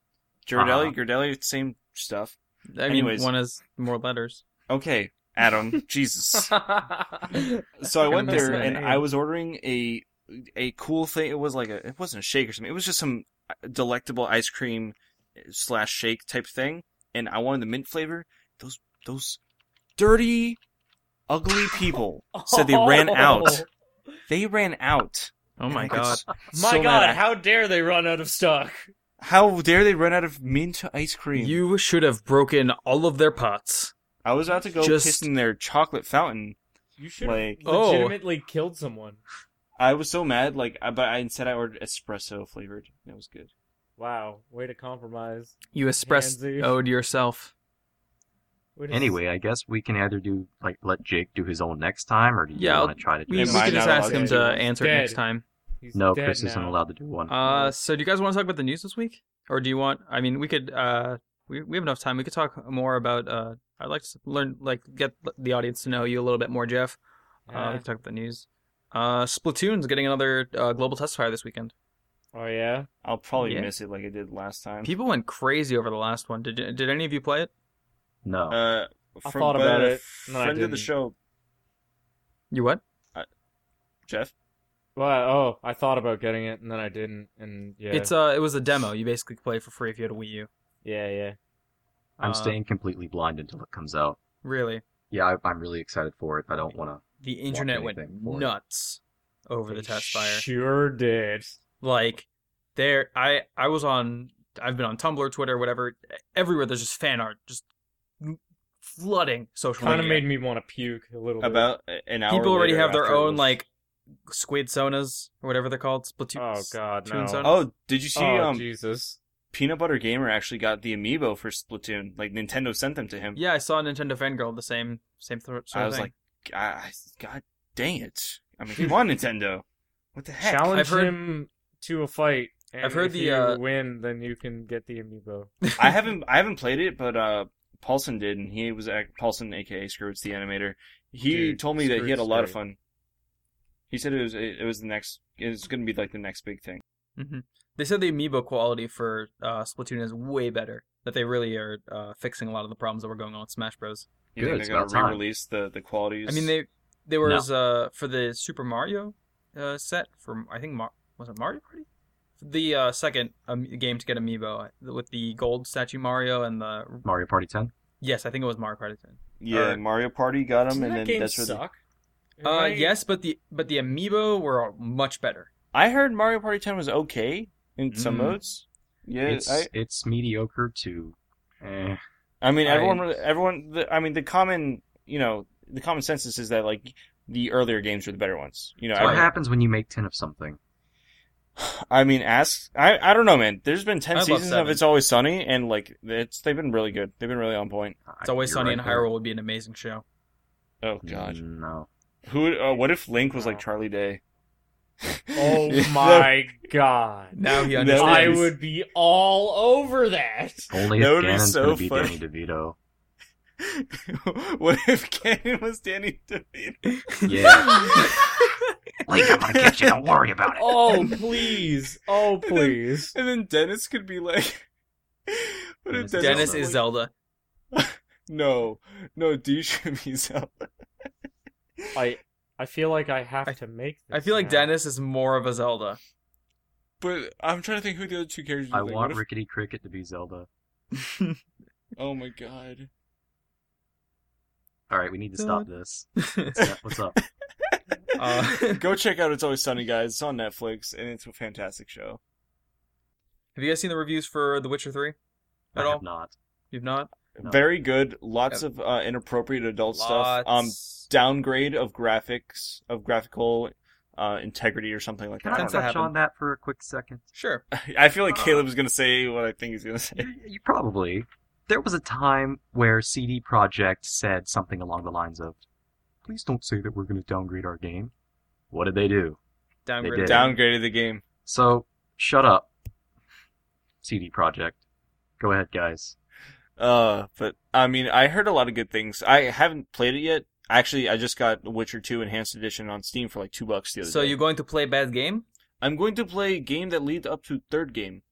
[SPEAKER 2] Girdelli,
[SPEAKER 3] Uh-huh.
[SPEAKER 2] Girdelli, same stuff.
[SPEAKER 1] I mean,
[SPEAKER 2] Anyways.
[SPEAKER 1] one has more
[SPEAKER 5] (laughs)
[SPEAKER 1] letters. Oh
[SPEAKER 2] Okay, Adam,
[SPEAKER 1] (laughs)
[SPEAKER 2] Jesus. So I
[SPEAKER 1] Gonna
[SPEAKER 2] went
[SPEAKER 1] miss
[SPEAKER 2] there
[SPEAKER 1] my
[SPEAKER 2] and
[SPEAKER 1] name.
[SPEAKER 2] I was ordering a a cool thing. It was like a it wasn't a shake or something. It was just some uh, delectable ice cream slash shake type thing, and I wanted the mint flavor. Those those dirty, ugly people
[SPEAKER 5] (laughs)
[SPEAKER 2] said they ran
[SPEAKER 5] Oh.
[SPEAKER 2] out. They ran out.
[SPEAKER 1] Oh my
[SPEAKER 2] And I
[SPEAKER 1] god!
[SPEAKER 2] was
[SPEAKER 5] My
[SPEAKER 2] so
[SPEAKER 5] god,
[SPEAKER 2] mad at-
[SPEAKER 5] how dare they run out of stock?
[SPEAKER 2] How dare they run out of mint ice cream?
[SPEAKER 1] You should have broken all of their pots.
[SPEAKER 2] I was about to go
[SPEAKER 1] Just-
[SPEAKER 2] piss in their chocolate fountain.
[SPEAKER 5] You should
[SPEAKER 2] Like-
[SPEAKER 1] Oh.
[SPEAKER 5] legitimately killed someone.
[SPEAKER 2] I was so mad, like, I, but I, instead I ordered espresso flavored. That was good.
[SPEAKER 5] Wow, way to compromise.
[SPEAKER 1] You
[SPEAKER 5] Handsy.
[SPEAKER 1] espressoed yourself.
[SPEAKER 5] Way to-
[SPEAKER 3] Anyway, I guess we can either do like let Jake do his own next time, or do you
[SPEAKER 1] Yeah,
[SPEAKER 3] want to try to do?
[SPEAKER 1] We, we
[SPEAKER 2] Am
[SPEAKER 3] it?
[SPEAKER 2] I
[SPEAKER 1] can just
[SPEAKER 2] not
[SPEAKER 1] ask
[SPEAKER 2] allowed
[SPEAKER 1] him
[SPEAKER 2] to
[SPEAKER 1] to
[SPEAKER 2] do this?
[SPEAKER 1] answer it
[SPEAKER 5] Dead.
[SPEAKER 1] next time.
[SPEAKER 5] he's
[SPEAKER 3] No,
[SPEAKER 5] dead
[SPEAKER 3] Chris isn't
[SPEAKER 5] now.
[SPEAKER 3] allowed to do one.
[SPEAKER 1] Uh, so do you guys want to talk about the news this week, or do you want? I mean, we could. Uh, we we have enough time. We could talk more about. Uh, I'd like to learn, like, get the audience to know you a little bit more, Jeff. Uh, we
[SPEAKER 5] Yeah.
[SPEAKER 1] can talk about the news. Uh, Splatoon's getting another uh, global test fire this weekend.
[SPEAKER 5] Oh yeah.
[SPEAKER 2] I'll probably
[SPEAKER 1] Yeah.
[SPEAKER 2] miss it like I did last time.
[SPEAKER 1] People went crazy over the last one. Did did any of you play it?
[SPEAKER 3] no,
[SPEAKER 2] uh,
[SPEAKER 5] I
[SPEAKER 2] from-
[SPEAKER 5] thought
[SPEAKER 2] but
[SPEAKER 5] about
[SPEAKER 2] a
[SPEAKER 5] it, and then I
[SPEAKER 2] Friend of the
[SPEAKER 5] didn't.
[SPEAKER 2] show,
[SPEAKER 1] You what?
[SPEAKER 2] Jeff.
[SPEAKER 5] Well, oh, I thought about getting it, and then I didn't, and yeah.
[SPEAKER 1] It's uh, it was a demo. You basically play for free if you had a Wii U.
[SPEAKER 5] yeah, yeah.
[SPEAKER 3] I'm
[SPEAKER 1] uh,
[SPEAKER 3] staying completely blind until it comes out.
[SPEAKER 1] Really,
[SPEAKER 3] Yeah, I, I'm really excited for it. I don't want to.
[SPEAKER 1] the internet
[SPEAKER 3] Watch
[SPEAKER 1] went
[SPEAKER 3] anything for it.
[SPEAKER 1] nuts over the
[SPEAKER 5] They
[SPEAKER 1] test fire.
[SPEAKER 5] Sure did.
[SPEAKER 1] Like, there, I I was on. I've been on Tumblr, Twitter, whatever. Everywhere there's just fan art, just flooding social
[SPEAKER 5] Kind of
[SPEAKER 1] media.
[SPEAKER 5] made me want to puke a little bit.
[SPEAKER 2] About a- an hour.
[SPEAKER 1] People already
[SPEAKER 2] later
[SPEAKER 1] have their
[SPEAKER 2] after it
[SPEAKER 1] own
[SPEAKER 2] was-
[SPEAKER 1] like squid sonas or whatever they're called. Splatoon.
[SPEAKER 5] Oh god, no.
[SPEAKER 1] Toon Son?
[SPEAKER 2] Oh, did you see?
[SPEAKER 5] Oh,
[SPEAKER 2] um,
[SPEAKER 5] Jesus.
[SPEAKER 2] Peanut Butter Gamer actually got the amiibo for Splatoon. Like Nintendo sent them to him.
[SPEAKER 1] Yeah, I saw Nintendo Fangirl the same same th- sort
[SPEAKER 2] I
[SPEAKER 1] of
[SPEAKER 2] was
[SPEAKER 1] thing.
[SPEAKER 2] like, God, God dang it! I mean, come
[SPEAKER 5] (laughs)
[SPEAKER 2] on, Nintendo. What the heck?
[SPEAKER 5] Challenge
[SPEAKER 1] I've heard-
[SPEAKER 5] him to a fight. And
[SPEAKER 1] I've heard
[SPEAKER 5] if
[SPEAKER 1] the,
[SPEAKER 5] you
[SPEAKER 1] uh,
[SPEAKER 5] win, then you can get the amiibo.
[SPEAKER 1] (laughs)
[SPEAKER 2] I haven't I haven't played it, but uh, Paulson did, and he was at Paulson, aka Scrooge the animator. He
[SPEAKER 6] Dude,
[SPEAKER 2] told me that he had a
[SPEAKER 6] Scourge's
[SPEAKER 2] lot of
[SPEAKER 6] great.
[SPEAKER 2] fun. He said it was it, it was the next it's going to be like the next big thing.
[SPEAKER 1] hmm They said the amiibo quality for uh, Splatoon is way better. That they really are uh, fixing a lot of the problems that were going on with Smash Bros.
[SPEAKER 2] You
[SPEAKER 3] Good,
[SPEAKER 2] think
[SPEAKER 3] it's
[SPEAKER 2] they're going
[SPEAKER 3] about
[SPEAKER 2] to
[SPEAKER 3] time.
[SPEAKER 2] re-release the the qualities?
[SPEAKER 1] I mean, they there was uh, for the Super Mario uh, set from I think Mar- was it Mario Party, the uh, second um, game to get amiibo uh, with the gold statue Mario and the
[SPEAKER 3] Mario Party 10.
[SPEAKER 1] yes I think it was Mario Party 10.
[SPEAKER 2] yeah,
[SPEAKER 1] are-
[SPEAKER 2] Mario Party got them,
[SPEAKER 5] Doesn't
[SPEAKER 2] and
[SPEAKER 5] that
[SPEAKER 2] then
[SPEAKER 5] game
[SPEAKER 2] that's where the-
[SPEAKER 5] suck? Am
[SPEAKER 1] Uh,
[SPEAKER 5] I-
[SPEAKER 1] yes, but the but the amiibo were much better.
[SPEAKER 2] I heard Mario Party 10 was okay in some
[SPEAKER 3] Mm.
[SPEAKER 2] modes. Yeah,
[SPEAKER 3] it's
[SPEAKER 2] I
[SPEAKER 3] it's mediocre to. Eh.
[SPEAKER 2] I mean
[SPEAKER 1] I-
[SPEAKER 2] everyone everyone the, I mean the common, you know, the common sense is that like the earlier games were the better ones. You know, I,
[SPEAKER 3] What happens when you make 10 of something?
[SPEAKER 2] I mean ask I I don't know, man. There's been
[SPEAKER 1] I
[SPEAKER 2] 10
[SPEAKER 1] love
[SPEAKER 2] seasons of
[SPEAKER 1] seven.
[SPEAKER 2] It's Always Sunny and like it's they've been really good. They've been really on point.
[SPEAKER 1] It's always
[SPEAKER 3] You're
[SPEAKER 1] sunny in
[SPEAKER 3] right there.
[SPEAKER 1] Hyrule would be an amazing show.
[SPEAKER 2] Oh god.
[SPEAKER 3] No.
[SPEAKER 2] Who uh, what if Link was like Charlie Day? (laughs)
[SPEAKER 5] Oh my god.
[SPEAKER 1] Now he
[SPEAKER 2] That
[SPEAKER 1] understands.
[SPEAKER 5] I
[SPEAKER 2] is-
[SPEAKER 5] would be all over that.
[SPEAKER 3] Only
[SPEAKER 2] That
[SPEAKER 3] if
[SPEAKER 2] would be
[SPEAKER 3] Ganon's
[SPEAKER 2] so
[SPEAKER 3] going to be
[SPEAKER 2] funny.
[SPEAKER 3] Danny
[SPEAKER 2] (laughs)
[SPEAKER 3] DeVito.
[SPEAKER 2] what if Ganon was Danny DeVito? (laughs)
[SPEAKER 3] Yeah. Link, I'm going to get you. Don't
[SPEAKER 1] (laughs)
[SPEAKER 3] worry about it.
[SPEAKER 5] Oh please. Oh please.
[SPEAKER 2] And then Dennis could be like, (laughs) what if
[SPEAKER 3] Dennis
[SPEAKER 1] (laughs)
[SPEAKER 3] is
[SPEAKER 1] Dennis is
[SPEAKER 2] like-
[SPEAKER 1] Zelda.
[SPEAKER 2] No, no, D should be Zelda.
[SPEAKER 5] I I feel like I have
[SPEAKER 1] I-
[SPEAKER 5] to make this.
[SPEAKER 1] I feel like
[SPEAKER 5] now.
[SPEAKER 1] Dennis is more of a Zelda.
[SPEAKER 2] But I'm trying to think who the other two characters.
[SPEAKER 3] I
[SPEAKER 2] would be.
[SPEAKER 3] want
[SPEAKER 2] What if-
[SPEAKER 3] Rickety Cricket to be Zelda.
[SPEAKER 2] Oh my god.
[SPEAKER 3] All right, we need to
[SPEAKER 1] (laughs)
[SPEAKER 3] stop this. Yeah, What's up?
[SPEAKER 1] Uh, (laughs) have
[SPEAKER 2] Go check out It's Always Sunny, guys. It's on Netflix, and it's a fantastic show.
[SPEAKER 1] you guys seen the reviews for The Witcher Three?
[SPEAKER 3] I
[SPEAKER 1] At
[SPEAKER 3] have
[SPEAKER 1] all?
[SPEAKER 3] not.
[SPEAKER 1] You've not.
[SPEAKER 3] No.
[SPEAKER 2] Very good. Lots
[SPEAKER 1] Yeah.
[SPEAKER 2] of uh, inappropriate adult stuff.
[SPEAKER 1] Lots.
[SPEAKER 2] Um, downgrade of graphics of graphical uh, integrity or something like
[SPEAKER 3] Can I
[SPEAKER 1] Tends
[SPEAKER 2] that.
[SPEAKER 1] to
[SPEAKER 3] touch
[SPEAKER 1] happen.
[SPEAKER 3] on that for a quick second?
[SPEAKER 1] Sure.
[SPEAKER 2] (laughs) I feel like Caleb is gonna say what I think he's
[SPEAKER 1] (laughs)
[SPEAKER 2] gonna say.
[SPEAKER 3] You, you probably. There was a time where CD Projekt said something along the lines of, "Please don't say that we're going to downgrade our game." What did they do?
[SPEAKER 1] Downgrade.
[SPEAKER 3] did.
[SPEAKER 2] Downgraded the game.
[SPEAKER 3] So shut up, CD Projekt. Go ahead, guys.
[SPEAKER 2] Uh, but I mean, I heard a lot of good things. I haven't played it yet. Actually, I just got Witcher 2 Enhanced Edition on Steam for like two bucks the other
[SPEAKER 1] So
[SPEAKER 2] day.
[SPEAKER 1] you're going to play bad game?
[SPEAKER 2] I'm going to play a game that leads up to third game.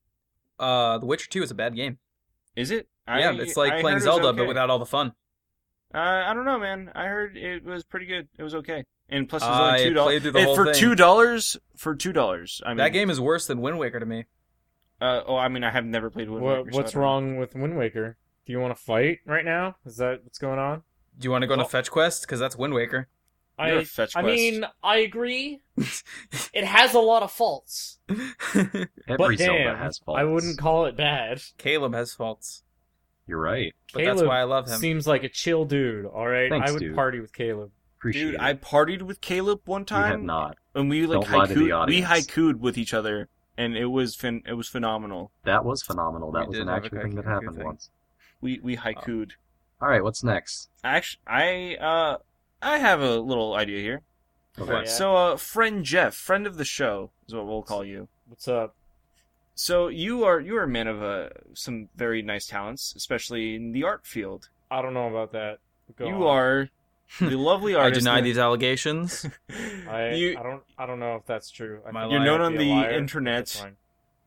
[SPEAKER 1] Uh, The Witcher Two is a bad game.
[SPEAKER 2] Is it? I,
[SPEAKER 1] yeah, it's like
[SPEAKER 2] I heard it
[SPEAKER 1] playing
[SPEAKER 2] was
[SPEAKER 1] Zelda
[SPEAKER 2] okay.
[SPEAKER 1] but without all the fun.
[SPEAKER 2] Uh, I don't know, man. I heard it was pretty good. It was okay, and plus it was
[SPEAKER 1] I
[SPEAKER 2] only two dollars
[SPEAKER 1] played through the whole
[SPEAKER 2] for
[SPEAKER 1] thing.
[SPEAKER 2] two dollars. For two dollars, I mean
[SPEAKER 1] that game is worse than Wind Waker to me.
[SPEAKER 2] Uh, oh, I mean, I have never played Wind
[SPEAKER 5] What,
[SPEAKER 2] Waker, so I
[SPEAKER 5] what's
[SPEAKER 2] don't know.
[SPEAKER 5] wrong with Wind Waker? Do you want to fight right now? Is that what's going on?
[SPEAKER 1] Do you want to go on a
[SPEAKER 2] Oh.
[SPEAKER 5] Well-
[SPEAKER 1] fetch quest? Because that's Wind Waker. (laughs)
[SPEAKER 2] You're a
[SPEAKER 5] I
[SPEAKER 2] fetch
[SPEAKER 5] I
[SPEAKER 2] quest.
[SPEAKER 5] mean, I agree. it has a lot of faults.
[SPEAKER 3] Every
[SPEAKER 5] but
[SPEAKER 3] Zelda
[SPEAKER 5] damn,
[SPEAKER 3] has faults.
[SPEAKER 5] I wouldn't call it bad.
[SPEAKER 1] Caleb has faults,
[SPEAKER 3] You're right.
[SPEAKER 1] but
[SPEAKER 5] Caleb
[SPEAKER 1] that's why I love him.
[SPEAKER 5] seems like a chill dude. All right,
[SPEAKER 3] Thanks,
[SPEAKER 5] I would
[SPEAKER 3] dude.
[SPEAKER 5] party with Caleb.
[SPEAKER 3] Appreciate
[SPEAKER 2] dude,
[SPEAKER 3] it.
[SPEAKER 2] I partied with Caleb one
[SPEAKER 3] you
[SPEAKER 2] time.
[SPEAKER 3] have not.
[SPEAKER 2] and we like
[SPEAKER 3] Don't lie to the
[SPEAKER 2] haiku we
[SPEAKER 3] audience.
[SPEAKER 2] haikued with each other and it was fin- it was phenomenal
[SPEAKER 3] That was phenomenal. That
[SPEAKER 1] We
[SPEAKER 3] was
[SPEAKER 1] did
[SPEAKER 3] an
[SPEAKER 1] have a
[SPEAKER 3] actual thing that
[SPEAKER 1] Kaiju
[SPEAKER 3] happened
[SPEAKER 1] thing.
[SPEAKER 3] once.
[SPEAKER 2] we we haikued
[SPEAKER 3] All right, what's next?
[SPEAKER 2] actually i uh i have a little idea here
[SPEAKER 5] Okay. Yeah.
[SPEAKER 2] so uh friend jeff friend of the show is what we'll call you
[SPEAKER 5] What's up?
[SPEAKER 2] so you are you are a man of uh, some very nice talents especially in the art field
[SPEAKER 5] I don't know about that. Go
[SPEAKER 2] you
[SPEAKER 5] on.
[SPEAKER 2] are the
[SPEAKER 1] (laughs)
[SPEAKER 2] lovely
[SPEAKER 1] I
[SPEAKER 2] artist
[SPEAKER 1] deny these
[SPEAKER 2] (laughs)
[SPEAKER 1] allegations.
[SPEAKER 5] I,
[SPEAKER 2] you
[SPEAKER 5] I don't. I don't know if that's true. I
[SPEAKER 1] My
[SPEAKER 5] think
[SPEAKER 1] You're
[SPEAKER 5] I
[SPEAKER 1] known
[SPEAKER 5] might
[SPEAKER 2] on
[SPEAKER 5] be a
[SPEAKER 2] the
[SPEAKER 5] liar.
[SPEAKER 2] internet.
[SPEAKER 5] That's fine.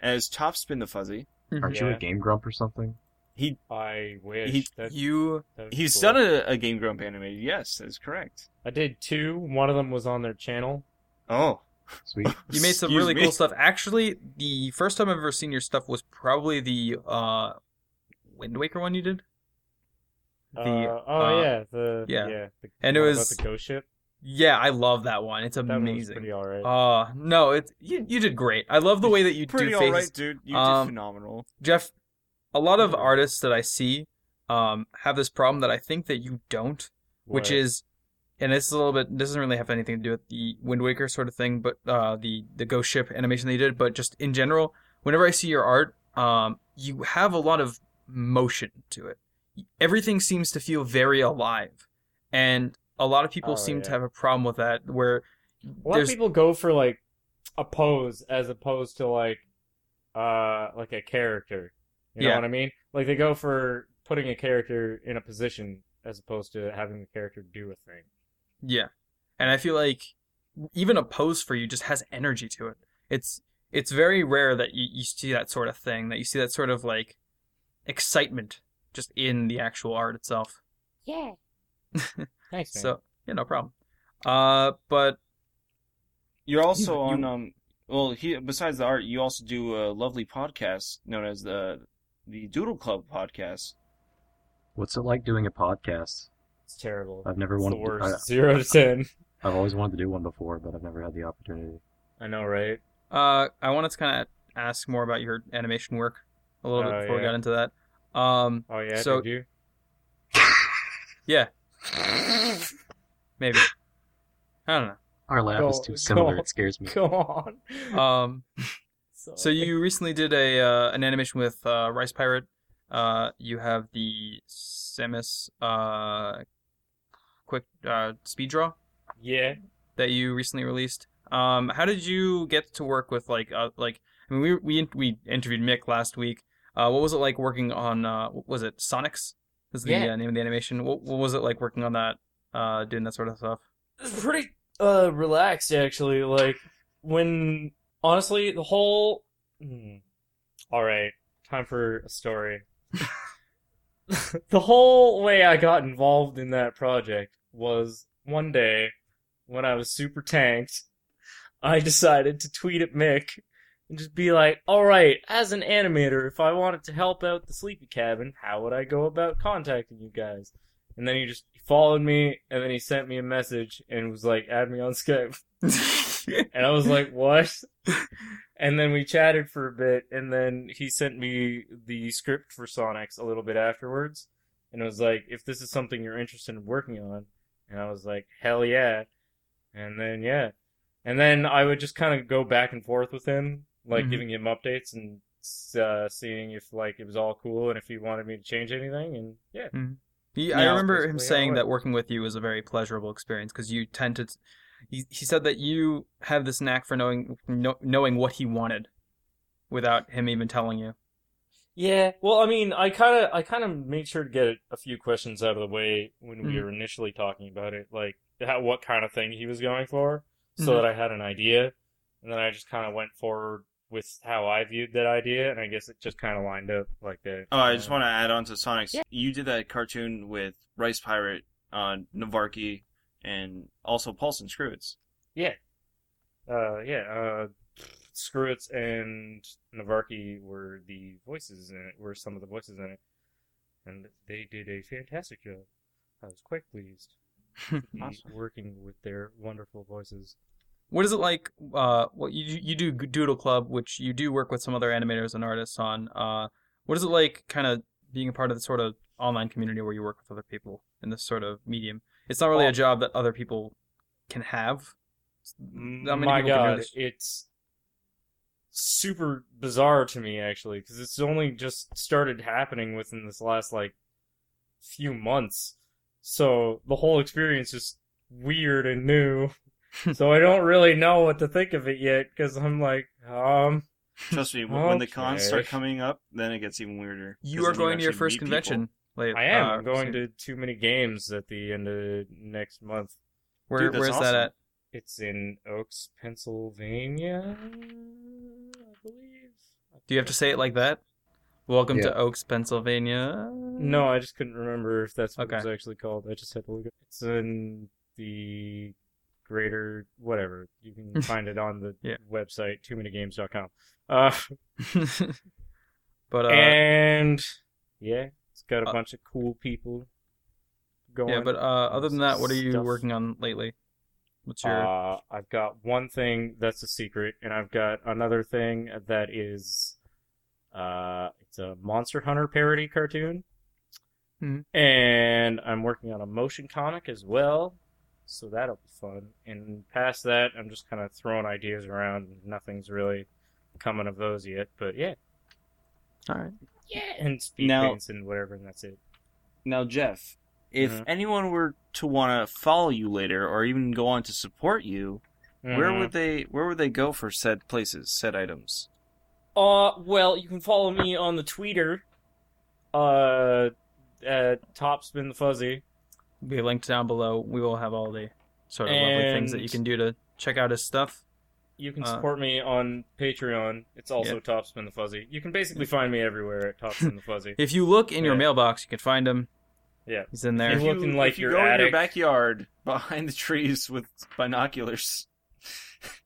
[SPEAKER 2] as topspin the fuzzy
[SPEAKER 3] Aren't you
[SPEAKER 5] Yeah.
[SPEAKER 3] a game grump or something?
[SPEAKER 2] he
[SPEAKER 5] I wish.
[SPEAKER 2] He-
[SPEAKER 5] That-
[SPEAKER 1] You
[SPEAKER 5] that'd be
[SPEAKER 2] he's
[SPEAKER 5] cool.
[SPEAKER 2] done a, a game grump animated yes that's correct
[SPEAKER 5] I did two. One of them was on their channel.
[SPEAKER 2] oh
[SPEAKER 3] Sweet.
[SPEAKER 1] you made some
[SPEAKER 2] Excuse
[SPEAKER 1] really
[SPEAKER 2] me.
[SPEAKER 1] cool stuff. Actually, the first time I've ever seen your stuff was probably the uh, Wind Waker one you did. The
[SPEAKER 5] uh, oh
[SPEAKER 1] uh,
[SPEAKER 5] yeah, the
[SPEAKER 1] yeah.
[SPEAKER 5] yeah, the,
[SPEAKER 1] And it
[SPEAKER 5] one
[SPEAKER 1] was-
[SPEAKER 5] about the ghost ship.
[SPEAKER 1] yeah, I love that one. It's
[SPEAKER 5] That one was
[SPEAKER 1] amazing.
[SPEAKER 5] pretty alright.
[SPEAKER 1] Uh no, it's you. You did great. I love the way that you do
[SPEAKER 2] pretty
[SPEAKER 1] faces.
[SPEAKER 2] all right dude you
[SPEAKER 1] Um,
[SPEAKER 2] did phenomenal
[SPEAKER 1] Jeff, a lot
[SPEAKER 5] Mm-hmm.
[SPEAKER 1] of artists that I see um, have this problem that I think that you don't, which
[SPEAKER 5] What?
[SPEAKER 1] is, and this is a little bit doesn't really have anything to do with the Wind Waker sort of thing, but uh, the the ghost ship animation that you did, but just in general, whenever I see your art, um, you have a lot of motion to it. Everything seems to feel very alive, and a lot of people
[SPEAKER 5] Oh,
[SPEAKER 1] seem to
[SPEAKER 5] yeah.
[SPEAKER 1] have a problem with that. Where
[SPEAKER 5] a lot of
[SPEAKER 1] there's
[SPEAKER 5] people go for like a pose as opposed to like uh like a character. You know
[SPEAKER 1] Yeah.
[SPEAKER 5] what I mean? Like they go for putting a character in a position as opposed to having the character do a thing.
[SPEAKER 1] Yeah. And I feel like even a pose for you just has energy to it. It's it's very rare that you, you see that sort of thing, that you see that sort of like excitement just in the actual art itself.
[SPEAKER 6] Yeah. Thanks, man.
[SPEAKER 1] So yeah, no problem. Uh but
[SPEAKER 2] You're also
[SPEAKER 1] You-
[SPEAKER 2] on
[SPEAKER 1] you-
[SPEAKER 2] um. Well, he, besides the art, you also do a lovely podcast known as the the Doodle Club podcast.
[SPEAKER 3] What's it like doing a podcast?
[SPEAKER 6] it's terrible.
[SPEAKER 3] I've never
[SPEAKER 5] It's the
[SPEAKER 3] wanted. To,
[SPEAKER 5] worst. Zero to ten.
[SPEAKER 3] I, I've always wanted to do one before, but I've never had the opportunity.
[SPEAKER 5] I know, right?
[SPEAKER 1] uh I wanted to kinda ask more about your animation work a little bit
[SPEAKER 5] Oh,
[SPEAKER 1] before we
[SPEAKER 5] yeah.
[SPEAKER 1] got into that. Um
[SPEAKER 5] Oh yeah.
[SPEAKER 1] So-
[SPEAKER 5] did you? (laughs)
[SPEAKER 1] maybe. I don't
[SPEAKER 3] Our laugh is
[SPEAKER 5] Go-
[SPEAKER 3] too similar.
[SPEAKER 5] go-
[SPEAKER 3] It scares me.
[SPEAKER 5] Go on.
[SPEAKER 1] know. Um So
[SPEAKER 5] Sorry.
[SPEAKER 1] you recently did a uh, an animation with uh, Rice Pirate. Uh, you have the Samus uh, quick uh, speed draw
[SPEAKER 5] Yeah.
[SPEAKER 1] that you recently released. Um, how did you get to work with like uh, like I mean we we we interviewed Mick last week. Uh, what was it like working on uh, what was it Sonics? Is the
[SPEAKER 6] Yeah.
[SPEAKER 1] uh, name of the animation? What, what was it like working on that? Uh, doing that sort of stuff.
[SPEAKER 5] pretty uh relaxed actually like when honestly the whole Hmm. all right time for
[SPEAKER 1] (laughs)
[SPEAKER 5] a story the whole way i got involved in that project was one day when i was super tanked i decided to tweet at mick and just be like all right as an animator if i wanted to help out the sleepy cabin how would i go about contacting you guys and then he just followed me, and then he sent me a message and was like, add me on Skype. (laughs) And I was like, what? And then we chatted for a bit, and then he sent me the script for Sonics a little bit afterwards. And it was like, if this is something you're interested in working on. And I was like, hell yeah. And then, yeah. And then I would just kind of go back and forth with him, like
[SPEAKER 1] Mhm.
[SPEAKER 5] giving him updates and uh, seeing if like it was all cool and if he wanted me to change anything. And yeah.
[SPEAKER 1] He,
[SPEAKER 5] Yeah,
[SPEAKER 1] I
[SPEAKER 5] that's
[SPEAKER 1] remember him
[SPEAKER 5] basically how it
[SPEAKER 1] saying that
[SPEAKER 5] went.
[SPEAKER 1] working with you was a very pleasurable experience because you tend to. He, he said that you have this knack for knowing kno- knowing what he wanted, without him even telling you.
[SPEAKER 5] Yeah, well, I mean, I kind of, I kind of made sure to get a few questions out of the way when we
[SPEAKER 2] Hmm.
[SPEAKER 1] Mhm.
[SPEAKER 5] were initially talking about it, like how, what kind of thing he was going for, so
[SPEAKER 2] Hmm.
[SPEAKER 1] Mhm.
[SPEAKER 5] that I had an idea, and then I just kind of went forward with how I viewed that idea, and I guess it just kind of lined up like that.
[SPEAKER 2] Oh, I just
[SPEAKER 5] Uh,
[SPEAKER 2] want to add on to Sonic's.
[SPEAKER 6] Yeah.
[SPEAKER 2] You did that cartoon with Rice Pirate, uh, Navarki, and also Paulson Screwitz.
[SPEAKER 5] Uh, yeah, uh, Screwitz and Navarki were the voices in it, were some of the voices in it, and they did a fantastic job. I was quite pleased. be
[SPEAKER 2] Awesome.
[SPEAKER 5] working with their wonderful voices.
[SPEAKER 1] What is it like? Uh, well, you you do Doodle Club, which you do work with some other animators and artists on. Uh, what is it like, kind of being a part of the sort of online community where you work with other people in this sort of medium? It's not really a
[SPEAKER 5] Well-
[SPEAKER 1] job that other people can have. Not many people can
[SPEAKER 5] My
[SPEAKER 1] do
[SPEAKER 5] God,
[SPEAKER 1] this.
[SPEAKER 5] it's super bizarre to me actually because it's only just started happening within this last like few months. So the whole experience is weird
[SPEAKER 1] (laughs)
[SPEAKER 5] and new. so I don't really know what to think of it yet because I'm like, um,
[SPEAKER 2] Trust me, when when the cons
[SPEAKER 5] Okay.
[SPEAKER 2] start coming up, then it gets even weirder.
[SPEAKER 1] You
[SPEAKER 2] 'Cause
[SPEAKER 1] are
[SPEAKER 2] then
[SPEAKER 1] going to your
[SPEAKER 2] actually
[SPEAKER 1] first
[SPEAKER 2] meet people.
[SPEAKER 1] convention. Later,
[SPEAKER 5] I am
[SPEAKER 1] uh,
[SPEAKER 5] I'm
[SPEAKER 1] soon.
[SPEAKER 5] going to too many games at the end of next month.
[SPEAKER 1] Where,
[SPEAKER 2] Dude, that's
[SPEAKER 1] where's that
[SPEAKER 2] awesome.
[SPEAKER 1] at?
[SPEAKER 5] It's in Oaks, Pennsylvania, I believe.
[SPEAKER 1] Do you have to say it like that? Welcome
[SPEAKER 3] Yeah.
[SPEAKER 1] to Oaks, Pennsylvania.
[SPEAKER 5] No, I just couldn't remember if that's what
[SPEAKER 1] Mm. Okay.
[SPEAKER 5] it was actually called. I just had to look. It. It's in the greater whatever.
[SPEAKER 1] (laughs)
[SPEAKER 5] You can find it on the
[SPEAKER 1] Yeah.
[SPEAKER 5] website too many games.com. Uh,
[SPEAKER 1] (laughs) but uh,
[SPEAKER 5] and yeah, it's got a
[SPEAKER 1] uh,
[SPEAKER 5] bunch of cool people going.
[SPEAKER 1] yeah, but uh, other than that, what are you
[SPEAKER 5] Stuff.
[SPEAKER 1] working on lately? What's your
[SPEAKER 5] Uh, I've got one thing that's a secret, and I've got another thing that is, uh, it's a Monster Hunter parody cartoon,
[SPEAKER 1] Hmm.
[SPEAKER 5] and I'm working on a motion comic as well, so that'll be fun. And past that, I'm just kind of throwing ideas around. Nothing's really coming of those yet, but yeah,
[SPEAKER 1] all right?
[SPEAKER 5] yeah, and speed
[SPEAKER 2] Now-
[SPEAKER 5] paints and whatever, and that's it.
[SPEAKER 2] Now, Jeff, if
[SPEAKER 5] Mhm.
[SPEAKER 2] anyone were to want to follow you later, or even go on to support you, where
[SPEAKER 1] Uh-huh.
[SPEAKER 5] Mhm.
[SPEAKER 2] would they? Where would they go for said places, said items?
[SPEAKER 5] Uh, well, you can follow me on the Twitter, uh, at Topspin the Fuzzy.
[SPEAKER 1] We linked down below. We will have all the sort of lovely things that
[SPEAKER 5] And-
[SPEAKER 1] you can do to check out his stuff.
[SPEAKER 5] You can
[SPEAKER 1] Uh,
[SPEAKER 5] support me on Patreon. It's also Topspin the Fuzzy. You can basically find me everywhere at Topspin the
[SPEAKER 1] (laughs)
[SPEAKER 5] Fuzzy.
[SPEAKER 1] If you look in your
[SPEAKER 5] Yeah.
[SPEAKER 1] mailbox, you can find him.
[SPEAKER 5] Yeah.
[SPEAKER 1] He's in there.
[SPEAKER 5] If you- looking like
[SPEAKER 2] if you
[SPEAKER 5] your
[SPEAKER 2] go in your
[SPEAKER 5] attic.
[SPEAKER 2] backyard behind the trees with binoculars. (laughs)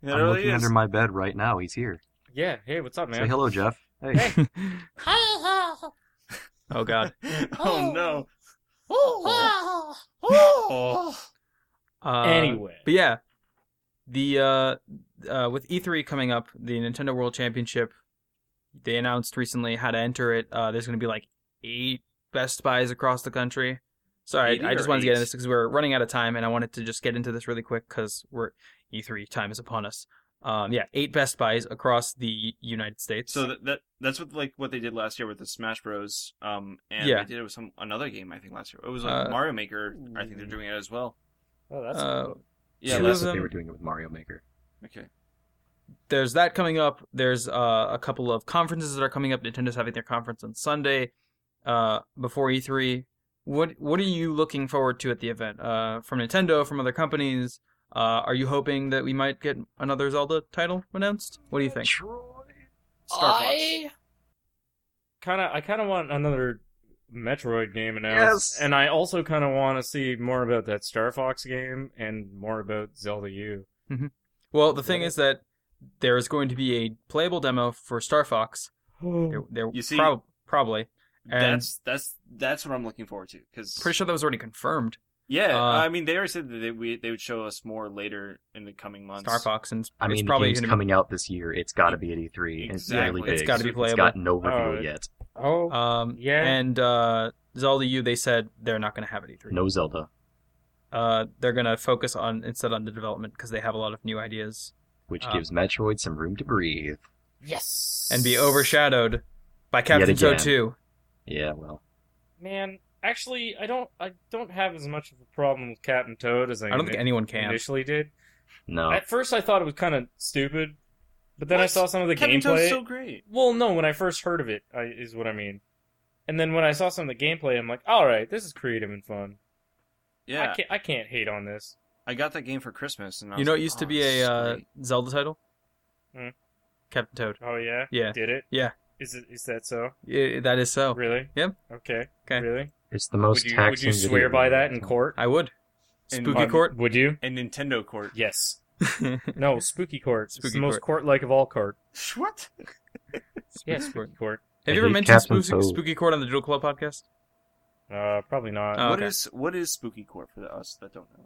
[SPEAKER 2] It
[SPEAKER 3] I'm
[SPEAKER 2] really
[SPEAKER 3] looking
[SPEAKER 2] is.
[SPEAKER 3] under my bed right now. He's here.
[SPEAKER 5] yeah. Hey, what's up, man?
[SPEAKER 3] Say hello, Jeff. Hey.
[SPEAKER 1] (laughs)
[SPEAKER 6] Hi,
[SPEAKER 1] oh
[SPEAKER 2] (laughs)
[SPEAKER 1] god.
[SPEAKER 2] oh no.
[SPEAKER 6] oh,
[SPEAKER 2] Oh.
[SPEAKER 1] Uh,
[SPEAKER 5] (laughs) Anyway.
[SPEAKER 1] But yeah, the uh, uh, with E3 coming up, the Nintendo World Championship, they announced recently how to enter it. Uh, there's going to be like eight Best Buys across the country. Sorry,
[SPEAKER 2] Eighty
[SPEAKER 1] I just
[SPEAKER 2] or
[SPEAKER 1] wanted to get
[SPEAKER 2] eight?
[SPEAKER 1] into this because we're running out of time, and I wanted to just get into this really quick because we're E3 time is upon us. Um, yeah, eight Best Buys across the United States.
[SPEAKER 2] So that, that that's what like what they did last year with the Smash Bros. Um, and
[SPEAKER 1] Yeah.
[SPEAKER 2] they did it with some another game I think last year. It was like
[SPEAKER 1] Uh,
[SPEAKER 2] Mario Maker. I think they're doing it as well.
[SPEAKER 5] Oh,
[SPEAKER 6] that's
[SPEAKER 1] uh,
[SPEAKER 2] Yeah.
[SPEAKER 1] Two
[SPEAKER 2] that's-
[SPEAKER 3] that's
[SPEAKER 1] of
[SPEAKER 3] what they
[SPEAKER 1] them-
[SPEAKER 3] were doing it with Mario Maker.
[SPEAKER 2] okay.
[SPEAKER 1] there's that coming up. There's uh, a couple of conferences that are coming up. Nintendo's having their conference on Sunday uh, before E3. What what are you looking forward to at the event? Uh, from Nintendo, from other companies, uh, are you hoping that we might get another Zelda title announced? What do you think?
[SPEAKER 2] Star Fox.
[SPEAKER 5] kind of I kind of want another Metroid game announced,
[SPEAKER 3] Yes.
[SPEAKER 5] and I also kind of want to see more about that Star Fox game and more about Zelda U.
[SPEAKER 1] Well, the thing is that there is going to be a playable demo for Star Fox. There, there
[SPEAKER 2] You see-
[SPEAKER 1] prob- probably. And-
[SPEAKER 2] That's that's that's what I'm looking forward to because
[SPEAKER 1] Pretty sure that was already confirmed. uh,
[SPEAKER 2] yeah, I mean they already said that they, we, they would show us more later in the coming months.
[SPEAKER 1] Star Fox, and
[SPEAKER 3] I mean,
[SPEAKER 1] it's
[SPEAKER 3] the
[SPEAKER 1] probably
[SPEAKER 3] game's
[SPEAKER 1] gonna be-
[SPEAKER 3] coming out this year. It's got to be at E3. It's
[SPEAKER 2] Exactly.
[SPEAKER 3] really big.
[SPEAKER 1] It's gotta be
[SPEAKER 3] It's
[SPEAKER 1] playable.
[SPEAKER 3] got no reveal
[SPEAKER 5] Oh,
[SPEAKER 3] yet.
[SPEAKER 5] Oh,
[SPEAKER 1] Um,
[SPEAKER 5] Yeah.
[SPEAKER 1] And uh, Zelda U, they said they're not going to have it either.
[SPEAKER 3] No Zelda.
[SPEAKER 1] Uh, they're going to focus on instead on the development because they have a lot of new ideas
[SPEAKER 3] which
[SPEAKER 1] Uh,
[SPEAKER 3] gives Metroid some room to breathe.
[SPEAKER 6] yes.
[SPEAKER 1] and be overshadowed by Captain
[SPEAKER 3] Yet
[SPEAKER 1] Toad
[SPEAKER 3] again.
[SPEAKER 1] 2.
[SPEAKER 3] Yeah, well,
[SPEAKER 5] man, actually, I don't I don't have as much of a problem with Captain Toad as I,
[SPEAKER 1] I don't think anyone can. Oh.
[SPEAKER 5] initially did.
[SPEAKER 3] no.
[SPEAKER 5] At first, I thought it was kind of stupid, but then I
[SPEAKER 2] What?
[SPEAKER 5] saw some of the
[SPEAKER 2] Captain
[SPEAKER 5] gameplay.
[SPEAKER 2] Toad's so great.
[SPEAKER 5] Well, no, when I first heard of it, I, is what I mean. And then when I saw some of the gameplay, I'm like, all right, this is creative and fun.
[SPEAKER 2] Yeah,
[SPEAKER 5] I, can't, I can't hate on this.
[SPEAKER 2] I, got that game for Christmas. And I
[SPEAKER 1] You
[SPEAKER 2] was
[SPEAKER 1] know,
[SPEAKER 2] like,
[SPEAKER 1] it used
[SPEAKER 2] "Oh,
[SPEAKER 1] to be
[SPEAKER 2] this
[SPEAKER 1] a
[SPEAKER 2] is
[SPEAKER 1] uh,
[SPEAKER 2] great."
[SPEAKER 1] Zelda title.
[SPEAKER 5] Hmm.
[SPEAKER 1] Captain Toad.
[SPEAKER 5] Oh yeah,
[SPEAKER 1] Yeah,
[SPEAKER 5] did it?
[SPEAKER 1] Yeah.
[SPEAKER 5] Is it? Is that so?
[SPEAKER 1] I- that is so.
[SPEAKER 5] Really?
[SPEAKER 1] Yep.
[SPEAKER 5] Okay.
[SPEAKER 1] Okay.
[SPEAKER 5] Really?
[SPEAKER 3] it's the most
[SPEAKER 5] would you, would
[SPEAKER 3] taxing.
[SPEAKER 5] you
[SPEAKER 3] video
[SPEAKER 5] swear by
[SPEAKER 3] game.
[SPEAKER 5] that in court?
[SPEAKER 1] I would.
[SPEAKER 2] In
[SPEAKER 1] Spooky
[SPEAKER 2] Mon-
[SPEAKER 1] Court.
[SPEAKER 5] Would you?
[SPEAKER 2] and Nintendo Court.
[SPEAKER 5] Yes.
[SPEAKER 1] (laughs)
[SPEAKER 5] No, spooky court. it's
[SPEAKER 1] Spooky
[SPEAKER 5] the most court-like of all court.
[SPEAKER 2] (laughs) What?
[SPEAKER 5] Yeah,
[SPEAKER 1] Spooky Court.
[SPEAKER 5] spooky court.
[SPEAKER 1] Have
[SPEAKER 3] I
[SPEAKER 1] you ever
[SPEAKER 3] hate
[SPEAKER 1] mentioned
[SPEAKER 3] Captain
[SPEAKER 1] Spooky,
[SPEAKER 3] Toad.
[SPEAKER 1] Spooky Court on the Doodle Club podcast? (laughs)
[SPEAKER 5] Uh, probably not.
[SPEAKER 1] Oh,
[SPEAKER 2] What
[SPEAKER 1] okay.
[SPEAKER 2] is what is Spooky Court for the us that don't know?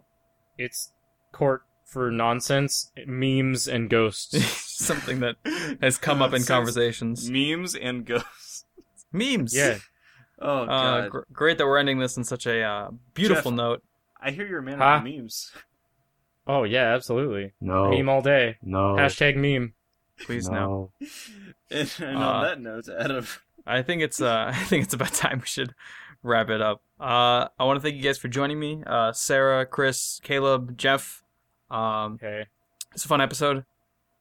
[SPEAKER 5] It's court for nonsense, memes,
[SPEAKER 1] (laughs)
[SPEAKER 5] and ghosts.
[SPEAKER 1] Something
[SPEAKER 5] (laughs)
[SPEAKER 1] that has come up in
[SPEAKER 2] Nonsense.
[SPEAKER 1] conversations.
[SPEAKER 2] Memes and ghosts. (laughs)
[SPEAKER 1] Memes.
[SPEAKER 5] yeah.
[SPEAKER 2] Oh
[SPEAKER 1] Uh,
[SPEAKER 2] god.
[SPEAKER 1] gr- great that we're ending this on such a uh, beautiful
[SPEAKER 2] Jeff.
[SPEAKER 1] note.
[SPEAKER 2] I hear you're a man
[SPEAKER 5] Huh?
[SPEAKER 2] of the memes. (laughs)
[SPEAKER 5] Oh yeah, absolutely.
[SPEAKER 3] No,
[SPEAKER 5] Meme all day.
[SPEAKER 3] no,
[SPEAKER 5] Hashtag meme.
[SPEAKER 1] Please
[SPEAKER 3] no.
[SPEAKER 1] no.
[SPEAKER 2] And, and
[SPEAKER 1] Uh,
[SPEAKER 2] on that note, Adam,
[SPEAKER 1] I think it's uh, (laughs) I think it's about time we should wrap it up. Uh, I want to thank you guys for joining me, uh, Sarah, Chris, Caleb, Jeff. Um,
[SPEAKER 5] Okay.
[SPEAKER 1] it's a fun episode,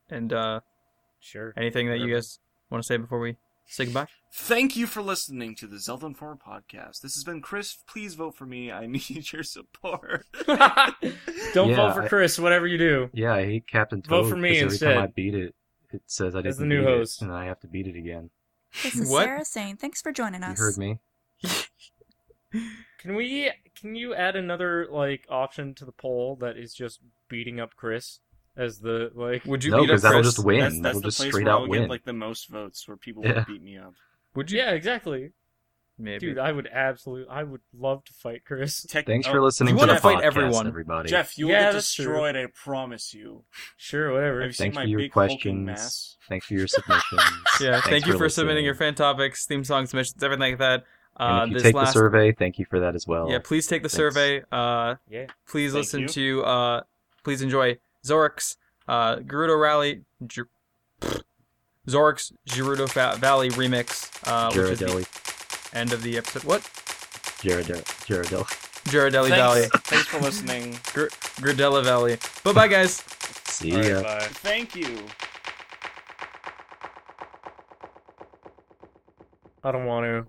[SPEAKER 1] and uh,
[SPEAKER 5] Sure.
[SPEAKER 1] anything that you guys want to say before we say goodbye.
[SPEAKER 2] thank you for listening to the Zelda Informer podcast. This has been Chris. Please vote for me. I (laughs) need your
[SPEAKER 3] (laughs)
[SPEAKER 2] support. (laughs)
[SPEAKER 5] Don't
[SPEAKER 3] Yeah,
[SPEAKER 5] vote for
[SPEAKER 3] I-
[SPEAKER 5] Chris. Whatever you do.
[SPEAKER 3] Yeah, I hate Captain
[SPEAKER 5] Vote
[SPEAKER 3] Toad.
[SPEAKER 5] for me
[SPEAKER 3] 'cause every
[SPEAKER 5] instead.
[SPEAKER 3] time I beat it, it says I didn't
[SPEAKER 5] As the new
[SPEAKER 3] beat it,
[SPEAKER 5] host.
[SPEAKER 3] and I have to beat it again.
[SPEAKER 4] This is
[SPEAKER 1] What?
[SPEAKER 4] Sarah saying thanks for joining us.
[SPEAKER 3] You heard me.
[SPEAKER 5] Can we? Can you add another like option to the poll that is just beating up Chris as the like?
[SPEAKER 1] Would you
[SPEAKER 3] No,
[SPEAKER 1] beat up
[SPEAKER 3] because that'll
[SPEAKER 1] Chris?
[SPEAKER 3] just win.
[SPEAKER 2] That's, that's
[SPEAKER 3] that'll
[SPEAKER 2] the
[SPEAKER 3] just
[SPEAKER 2] place
[SPEAKER 3] straight
[SPEAKER 2] where I'll
[SPEAKER 3] out win.
[SPEAKER 2] get like the most votes, where people
[SPEAKER 3] Yeah.
[SPEAKER 2] will beat me up.
[SPEAKER 1] Would you?
[SPEAKER 5] Yeah, exactly,
[SPEAKER 1] Maybe.
[SPEAKER 5] dude. I would absolutely. I would love to
[SPEAKER 1] (laughs)
[SPEAKER 5] fight Chris.
[SPEAKER 2] Tech-
[SPEAKER 3] Thanks
[SPEAKER 2] oh,
[SPEAKER 3] for listening
[SPEAKER 1] You
[SPEAKER 3] to
[SPEAKER 1] wanna
[SPEAKER 3] the
[SPEAKER 1] fight
[SPEAKER 3] podcast,
[SPEAKER 1] everyone.
[SPEAKER 3] everybody.
[SPEAKER 2] Jeff. You
[SPEAKER 5] Yeah,
[SPEAKER 2] will get
[SPEAKER 5] that's true.
[SPEAKER 2] destroyed. I promise you.
[SPEAKER 5] Sure,
[SPEAKER 2] Have
[SPEAKER 5] whatever.
[SPEAKER 2] you seen
[SPEAKER 3] Thanks
[SPEAKER 2] my
[SPEAKER 3] for your
[SPEAKER 2] big hulking
[SPEAKER 3] questions.
[SPEAKER 2] mass?
[SPEAKER 3] Thanks for your submissions.
[SPEAKER 1] yeah.
[SPEAKER 3] Thanks
[SPEAKER 1] Thank you for, submitting
[SPEAKER 3] listening.
[SPEAKER 1] your fan topics, theme songs, submissions, everything like that. Uh,
[SPEAKER 3] and if you
[SPEAKER 1] this
[SPEAKER 3] take
[SPEAKER 1] last,
[SPEAKER 3] the survey, thank you for that as well.
[SPEAKER 1] yeah, please take the
[SPEAKER 3] Thanks.
[SPEAKER 1] survey. Uh,
[SPEAKER 5] Yeah.
[SPEAKER 1] please
[SPEAKER 2] Thank
[SPEAKER 1] listen
[SPEAKER 2] you.
[SPEAKER 1] to uh please enjoy Zorix, uh Gerudo Rally Ju- Zorix Gerudo Fa- Valley remix, uh which is the
[SPEAKER 3] Girardelli,
[SPEAKER 1] end of the episode. What?
[SPEAKER 3] Girardelli, Girardelli.
[SPEAKER 1] Girardelli Valley.
[SPEAKER 2] Thanks, thanks for listening.
[SPEAKER 1] Gridella Valley. Bye bye guys.
[SPEAKER 3] See
[SPEAKER 5] All right,
[SPEAKER 3] ya.
[SPEAKER 5] bye.
[SPEAKER 2] Thank you.
[SPEAKER 5] I don't want to.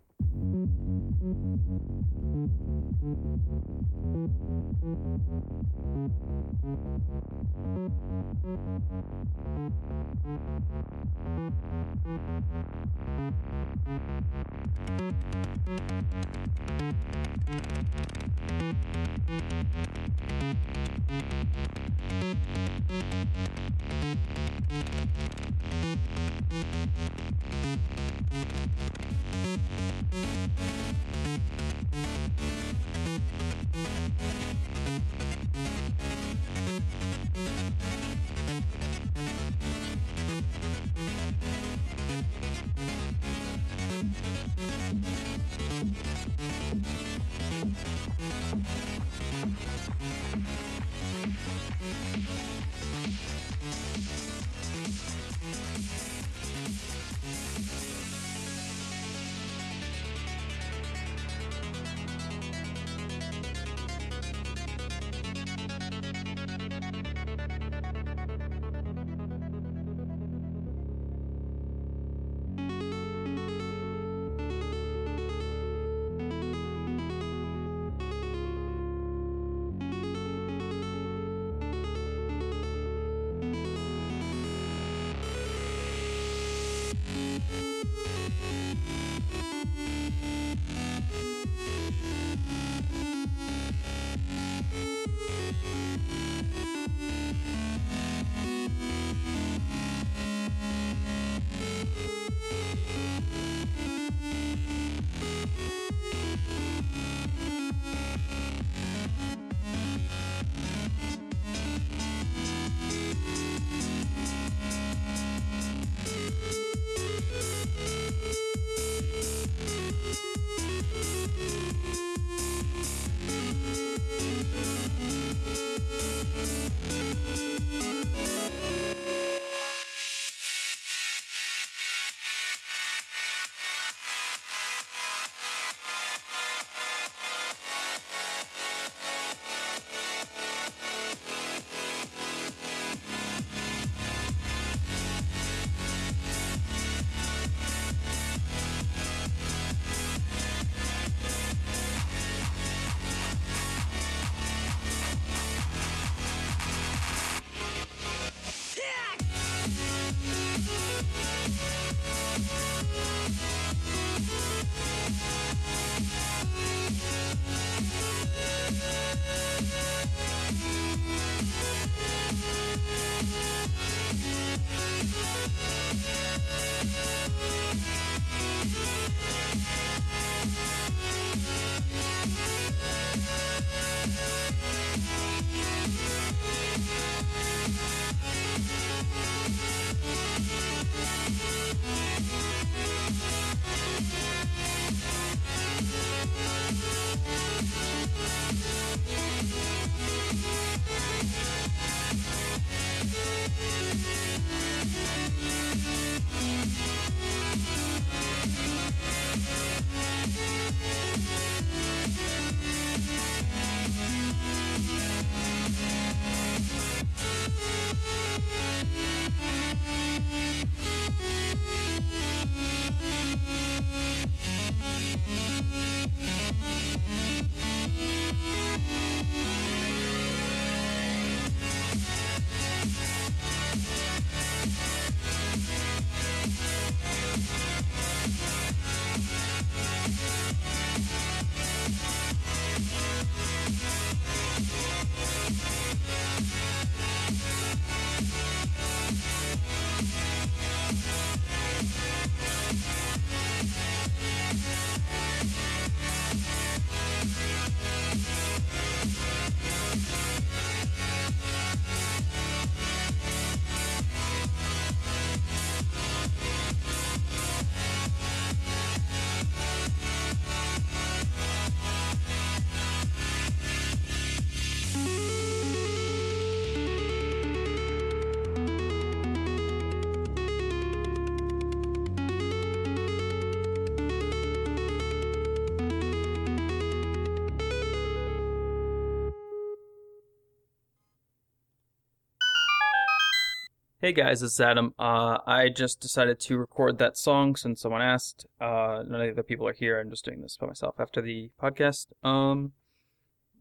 [SPEAKER 1] Hey guys, this is Adam. Uh, I just decided to record that song since someone asked. Uh, none of the other people are here. I'm just doing this by myself after the podcast. Um,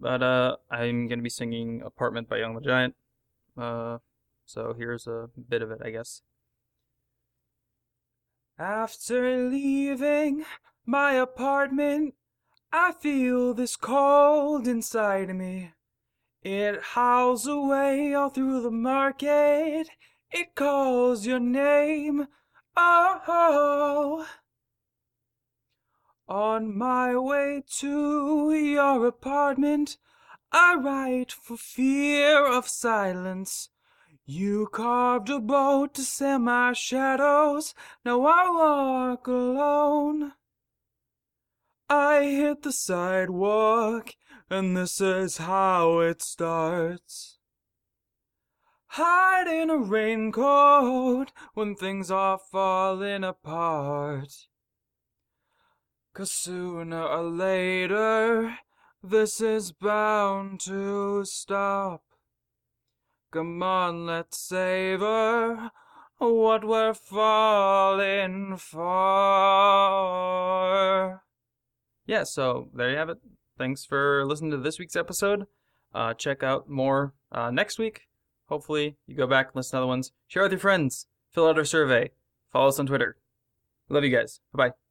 [SPEAKER 1] but uh, I'm gonna be singing "Apartment" by Young the Giant. Uh, so here's a bit of it, I guess. After leaving my apartment, I feel this cold inside of me. It howls away all through the market. It calls your name. Oh, on my way to your apartment, I write for fear of silence. You carved a boat to send my shadows. Now I walk alone. I hit the sidewalk, and this is how it starts. Hide in a raincoat when things are falling apart. Cause sooner or later, this is bound to stop. Come on, let's savor what we're falling for. Yeah, so there you have it. Thanks for listening to this week's episode. Uh, check out more uh, next week. Hopefully, you go back and listen to other ones. Share with your friends. Fill out our survey. Follow us on Twitter. Love you guys. Bye bye.